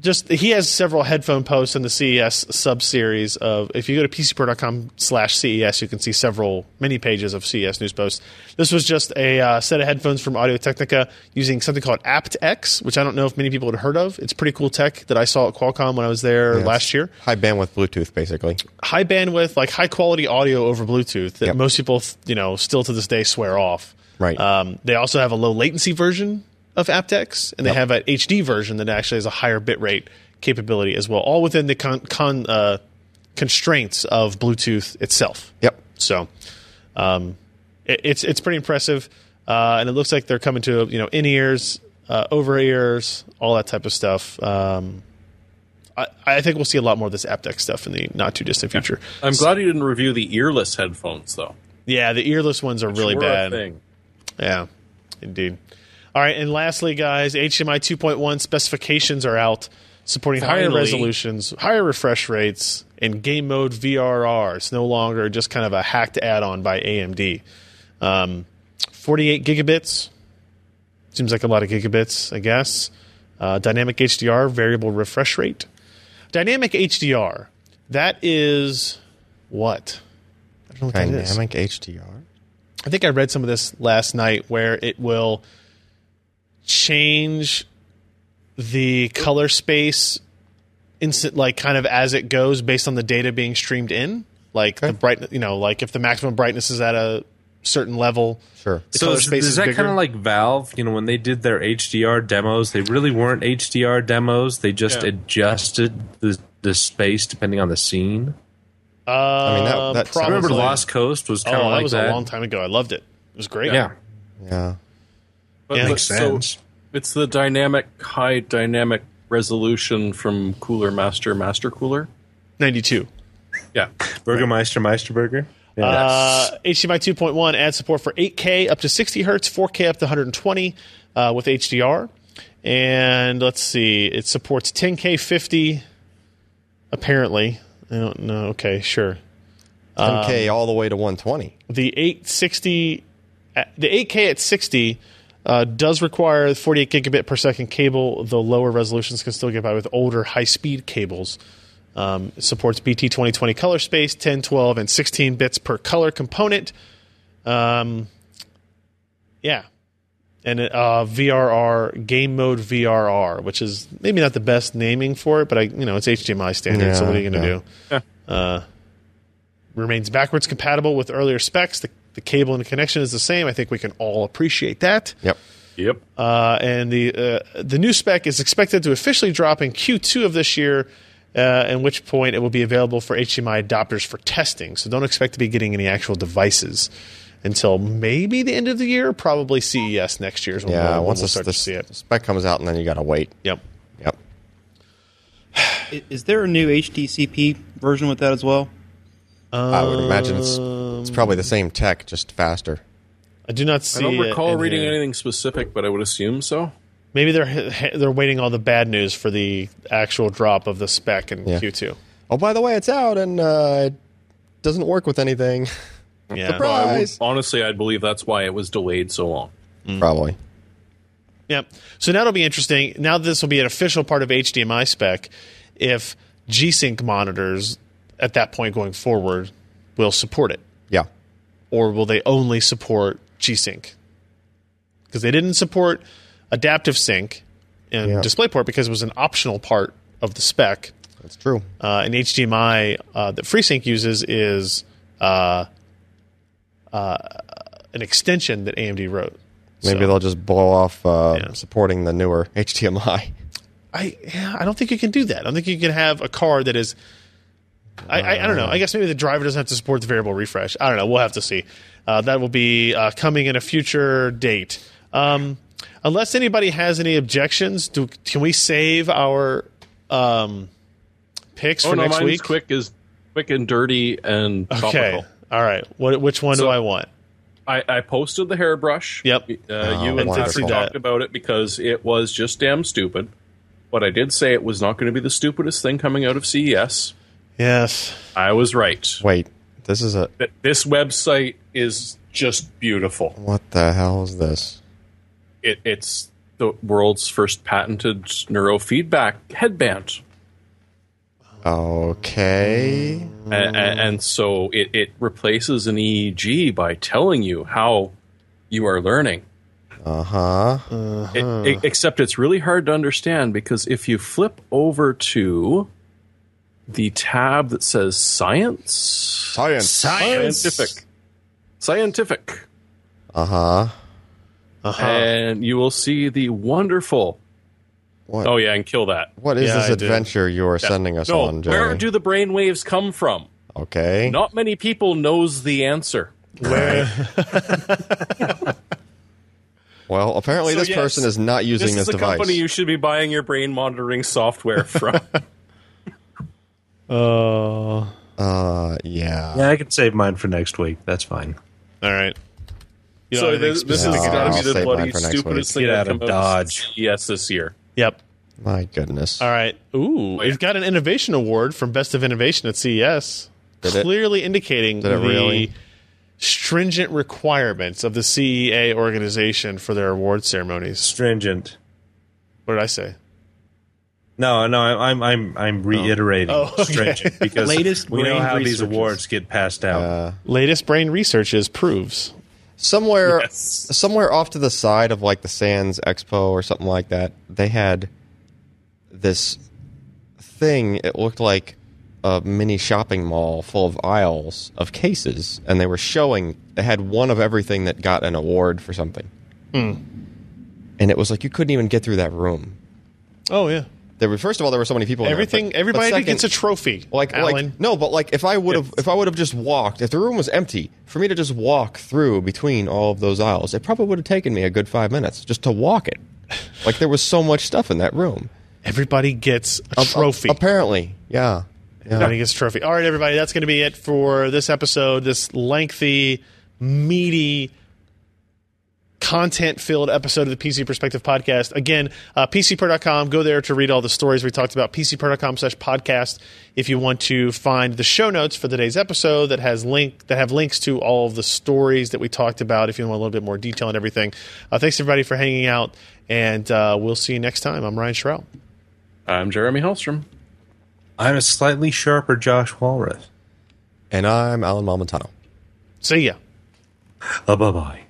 S1: just he has several headphone posts in the CES sub series of. If you go to pcpro.com slash CES, you can see several many pages of CES news posts. This was just a uh, set of headphones from Audio Technica using something called aptX, which I don't know if many people had heard of. It's pretty cool tech that I saw at Qualcomm when I was there
S4: Yeah,
S1: last year
S4: high bandwidth Bluetooth, basically.
S1: high bandwidth, like high quality audio over Bluetooth that
S4: Yep.
S1: most people, you know, still to this day swear off.
S4: Right.
S1: Um, they also have a low latency version of aptX, and they have an HD version that actually has a higher bit rate capability as well, all within the con- con- uh, constraints of Bluetooth itself.
S4: Yep.
S1: So, um, it, it's it's pretty impressive, uh, and it looks like they're coming to you know in ears, uh, over ears, all that type of stuff. Um, I, I think we'll see a lot more of this aptX stuff in the not too distant future.
S2: I'm glad you didn't review the earless headphones though.
S1: Yeah, the earless ones are really
S2: Were a
S1: bad.
S2: thing.
S1: Yeah, indeed. All right, and lastly, guys, HDMI 2.1 specifications are out, supporting higher
S2: Finally.
S1: resolutions, higher refresh rates, and game mode VRR. It's no longer just kind of a hacked add-on by AMD. Um, 48 gigabits seems like a lot of gigabits, I guess. Uh, dynamic HDR, variable refresh rate. Dynamic HDR. That is what? I don't know what that is.
S4: Dynamic HDR.
S1: I think I read some of this last night where it will change the color space instant like kind of as it goes based on the data being streamed in like the bright you know like if the maximum brightness is at a certain level.
S4: Sure.
S1: The
S3: So
S1: color
S3: is,
S1: space
S3: is
S1: is
S3: that
S1: bigger.
S3: kind of like Valve? You know, when they did their HDR demos, they really weren't HDR demos. They just
S1: Yeah.
S3: adjusted the the space depending on the scene.
S1: Uh,
S4: I mean, that- that
S1: probably.
S4: sounds-
S3: I remember Lost Coast was
S1: Oh,
S3: kind of
S1: that
S3: like
S1: was a long time ago. I loved it. It was great.
S3: Yeah,
S4: Yeah.
S2: But,
S1: Yeah.
S2: but
S1: Makes
S2: so
S3: sense.
S2: it's the dynamic high dynamic resolution from Cooler Master Master Cooler.
S1: ninety two.
S2: Yeah.
S3: Burgermeister Meisterburger. Yeah.
S1: Uh, HDMI 2.1 adds support for 8K up to 60 hertz, 4K up to 120 uh, with HDR. And let's see, it supports 10K 50, apparently. I don't know. Okay, sure.
S4: 10K
S1: Um,
S4: all the way to 120.
S1: The 860, uh, the 8K at 60 uh, does require 48 gigabit per second cable, though lower resolutions can still get by with older high speed cables. Um, it supports BT 2020 color space, 10, 12, and 16 bits per color component. Um, yeah. And it, uh, VRR, game mode VRR, which is maybe not the best naming for it, but I, you know, it's HDMI standard, so
S4: Yeah,
S1: what are you going to
S4: yeah.
S1: do? Uh, remains backwards compatible with earlier specs. The, the cable and the connection is the same. I think we can all appreciate that.
S4: Yep.
S2: Yep.
S1: Uh, and the uh, the new spec is expected to officially drop in Q2 of this year, uh, at which point it will be available for HDMI adopters for testing. So don't expect to be getting any actual devices until maybe the end of the year, probably CES next year is when
S4: Yeah.
S1: we'll,
S4: once
S1: we'll
S4: this,
S1: start
S4: this
S1: to see it.
S4: spec comes out, and then you got to wait.
S1: Yep.
S4: Yep.
S5: I- Is there a new HDCP version with that as well?
S4: I would imagine it's it's probably the same tech, just faster.
S1: I do not see.
S2: I don't
S1: it
S2: recall
S1: in
S2: reading
S1: here.
S2: anything specific, but I would assume so.
S1: Maybe they're they're waiting all the bad news for the actual drop of the spec in
S4: Yeah.
S1: Q2.
S4: Oh, by the way, it's out and uh, it doesn't work
S1: [laughs]
S4: with anything.
S1: Yeah.
S2: I would-
S4: Surprise!
S2: honestly, I believe that's why it was delayed so long.
S1: Mm-hmm.
S4: Probably.
S1: Yep. So now it'll be interesting. Now this will be an official part of HDMI spec. If G-Sync monitors at that point going forward will support it,
S4: Yeah.
S1: or will they only support G-Sync? Because they didn't support Adaptive Sync and
S4: Yeah.
S1: DisplayPort because it was an optional part of the spec.
S4: That's true.
S1: Uh, and HDMI uh, that FreeSync uses is uh, uh, an extension that AMD wrote.
S4: Maybe
S1: So-
S4: they'll just blow off uh,
S1: Yeah.
S4: supporting the newer [laughs] HDMI.
S1: I yeah, I don't think you can do that. I don't think you can have a car that is. I, I, I don't know. I guess maybe the driver doesn't have to support the variable refresh. I don't know. We'll have to see. Uh, that will be uh, coming in a future date. Um, unless anybody has any objections, do, can we save our um, picks
S2: Oh
S1: for
S2: no,
S1: next
S2: mine's
S1: week?
S2: quick is quick and dirty and topical.
S1: okay. All right. What, which one do
S2: So-
S1: I want?
S2: I, I posted the hairbrush.
S1: Yep.
S2: Uh,
S4: Oh,
S2: you and
S4: wonderful.
S2: Todd
S4: See
S1: that.
S2: talked about it because it was just damn stupid. But I did say it was not going to be the stupidest thing coming out of CES.
S1: Yes.
S2: I was right.
S4: Wait, this is a
S2: Th- This website is just beautiful.
S4: what the hell is this?
S2: It, it's the world's first patented neurofeedback headband.
S4: Okay.
S2: A- a- And, so it, it replaces an EEG by telling you how you are learning.
S4: Uh huh.
S2: It- it- except it's really hard to understand because if you flip over to the tab that says science,
S4: Science.
S5: Science.
S2: scientific, scientific,
S4: Uh huh. Uh-huh.
S2: and you will see the wonderful.
S4: What?
S2: Oh yeah, and kill that.
S4: What is
S1: Yeah,
S4: this
S1: I do.
S4: adventure you are sending us
S2: no,
S4: on,
S2: where
S4: Jerry?
S2: do the brain waves come from?
S4: okay.
S2: Not many people knows the answer.
S4: Well, apparently
S2: So,
S4: this
S2: yes,
S4: person is not using
S2: This
S4: this,
S2: is the
S4: device.
S2: company you should be buying your brain monitoring
S4: [laughs]
S2: software from.
S1: Oh.
S4: uh, yeah.
S3: yeah, I can save mine for next week. That's fine.
S1: all right. You
S2: so
S1: don't have anything
S2: this, this
S1: specific
S2: has
S4: Yeah,
S2: got
S1: about
S2: to
S1: it?
S4: I'll
S2: be the
S4: save mine
S2: bloody
S4: for next
S3: week.
S2: stupidest thing
S3: Get
S2: that
S3: out of
S2: come out
S3: Dodge.
S2: Yes, this year.
S1: Yep.
S4: My goodness.
S1: All right. Ooh,
S4: Oh,
S2: yeah.
S1: we've got an innovation award from Best of Innovation at CES,
S4: Did it?
S1: clearly indicating
S4: Did it
S1: the
S4: really?
S1: stringent requirements of the CEA organization for their award ceremonies.
S3: Stringent.
S1: What did I say?
S3: No, no, I- I'm I'm I'm reiterating
S1: Oh, okay. [laughs]
S3: stringent because
S5: Latest
S3: we know
S5: brain
S3: how these
S5: researches.
S3: awards get passed out.
S1: Latest brain researches proves.
S4: Somewhere,
S2: Yes.
S4: somewhere off to the side of like the Sands Expo or something like that, they had this thing. It looked like a mini shopping mall full of aisles of cases, and they were showing they had one of everything that got an award for something.
S2: Hmm.
S4: And it was like you couldn't even get through that room.
S1: Oh yeah.
S4: There were first of all there were so many people. in there,
S1: Everything.
S4: but- but
S1: everybody
S4: second-
S1: gets a trophy.
S4: like,
S1: Alan.
S4: like no, but like if I would have if I would have just walked, if the room was empty, for me to just walk through between all of those aisles, it probably would have taken me a good five minutes just to walk
S1: [laughs]
S4: it. like there was so much stuff in that room.
S1: everybody gets a trophy.
S4: Apparently, yeah, yeah.
S1: Everybody gets a trophy. All right, everybody. That's going to be it for this episode. This lengthy, meaty content filled episode of the PC Perspective Podcast. Again, uh, PCPro.com. Go there to read all the stories we talked about. PCPro.com slash podcast if you want to find the show notes for today's episode that has link that have links to all of the stories that we talked about if you want a little bit more detail and everything. Uh, thanks everybody for hanging out and uh, we'll see you next time. I'm Ryan Schrout.
S2: I'm Jeremy Hellstrom.
S3: I'm a slightly sharper Josh Walrath.
S4: And I'm Alan Malmontano.
S1: See ya.
S3: Uh, bye bye.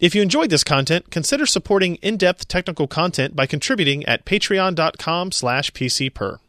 S1: If you enjoyed this content, consider supporting in-depth technical content by contributing at patreon.com slash pcper.